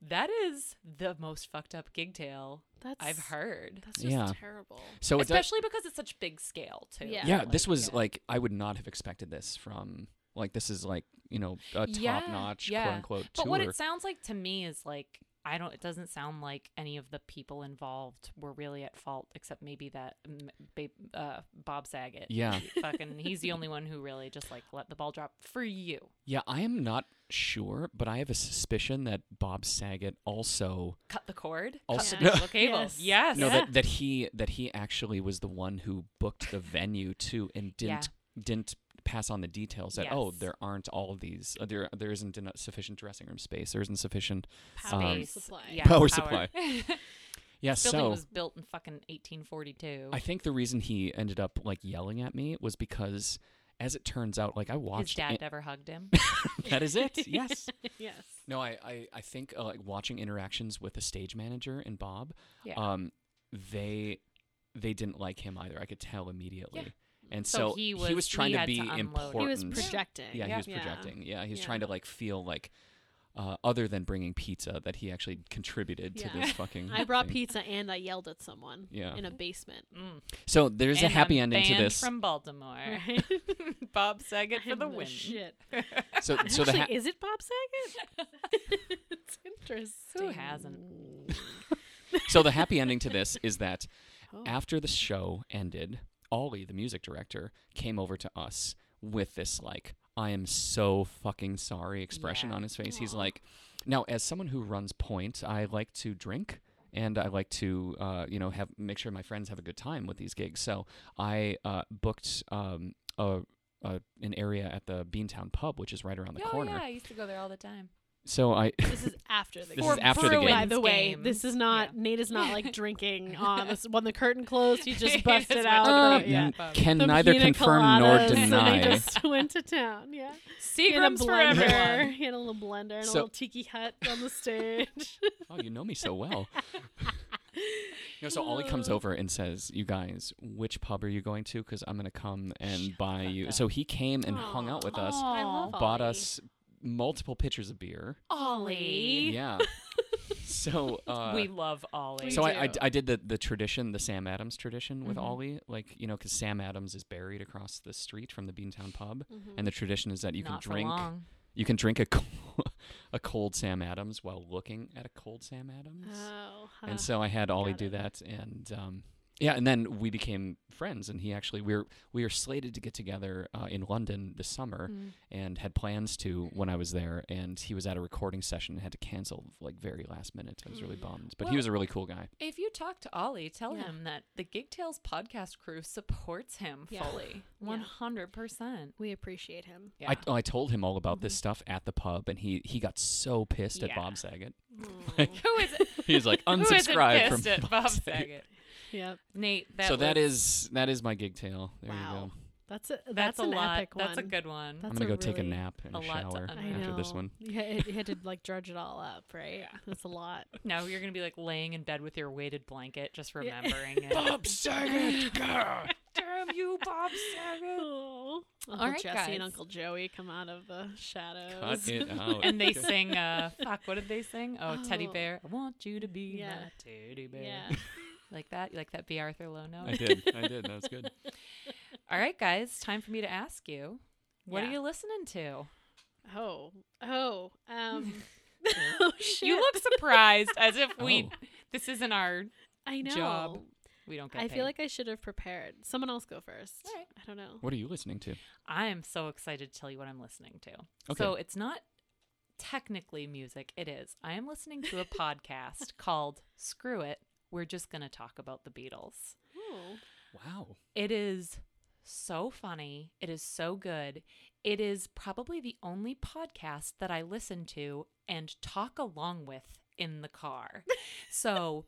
Speaker 2: That is the most fucked up gig tale
Speaker 1: that's,
Speaker 2: I've heard.
Speaker 1: That's just
Speaker 3: Yeah.
Speaker 1: terrible.
Speaker 3: So it does,
Speaker 2: Especially because it's such big scale too.
Speaker 1: Yeah.
Speaker 3: yeah, this was
Speaker 2: yeah.
Speaker 3: like I would not have expected this from like this is like you know a top
Speaker 2: Yeah,
Speaker 3: notch
Speaker 2: yeah.
Speaker 3: quote unquote
Speaker 2: But
Speaker 3: tour.
Speaker 2: what it sounds like to me is like I don't. It doesn't sound like any of the people involved were really at fault, except maybe that mm, ba- uh, Bob Saget.
Speaker 3: Yeah.
Speaker 2: fucking. He's the only one who really just like let the ball drop for you.
Speaker 3: yeah, I am not sure, but I have a suspicion that Bob Saget also
Speaker 2: Cut the cord.
Speaker 3: Also-
Speaker 2: cut the digital cable.
Speaker 1: Yes.
Speaker 2: Yes.
Speaker 3: no
Speaker 1: Yeah.
Speaker 3: that that he that he actually was the one who booked the venue too and didn't didn't pass on the details that oh
Speaker 2: Yes.
Speaker 3: there aren't all of these uh, there there isn't enough sufficient dressing room space there isn't sufficient
Speaker 1: Power
Speaker 3: Um,
Speaker 1: supply.
Speaker 2: Yeah,
Speaker 3: Power supply. Yeah,
Speaker 2: This building
Speaker 3: so
Speaker 2: was built in fucking 1842.
Speaker 3: I think the reason he ended up like yelling at me was because, as it turns out, like I
Speaker 2: His
Speaker 3: watched.
Speaker 2: dad
Speaker 3: it-
Speaker 2: never hugged him. Mm.
Speaker 3: that is it. Yes.
Speaker 1: yes.
Speaker 3: No, I I, I think uh, like watching interactions with the stage manager and Bob.
Speaker 2: Yeah.
Speaker 3: Um, they they didn't like him either. I could tell immediately. And
Speaker 2: So
Speaker 3: so,
Speaker 2: he
Speaker 3: he, was,
Speaker 2: was- he
Speaker 3: trying to
Speaker 2: had to
Speaker 3: be
Speaker 2: unload. He was
Speaker 3: important.
Speaker 1: He was projecting.
Speaker 3: Yeah, he was
Speaker 1: Yeah.
Speaker 3: projecting. Yeah, he was
Speaker 1: Yeah.
Speaker 3: trying to like feel like uh, other than bringing pizza that he actually contributed to
Speaker 1: Yeah.
Speaker 3: this fucking.
Speaker 1: I brought
Speaker 3: thing.
Speaker 1: pizza and I yelled at someone
Speaker 3: Mm-hmm. Yeah.
Speaker 1: in a basement.
Speaker 2: Mm.
Speaker 3: So there's a
Speaker 2: And
Speaker 3: happy
Speaker 2: I'm
Speaker 3: ending to
Speaker 2: banned
Speaker 3: this.
Speaker 2: From Baltimore,
Speaker 1: Right?
Speaker 2: Bob Saget for
Speaker 1: I'm
Speaker 2: the win.
Speaker 1: Shit.
Speaker 3: so so
Speaker 1: Actually,
Speaker 3: the ha-
Speaker 1: is it Bob Saget? it's interesting.
Speaker 2: Who hasn't?
Speaker 3: so the happy ending to this is that
Speaker 1: Oh.
Speaker 3: after the show ended, Ollie, the music director, came over to us with this like, I am so fucking sorry expression
Speaker 2: Yeah.
Speaker 3: on his face. He's like, now as someone who runs Point, I like to drink and I like to, uh, you know, have make sure my friends have a good time with these gigs. So I uh, booked um, a, a an area at the Beantown Pub, which is right around the
Speaker 2: oh
Speaker 3: corner.
Speaker 2: yeah, I used to go there all the time.
Speaker 3: So I
Speaker 1: This is after the
Speaker 3: This
Speaker 1: game.
Speaker 3: is after the game.
Speaker 1: By the way,
Speaker 2: Games.
Speaker 1: this is not
Speaker 2: Yeah.
Speaker 1: Nate is not like drinking on this when the curtain closed, he just
Speaker 2: He
Speaker 1: busted
Speaker 2: just
Speaker 1: out.
Speaker 2: went
Speaker 3: Uh,
Speaker 1: the-
Speaker 2: to
Speaker 1: yeah.
Speaker 2: the pub.
Speaker 3: can
Speaker 1: the
Speaker 3: neither
Speaker 1: pina
Speaker 3: confirm
Speaker 1: coladas,
Speaker 3: nor
Speaker 1: and
Speaker 3: deny.
Speaker 1: they just went to town. Yeah, he had a
Speaker 2: Seagram's for
Speaker 1: blender,
Speaker 2: everyone.
Speaker 1: he had a little blender, and a
Speaker 3: So-
Speaker 1: little tiki hut on the stage.
Speaker 3: Oh, you know me so well. You know, so Ollie comes over and says, "You guys, which pub are you going to? Because I'm gonna come and buy you." So he came and hung out with us,
Speaker 2: I love
Speaker 3: bought
Speaker 2: Ollie.
Speaker 3: us multiple pitchers of beer.
Speaker 2: Ollie.
Speaker 3: Yeah. so uh,
Speaker 2: we love Ollie.
Speaker 3: so
Speaker 1: We
Speaker 3: I, I
Speaker 1: do.
Speaker 3: d- I did the the tradition, the Sam Adams tradition with
Speaker 2: Mhm.
Speaker 3: Ollie, like you know, because Sam Adams is buried across the street from the Beantown Pub,
Speaker 1: Mm-hmm.
Speaker 3: and the tradition is that you
Speaker 2: Mm. Not
Speaker 3: can
Speaker 2: for
Speaker 3: drink
Speaker 2: long.
Speaker 3: you can drink a co- a cold Sam Adams while looking at a cold Sam Adams.
Speaker 1: Oh,
Speaker 2: Ah,
Speaker 1: huh.
Speaker 3: And so I had Ollie
Speaker 1: Got
Speaker 3: do
Speaker 1: it.
Speaker 3: that, and um, yeah, and then we became friends. And he actually we were we were slated to get together uh, in London this summer,
Speaker 2: Mm.
Speaker 3: and had plans to when I was there. And he was at a recording session and had to cancel like very last minute. I was really bummed, but
Speaker 2: Mm.
Speaker 3: he
Speaker 2: Well-
Speaker 3: was a really cool guy.
Speaker 2: If you talk to Ollie, tell
Speaker 1: Yeah.
Speaker 2: him that the Gig Tales podcast crew supports him
Speaker 1: Yeah.
Speaker 2: fully,
Speaker 1: Yeah.
Speaker 2: one hundred percent.
Speaker 1: we appreciate him.
Speaker 2: Yeah, Mm-hmm.
Speaker 3: I, oh, I told him all about this stuff at the pub, and he he got so pissed at
Speaker 2: Yeah.
Speaker 3: Bob Saget.
Speaker 1: Aw.
Speaker 2: who is it?
Speaker 3: He's like
Speaker 2: Who isn't
Speaker 3: unsubscribe from
Speaker 2: pissed at Bob Saget?
Speaker 1: yep,
Speaker 2: Nate, that
Speaker 3: so that
Speaker 2: was-
Speaker 3: is that is my gig tale. There you
Speaker 1: Wow.
Speaker 3: go.
Speaker 1: that's a that's,
Speaker 2: that's, a
Speaker 1: an
Speaker 2: lot.
Speaker 1: epic one.
Speaker 2: That's a good one.
Speaker 1: That's
Speaker 3: I'm gonna
Speaker 1: a
Speaker 3: go take a
Speaker 1: really-
Speaker 3: nap and
Speaker 2: a
Speaker 3: a
Speaker 2: lot to
Speaker 3: shower
Speaker 1: I
Speaker 2: unpack.
Speaker 3: after this
Speaker 1: know.
Speaker 3: one.
Speaker 1: you had, you had to like drudge it all up, right? That's a lot.
Speaker 2: No, you're gonna be like laying in bed with your weighted blanket, just
Speaker 1: Yeah.
Speaker 2: remembering it.
Speaker 3: Bob Saget. God.
Speaker 2: Damn you, Bob Saget.
Speaker 1: Oh. Uncle
Speaker 2: right,
Speaker 1: Jesse and
Speaker 2: guys.
Speaker 1: Uncle Joey come out of the shadows.
Speaker 3: Cut it out.
Speaker 2: and they sing uh fuck what did they sing oh, teddy
Speaker 1: Oh.
Speaker 2: bear i want you to be
Speaker 1: Yeah.
Speaker 2: my teddy bear
Speaker 1: yeah.
Speaker 2: like that you like that b arthur low note
Speaker 3: I did. I did. That was good.
Speaker 2: all right guys time for me to ask you what
Speaker 1: Yeah.
Speaker 2: are you listening to
Speaker 1: Oh. Oh. Um. oh shit.
Speaker 2: you look surprised as if we
Speaker 3: Oh.
Speaker 2: this isn't our
Speaker 1: I know.
Speaker 2: job. we don't get
Speaker 1: I
Speaker 2: paid.
Speaker 1: feel like I should have prepared. Someone else go first.
Speaker 2: All right.
Speaker 1: I don't know.
Speaker 3: What are you listening to?
Speaker 2: i am so excited to tell you what i'm listening to
Speaker 3: Okay.
Speaker 2: so it's not technically music it is i am listening to a podcast called screw it we're just going to talk about the beatles
Speaker 1: Oh.
Speaker 3: Wow.
Speaker 2: It is so funny. It is so good. It is probably the only podcast that I listen to and talk along with in the car. So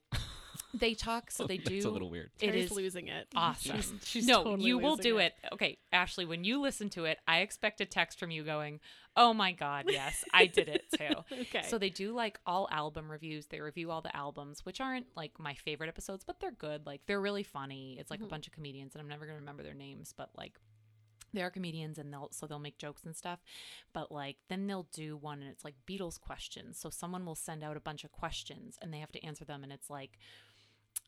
Speaker 2: they talk, so they do.
Speaker 3: It's a little weird.
Speaker 2: It
Speaker 1: Terry's
Speaker 2: is
Speaker 1: losing it.
Speaker 2: awesome.
Speaker 1: She's, she's
Speaker 2: no,
Speaker 1: totally
Speaker 2: you will
Speaker 1: losing
Speaker 2: do it. Okay, Ashley, when you listen to it, I expect a text from you going, "Oh my god, yes, I did it too."
Speaker 1: Okay.
Speaker 2: So they do like all album reviews. They review all the albums, which aren't like my favorite episodes, but they're good. Like they're really funny. It's
Speaker 1: Mm-hmm.
Speaker 2: like a bunch of comedians, and I'm never gonna remember their names, but like they are comedians, and they'll so they'll make jokes and stuff. But like then they'll do one, and it's like Beatles questions. So someone will send out a bunch of questions, and they have to answer them, and it's like,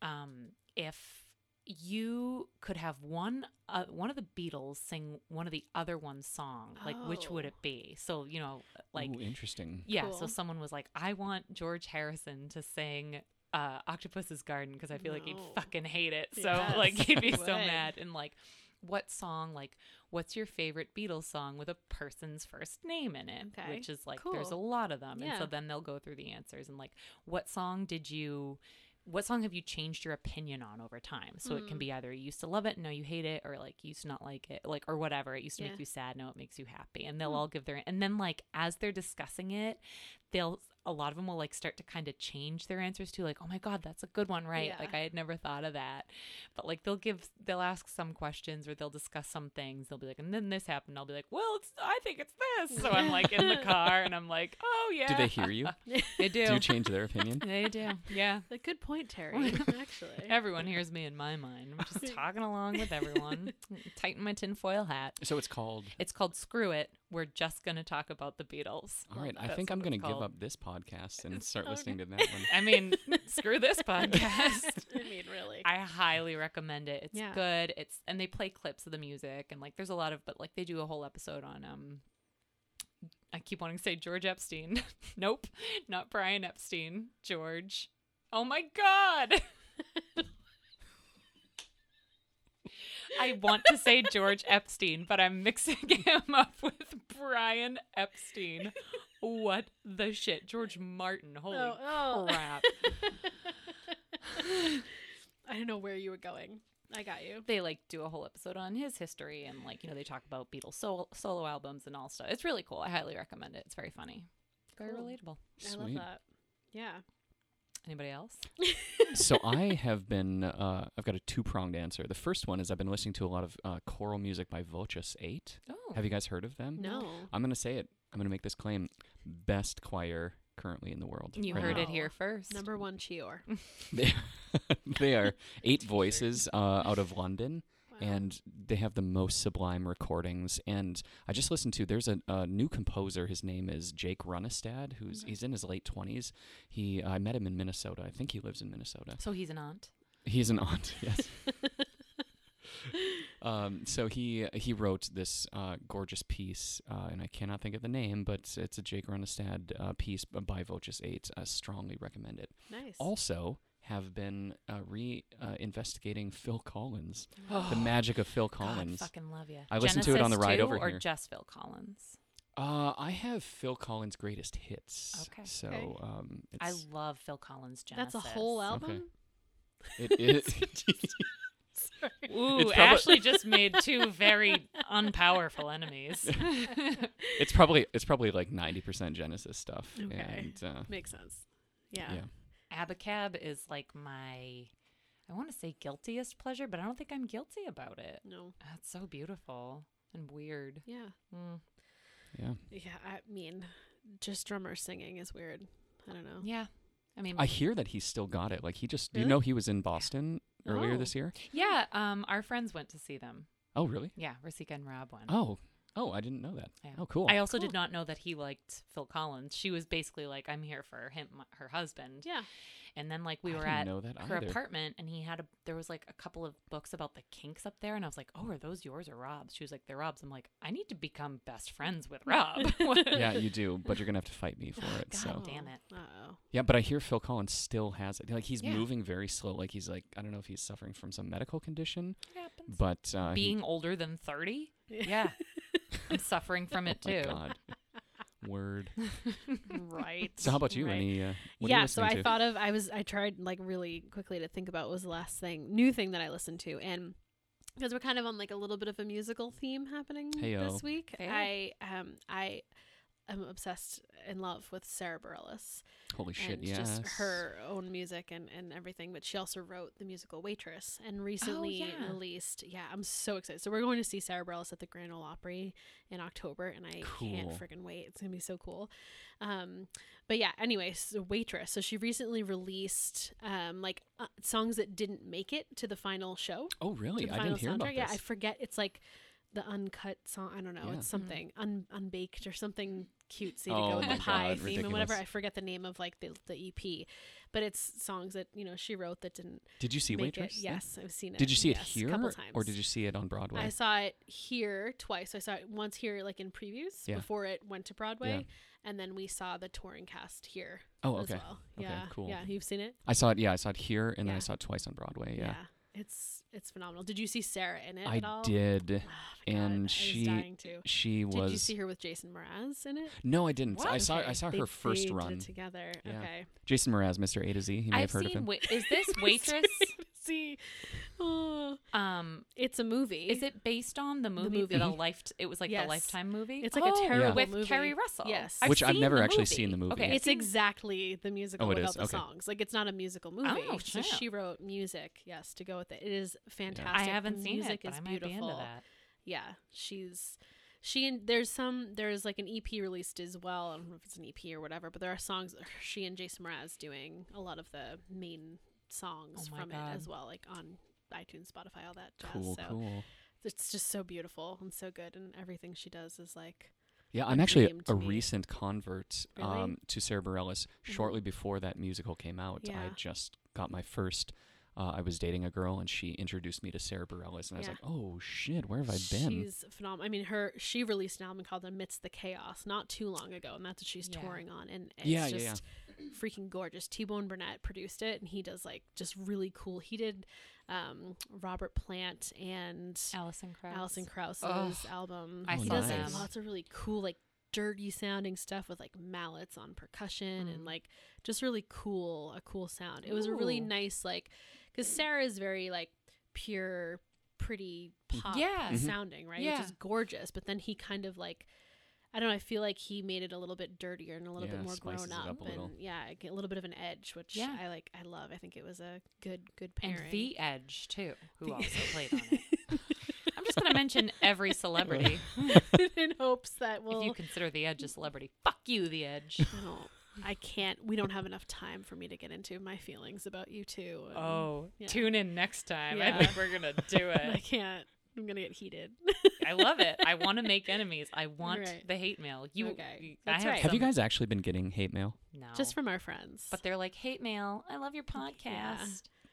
Speaker 2: um, if you could have one uh, one of the Beatles sing one of the other one's song, like which would
Speaker 1: Oh.
Speaker 2: it be? So you know, like
Speaker 3: Ooh, interesting.
Speaker 2: yeah, so
Speaker 1: Cool.
Speaker 2: someone was like, I want George Harrison to sing uh, Octopus's Garden because I feel like he'd
Speaker 1: No.
Speaker 2: fucking hate it. So,
Speaker 1: Yes,
Speaker 2: like, he'd be
Speaker 1: he
Speaker 2: so
Speaker 1: would.
Speaker 2: mad. And, like, what song, like, what's your favorite Beatles song with a person's first name in it?
Speaker 1: Okay,
Speaker 2: Which is like, there's a
Speaker 1: cool.
Speaker 2: lot of them. And so
Speaker 1: Yeah.
Speaker 2: then they'll go through the answers and, like, what song did you. What song have you changed your opinion on over time? So it can be either you used to love it, now you hate it, or like you used to not like it, like or whatever. It used to
Speaker 1: Yeah.
Speaker 2: make you sad, now it makes you happy. And they'll all give their and then like as they're discussing it, they'll a lot of them will like start to kind of change their answers to like, oh my god, that's a good one, right?
Speaker 1: Yeah.
Speaker 2: Like I had never thought of that. But like they'll give, they'll ask some questions or they'll discuss some things. They'll be like, and then this happened. I'll be like, well, it's I think it's this. So I'm like in the car and I'm like, oh yeah.
Speaker 3: Do they hear you?
Speaker 2: They do.
Speaker 3: Do you change their opinion?
Speaker 2: they do. Yeah.
Speaker 1: A good point, Terry. Actually,
Speaker 2: Everyone hears me in my mind. I'm just talking along with everyone. Tighten my tinfoil hat.
Speaker 3: So it's called.
Speaker 2: It's called Screw It. We're just going to talk about the Beatles.
Speaker 3: All right, I
Speaker 2: That's
Speaker 3: think I'm
Speaker 2: what
Speaker 3: going
Speaker 2: it's
Speaker 3: to give
Speaker 2: called.
Speaker 3: up this podcast and start
Speaker 1: okay.
Speaker 3: listening to that one.
Speaker 2: I mean, screw this podcast.
Speaker 1: I mean, really.
Speaker 2: I highly recommend it. It's
Speaker 1: Yeah.
Speaker 2: good. It's and they play clips of the music and like there's a lot of but like they do a whole episode on um I keep wanting to say George Epstein. nope. Not Brian Epstein. George. Oh my god. I want to say George Epstein, but I'm mixing him up with Brian Epstein. What the shit? George Martin. Holy
Speaker 1: oh, oh.
Speaker 2: crap.
Speaker 1: I don't know where you were going. I got you.
Speaker 2: they like do a whole episode on his history and like you know they talk about Beatles sol- solo albums and all stuff. It's really cool. I highly recommend it. It's very funny, very
Speaker 1: Cool.
Speaker 2: relatable.
Speaker 1: I love
Speaker 3: Sweet.
Speaker 1: that. Yeah.
Speaker 2: Anybody else?
Speaker 3: so I have been. Uh, I've got a two pronged answer. The first one is I've been listening to a lot of uh, choral music by Voces Eight.
Speaker 2: Oh,
Speaker 3: Have you guys heard of them?
Speaker 1: No.
Speaker 3: I'm going to say it. I'm going to make this claim. Best choir currently in the world.
Speaker 2: you
Speaker 3: right
Speaker 2: heard
Speaker 3: now.
Speaker 2: it here first.
Speaker 1: Number one, Chior.
Speaker 3: They, they are eight voices uh, out of London,
Speaker 1: Wow.
Speaker 3: and they have the most sublime recordings. And I just listened to there's a, a new composer. His name is Jake Runestad, who's
Speaker 1: Mhm.
Speaker 3: he's in his late twenties. He I met him in Minnesota. I think he lives in Minnesota.
Speaker 2: So he's an aunt.
Speaker 3: He's an aunt, yes. um, so he he wrote this uh, gorgeous piece, uh, and I cannot think of the name, but it's- it's a Jake Runestad uh, piece b- by Voces Eight. I strongly recommend it.
Speaker 1: nice.
Speaker 3: Also, have been uh, re uh, investigating Phil Collins,
Speaker 2: Oh,
Speaker 3: the magic of Phil
Speaker 2: God,
Speaker 3: Collins.
Speaker 2: fucking love you.
Speaker 3: I listened to it on the ride over
Speaker 2: or
Speaker 3: here.
Speaker 2: just Phil Collins.
Speaker 3: uh, I have Phil Collins' greatest hits.
Speaker 2: Okay.
Speaker 3: So
Speaker 1: Okay.
Speaker 3: um, it's,
Speaker 2: I love Phil Collins. Genesis.
Speaker 1: That's a whole album.
Speaker 3: it is.
Speaker 1: Sorry.
Speaker 2: Ooh,
Speaker 3: It's probably-
Speaker 2: Ashley just made two very unpowerful enemies.
Speaker 3: it's probably it's probably like ninety percent Genesis stuff.
Speaker 1: Okay.
Speaker 3: And, uh,
Speaker 1: Makes sense. Yeah.
Speaker 3: Yeah.
Speaker 2: Abacab is like my, I want to say guiltiest pleasure, but I don't think I'm guilty about it.
Speaker 1: No.
Speaker 2: That's so beautiful and weird.
Speaker 1: Yeah.
Speaker 2: Mm.
Speaker 3: yeah.
Speaker 1: Yeah. I mean, just drummer singing is weird. I don't know.
Speaker 2: Yeah. I mean,
Speaker 3: I hear that he's still got it. Like he just, you
Speaker 1: Really?
Speaker 3: know, he was in Boston earlier
Speaker 1: Oh.
Speaker 3: this year.
Speaker 2: yeah, um, our friends went to see them.
Speaker 3: Oh, really?
Speaker 2: Yeah, Rasika and Rob went.
Speaker 3: Oh, oh, I didn't know that.
Speaker 2: Yeah.
Speaker 3: Oh, cool.
Speaker 2: I also
Speaker 1: Cool.
Speaker 2: did not know that he liked Phil Collins. She was basically like, I'm here for him, her husband.
Speaker 1: Yeah.
Speaker 2: And then, like, we
Speaker 3: I
Speaker 2: were
Speaker 3: didn't
Speaker 2: at
Speaker 3: know that
Speaker 2: her
Speaker 3: either.
Speaker 2: apartment and he had a, there was like a couple of books about the kinks up there. And I was like, oh, are those yours or Rob's? She was like, they're Rob's. I'm like, I need to become best friends with Rob.
Speaker 3: yeah, you do, but you're gonna have to fight me for it.
Speaker 2: Oh, God
Speaker 3: So
Speaker 2: damn it.
Speaker 1: Uh oh.
Speaker 3: yeah, but I hear Phil Collins still has it. Like he's
Speaker 2: Yeah.
Speaker 3: moving very slow. Like he's like I don't know if he's suffering from some medical condition,
Speaker 2: happens.
Speaker 3: but uh, he-
Speaker 2: Being older than 30? Yeah. I'm suffering from it
Speaker 3: oh my
Speaker 2: too.
Speaker 3: God. Word.
Speaker 1: right.
Speaker 3: So how about you?
Speaker 1: Right.
Speaker 3: Any? Uh, what are you
Speaker 1: yeah, so
Speaker 3: listening
Speaker 1: I
Speaker 3: to?
Speaker 1: thought of I was I tried like really quickly to think about what was the last thing new thing that I listened to and because we're kind of on like a little bit of a musical theme happening
Speaker 3: Heyo.
Speaker 1: this week.
Speaker 2: Fair.
Speaker 1: I um I am obsessed in love with Sarah Bareilles.
Speaker 3: Holy shit!
Speaker 1: and
Speaker 3: Yes.
Speaker 1: just her own music and, and everything. But she also wrote the musical Waitress
Speaker 3: Oh,
Speaker 1: and recently
Speaker 2: yeah.
Speaker 1: released. Yeah, I'm so excited. So we're going to see Sarah Bareilles at the Grand Ole Opry in October, and I can't
Speaker 3: Cool.
Speaker 1: freaking wait. It's gonna be so cool. Um, but yeah, anyway, so Waitress. So she recently released um like uh, songs that didn't make it to the final show.
Speaker 3: Oh really?
Speaker 1: To the
Speaker 3: I
Speaker 1: final
Speaker 3: didn't hear
Speaker 1: soundtrack.
Speaker 3: about this.
Speaker 1: Yeah, I forget. It's like the uncut song. I don't know.
Speaker 3: Yeah. Mm-hmm.
Speaker 1: It's something un- unbaked or something cutesy to
Speaker 3: Oh
Speaker 1: go with
Speaker 3: my
Speaker 1: the pie
Speaker 3: God,
Speaker 1: theme and whatever.
Speaker 3: ridiculous.
Speaker 1: I forget the name of like the, the EP, but it's songs that you know she wrote that didn't
Speaker 3: Did you see
Speaker 1: make
Speaker 3: Waitress?
Speaker 1: it.
Speaker 3: Yeah?
Speaker 1: Yes, I've seen it.
Speaker 3: Did you see
Speaker 1: Yes,
Speaker 3: it here,
Speaker 1: a couple times?
Speaker 3: or did you see it on Broadway?
Speaker 1: I saw it here twice. I saw it once here, like in previews,
Speaker 3: Yeah.
Speaker 1: before it went to Broadway, and then we saw the touring cast here
Speaker 3: oh,
Speaker 1: as
Speaker 3: okay.
Speaker 1: well.
Speaker 3: Okay,
Speaker 1: yeah,
Speaker 3: cool.
Speaker 1: Yeah, you've seen it.
Speaker 3: I saw it. Yeah, I saw it here, and then
Speaker 1: Yeah.
Speaker 3: I saw it twice on Broadway. Yeah,
Speaker 1: it's it's phenomenal. Did you see Sarah in it
Speaker 3: I
Speaker 1: at all?
Speaker 3: did.
Speaker 1: Oh my God,
Speaker 3: And
Speaker 1: I was
Speaker 3: she-
Speaker 1: dying to.
Speaker 3: She
Speaker 1: Did
Speaker 3: was.
Speaker 1: you see her with Jason Mraz in it?
Speaker 3: No, I didn't. I
Speaker 2: What?
Speaker 3: saw. I
Speaker 1: Okay,
Speaker 3: saw
Speaker 1: they-
Speaker 3: her first
Speaker 1: they did it
Speaker 3: run.
Speaker 1: together.
Speaker 3: Yeah.
Speaker 1: Okay.
Speaker 3: Jason Mraz, Mr. A to Z. You may
Speaker 2: I've
Speaker 3: have heard
Speaker 2: seen.
Speaker 3: of him.
Speaker 2: Wai- is this waitress?
Speaker 1: see. Oh,
Speaker 2: Um,
Speaker 1: it's a movie.
Speaker 2: is it based on the movie, that a
Speaker 1: movie.
Speaker 2: life? It was like
Speaker 1: Yes.
Speaker 2: the Lifetime movie. Oh,
Speaker 1: It's like a terrible
Speaker 2: with
Speaker 1: movie.
Speaker 2: Carrie Russell.
Speaker 1: Yes.
Speaker 3: Which I've
Speaker 2: seen
Speaker 3: never
Speaker 2: the
Speaker 3: actually seen the movie.
Speaker 2: Okay, I've
Speaker 1: It's
Speaker 2: seen-
Speaker 1: exactly the musical
Speaker 3: Oh, it
Speaker 1: without
Speaker 3: is?
Speaker 1: the
Speaker 3: Okay.
Speaker 1: songs. Like it's not a musical movie.
Speaker 2: Oh,
Speaker 1: so
Speaker 2: snap.
Speaker 1: she wrote music. Yes, to go with it. It is
Speaker 2: I
Speaker 1: fantastic.
Speaker 2: haven't
Speaker 1: the
Speaker 2: seen
Speaker 1: music
Speaker 2: it, but
Speaker 1: is
Speaker 2: I might
Speaker 1: beautiful.
Speaker 2: be into that.
Speaker 1: Yeah, she's she and there's some there's like an EP released as well. I don't know if it's an EP or whatever, but there are songs she and Jason Mraz doing a lot of the main songs
Speaker 2: Oh my
Speaker 1: from
Speaker 2: God.
Speaker 1: it as well, like on iTunes, Spotify, all that jazz.
Speaker 3: Cool,
Speaker 1: so
Speaker 3: cool.
Speaker 1: it's just so beautiful and so good, and everything she does is like
Speaker 3: Yeah, I'm
Speaker 1: a
Speaker 3: actually
Speaker 1: dream to
Speaker 3: a
Speaker 1: me.
Speaker 3: recent convert
Speaker 1: Really? Mm-hmm.
Speaker 3: um, to Sarah Bareilles. Shortly before that musical came out, I
Speaker 1: Yeah.
Speaker 3: just got my first. Uh, I was dating a girl, and she introduced me to Sarah Bareilles, and I was
Speaker 1: Yeah.
Speaker 3: like, "Oh shit, where have I been?"
Speaker 1: She's phenomenal. I mean, her she released an album called Amidst the Chaos not too long ago, and that's what she's
Speaker 2: Yeah.
Speaker 1: touring on. And it's
Speaker 3: Yeah, yeah,
Speaker 1: just
Speaker 3: yeah.
Speaker 1: freaking gorgeous. T Bone Burnett produced it, and he does like just really cool. He did um, Robert Plant and
Speaker 2: Allison Krauss.
Speaker 1: Alison Krauss's
Speaker 2: Ugh.
Speaker 1: album.
Speaker 2: I
Speaker 1: he
Speaker 3: saw
Speaker 1: does like,
Speaker 3: them.
Speaker 1: lots of really cool, like dirty sounding stuff with like mallets on percussion and
Speaker 2: Mhm.
Speaker 1: like just really cool, a cool sound. It was a really
Speaker 2: Ooh.
Speaker 1: nice, like, because Sarah is very like pure, pretty
Speaker 3: Mhm.
Speaker 1: pop
Speaker 2: Mm-hmm. Yeah.
Speaker 3: Mhm.
Speaker 1: sounding, right?
Speaker 2: Yeah.
Speaker 1: Which is gorgeous. But then he kind of like. I don't know. I feel like he made it a little bit dirtier and a little
Speaker 3: Yeah,
Speaker 1: bit more
Speaker 3: spices
Speaker 1: grown
Speaker 3: it
Speaker 1: up,
Speaker 3: up a
Speaker 1: and
Speaker 3: little.
Speaker 1: yeah, I get a little bit of an edge, which
Speaker 2: Yeah.
Speaker 1: I like. I love. I think it was a good, good
Speaker 2: and
Speaker 1: pairing.
Speaker 2: The Edge too, who also played on it. I'm just gonna mention every celebrity.
Speaker 1: in hopes that we'll
Speaker 2: if you consider The Edge a celebrity, fuck you, The Edge.
Speaker 1: No, I can't. We don't have enough time for me to get into my feelings about you two. and
Speaker 2: Oh,
Speaker 1: Yeah.
Speaker 2: tune in next time.
Speaker 1: Yeah.
Speaker 2: I think we're gonna do
Speaker 1: I
Speaker 2: it.
Speaker 1: can't. I'm gonna get heated.
Speaker 2: I love it. I want to make enemies. I want
Speaker 1: Right.
Speaker 2: the hate mail. You,
Speaker 1: Okay.
Speaker 2: you- I
Speaker 1: That's
Speaker 2: have,
Speaker 1: right.
Speaker 3: have you
Speaker 2: some-
Speaker 3: guys actually been getting hate mail?
Speaker 2: No,
Speaker 1: Just from our friends.
Speaker 2: But they're like hate mail. I love your podcast.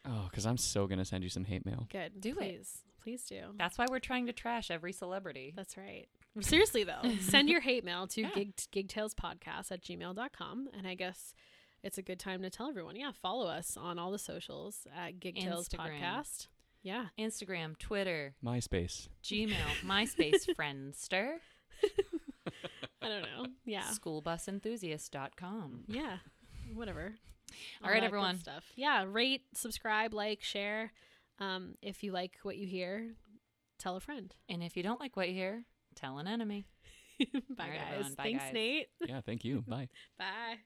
Speaker 3: Oh, because I'm so gonna send you some hate mail.
Speaker 1: good.
Speaker 2: Do it.
Speaker 1: please, please do.
Speaker 2: That's why we're trying to trash every celebrity.
Speaker 1: That's right. Seriously though, send your hate mail to
Speaker 2: Yeah.
Speaker 1: gig gigtailspodcast at gmail.com. and I guess it's a good time to tell everyone. Yeah, follow us on all the socials at Gigtails
Speaker 2: Instagram.
Speaker 1: Podcast. Yeah,
Speaker 2: Instagram, Twitter,
Speaker 3: MySpace.
Speaker 2: Gmail, MySpace, Friendster,
Speaker 1: I don't know. Yeah,
Speaker 2: schoolbusenthusiast.com.
Speaker 1: yeah, whatever.
Speaker 2: All right,
Speaker 1: that good
Speaker 2: everyone.
Speaker 1: Stuff. Yeah, rate, subscribe, like, share. Um, if you like what you hear, tell a friend.
Speaker 2: And if you don't like what you hear, tell an enemy.
Speaker 1: Bye,
Speaker 2: right,
Speaker 1: guys.
Speaker 2: everyone. Bye,
Speaker 1: Thanks,
Speaker 2: guys.
Speaker 1: Nate.
Speaker 3: Yeah, thank you. Bye.
Speaker 1: Bye.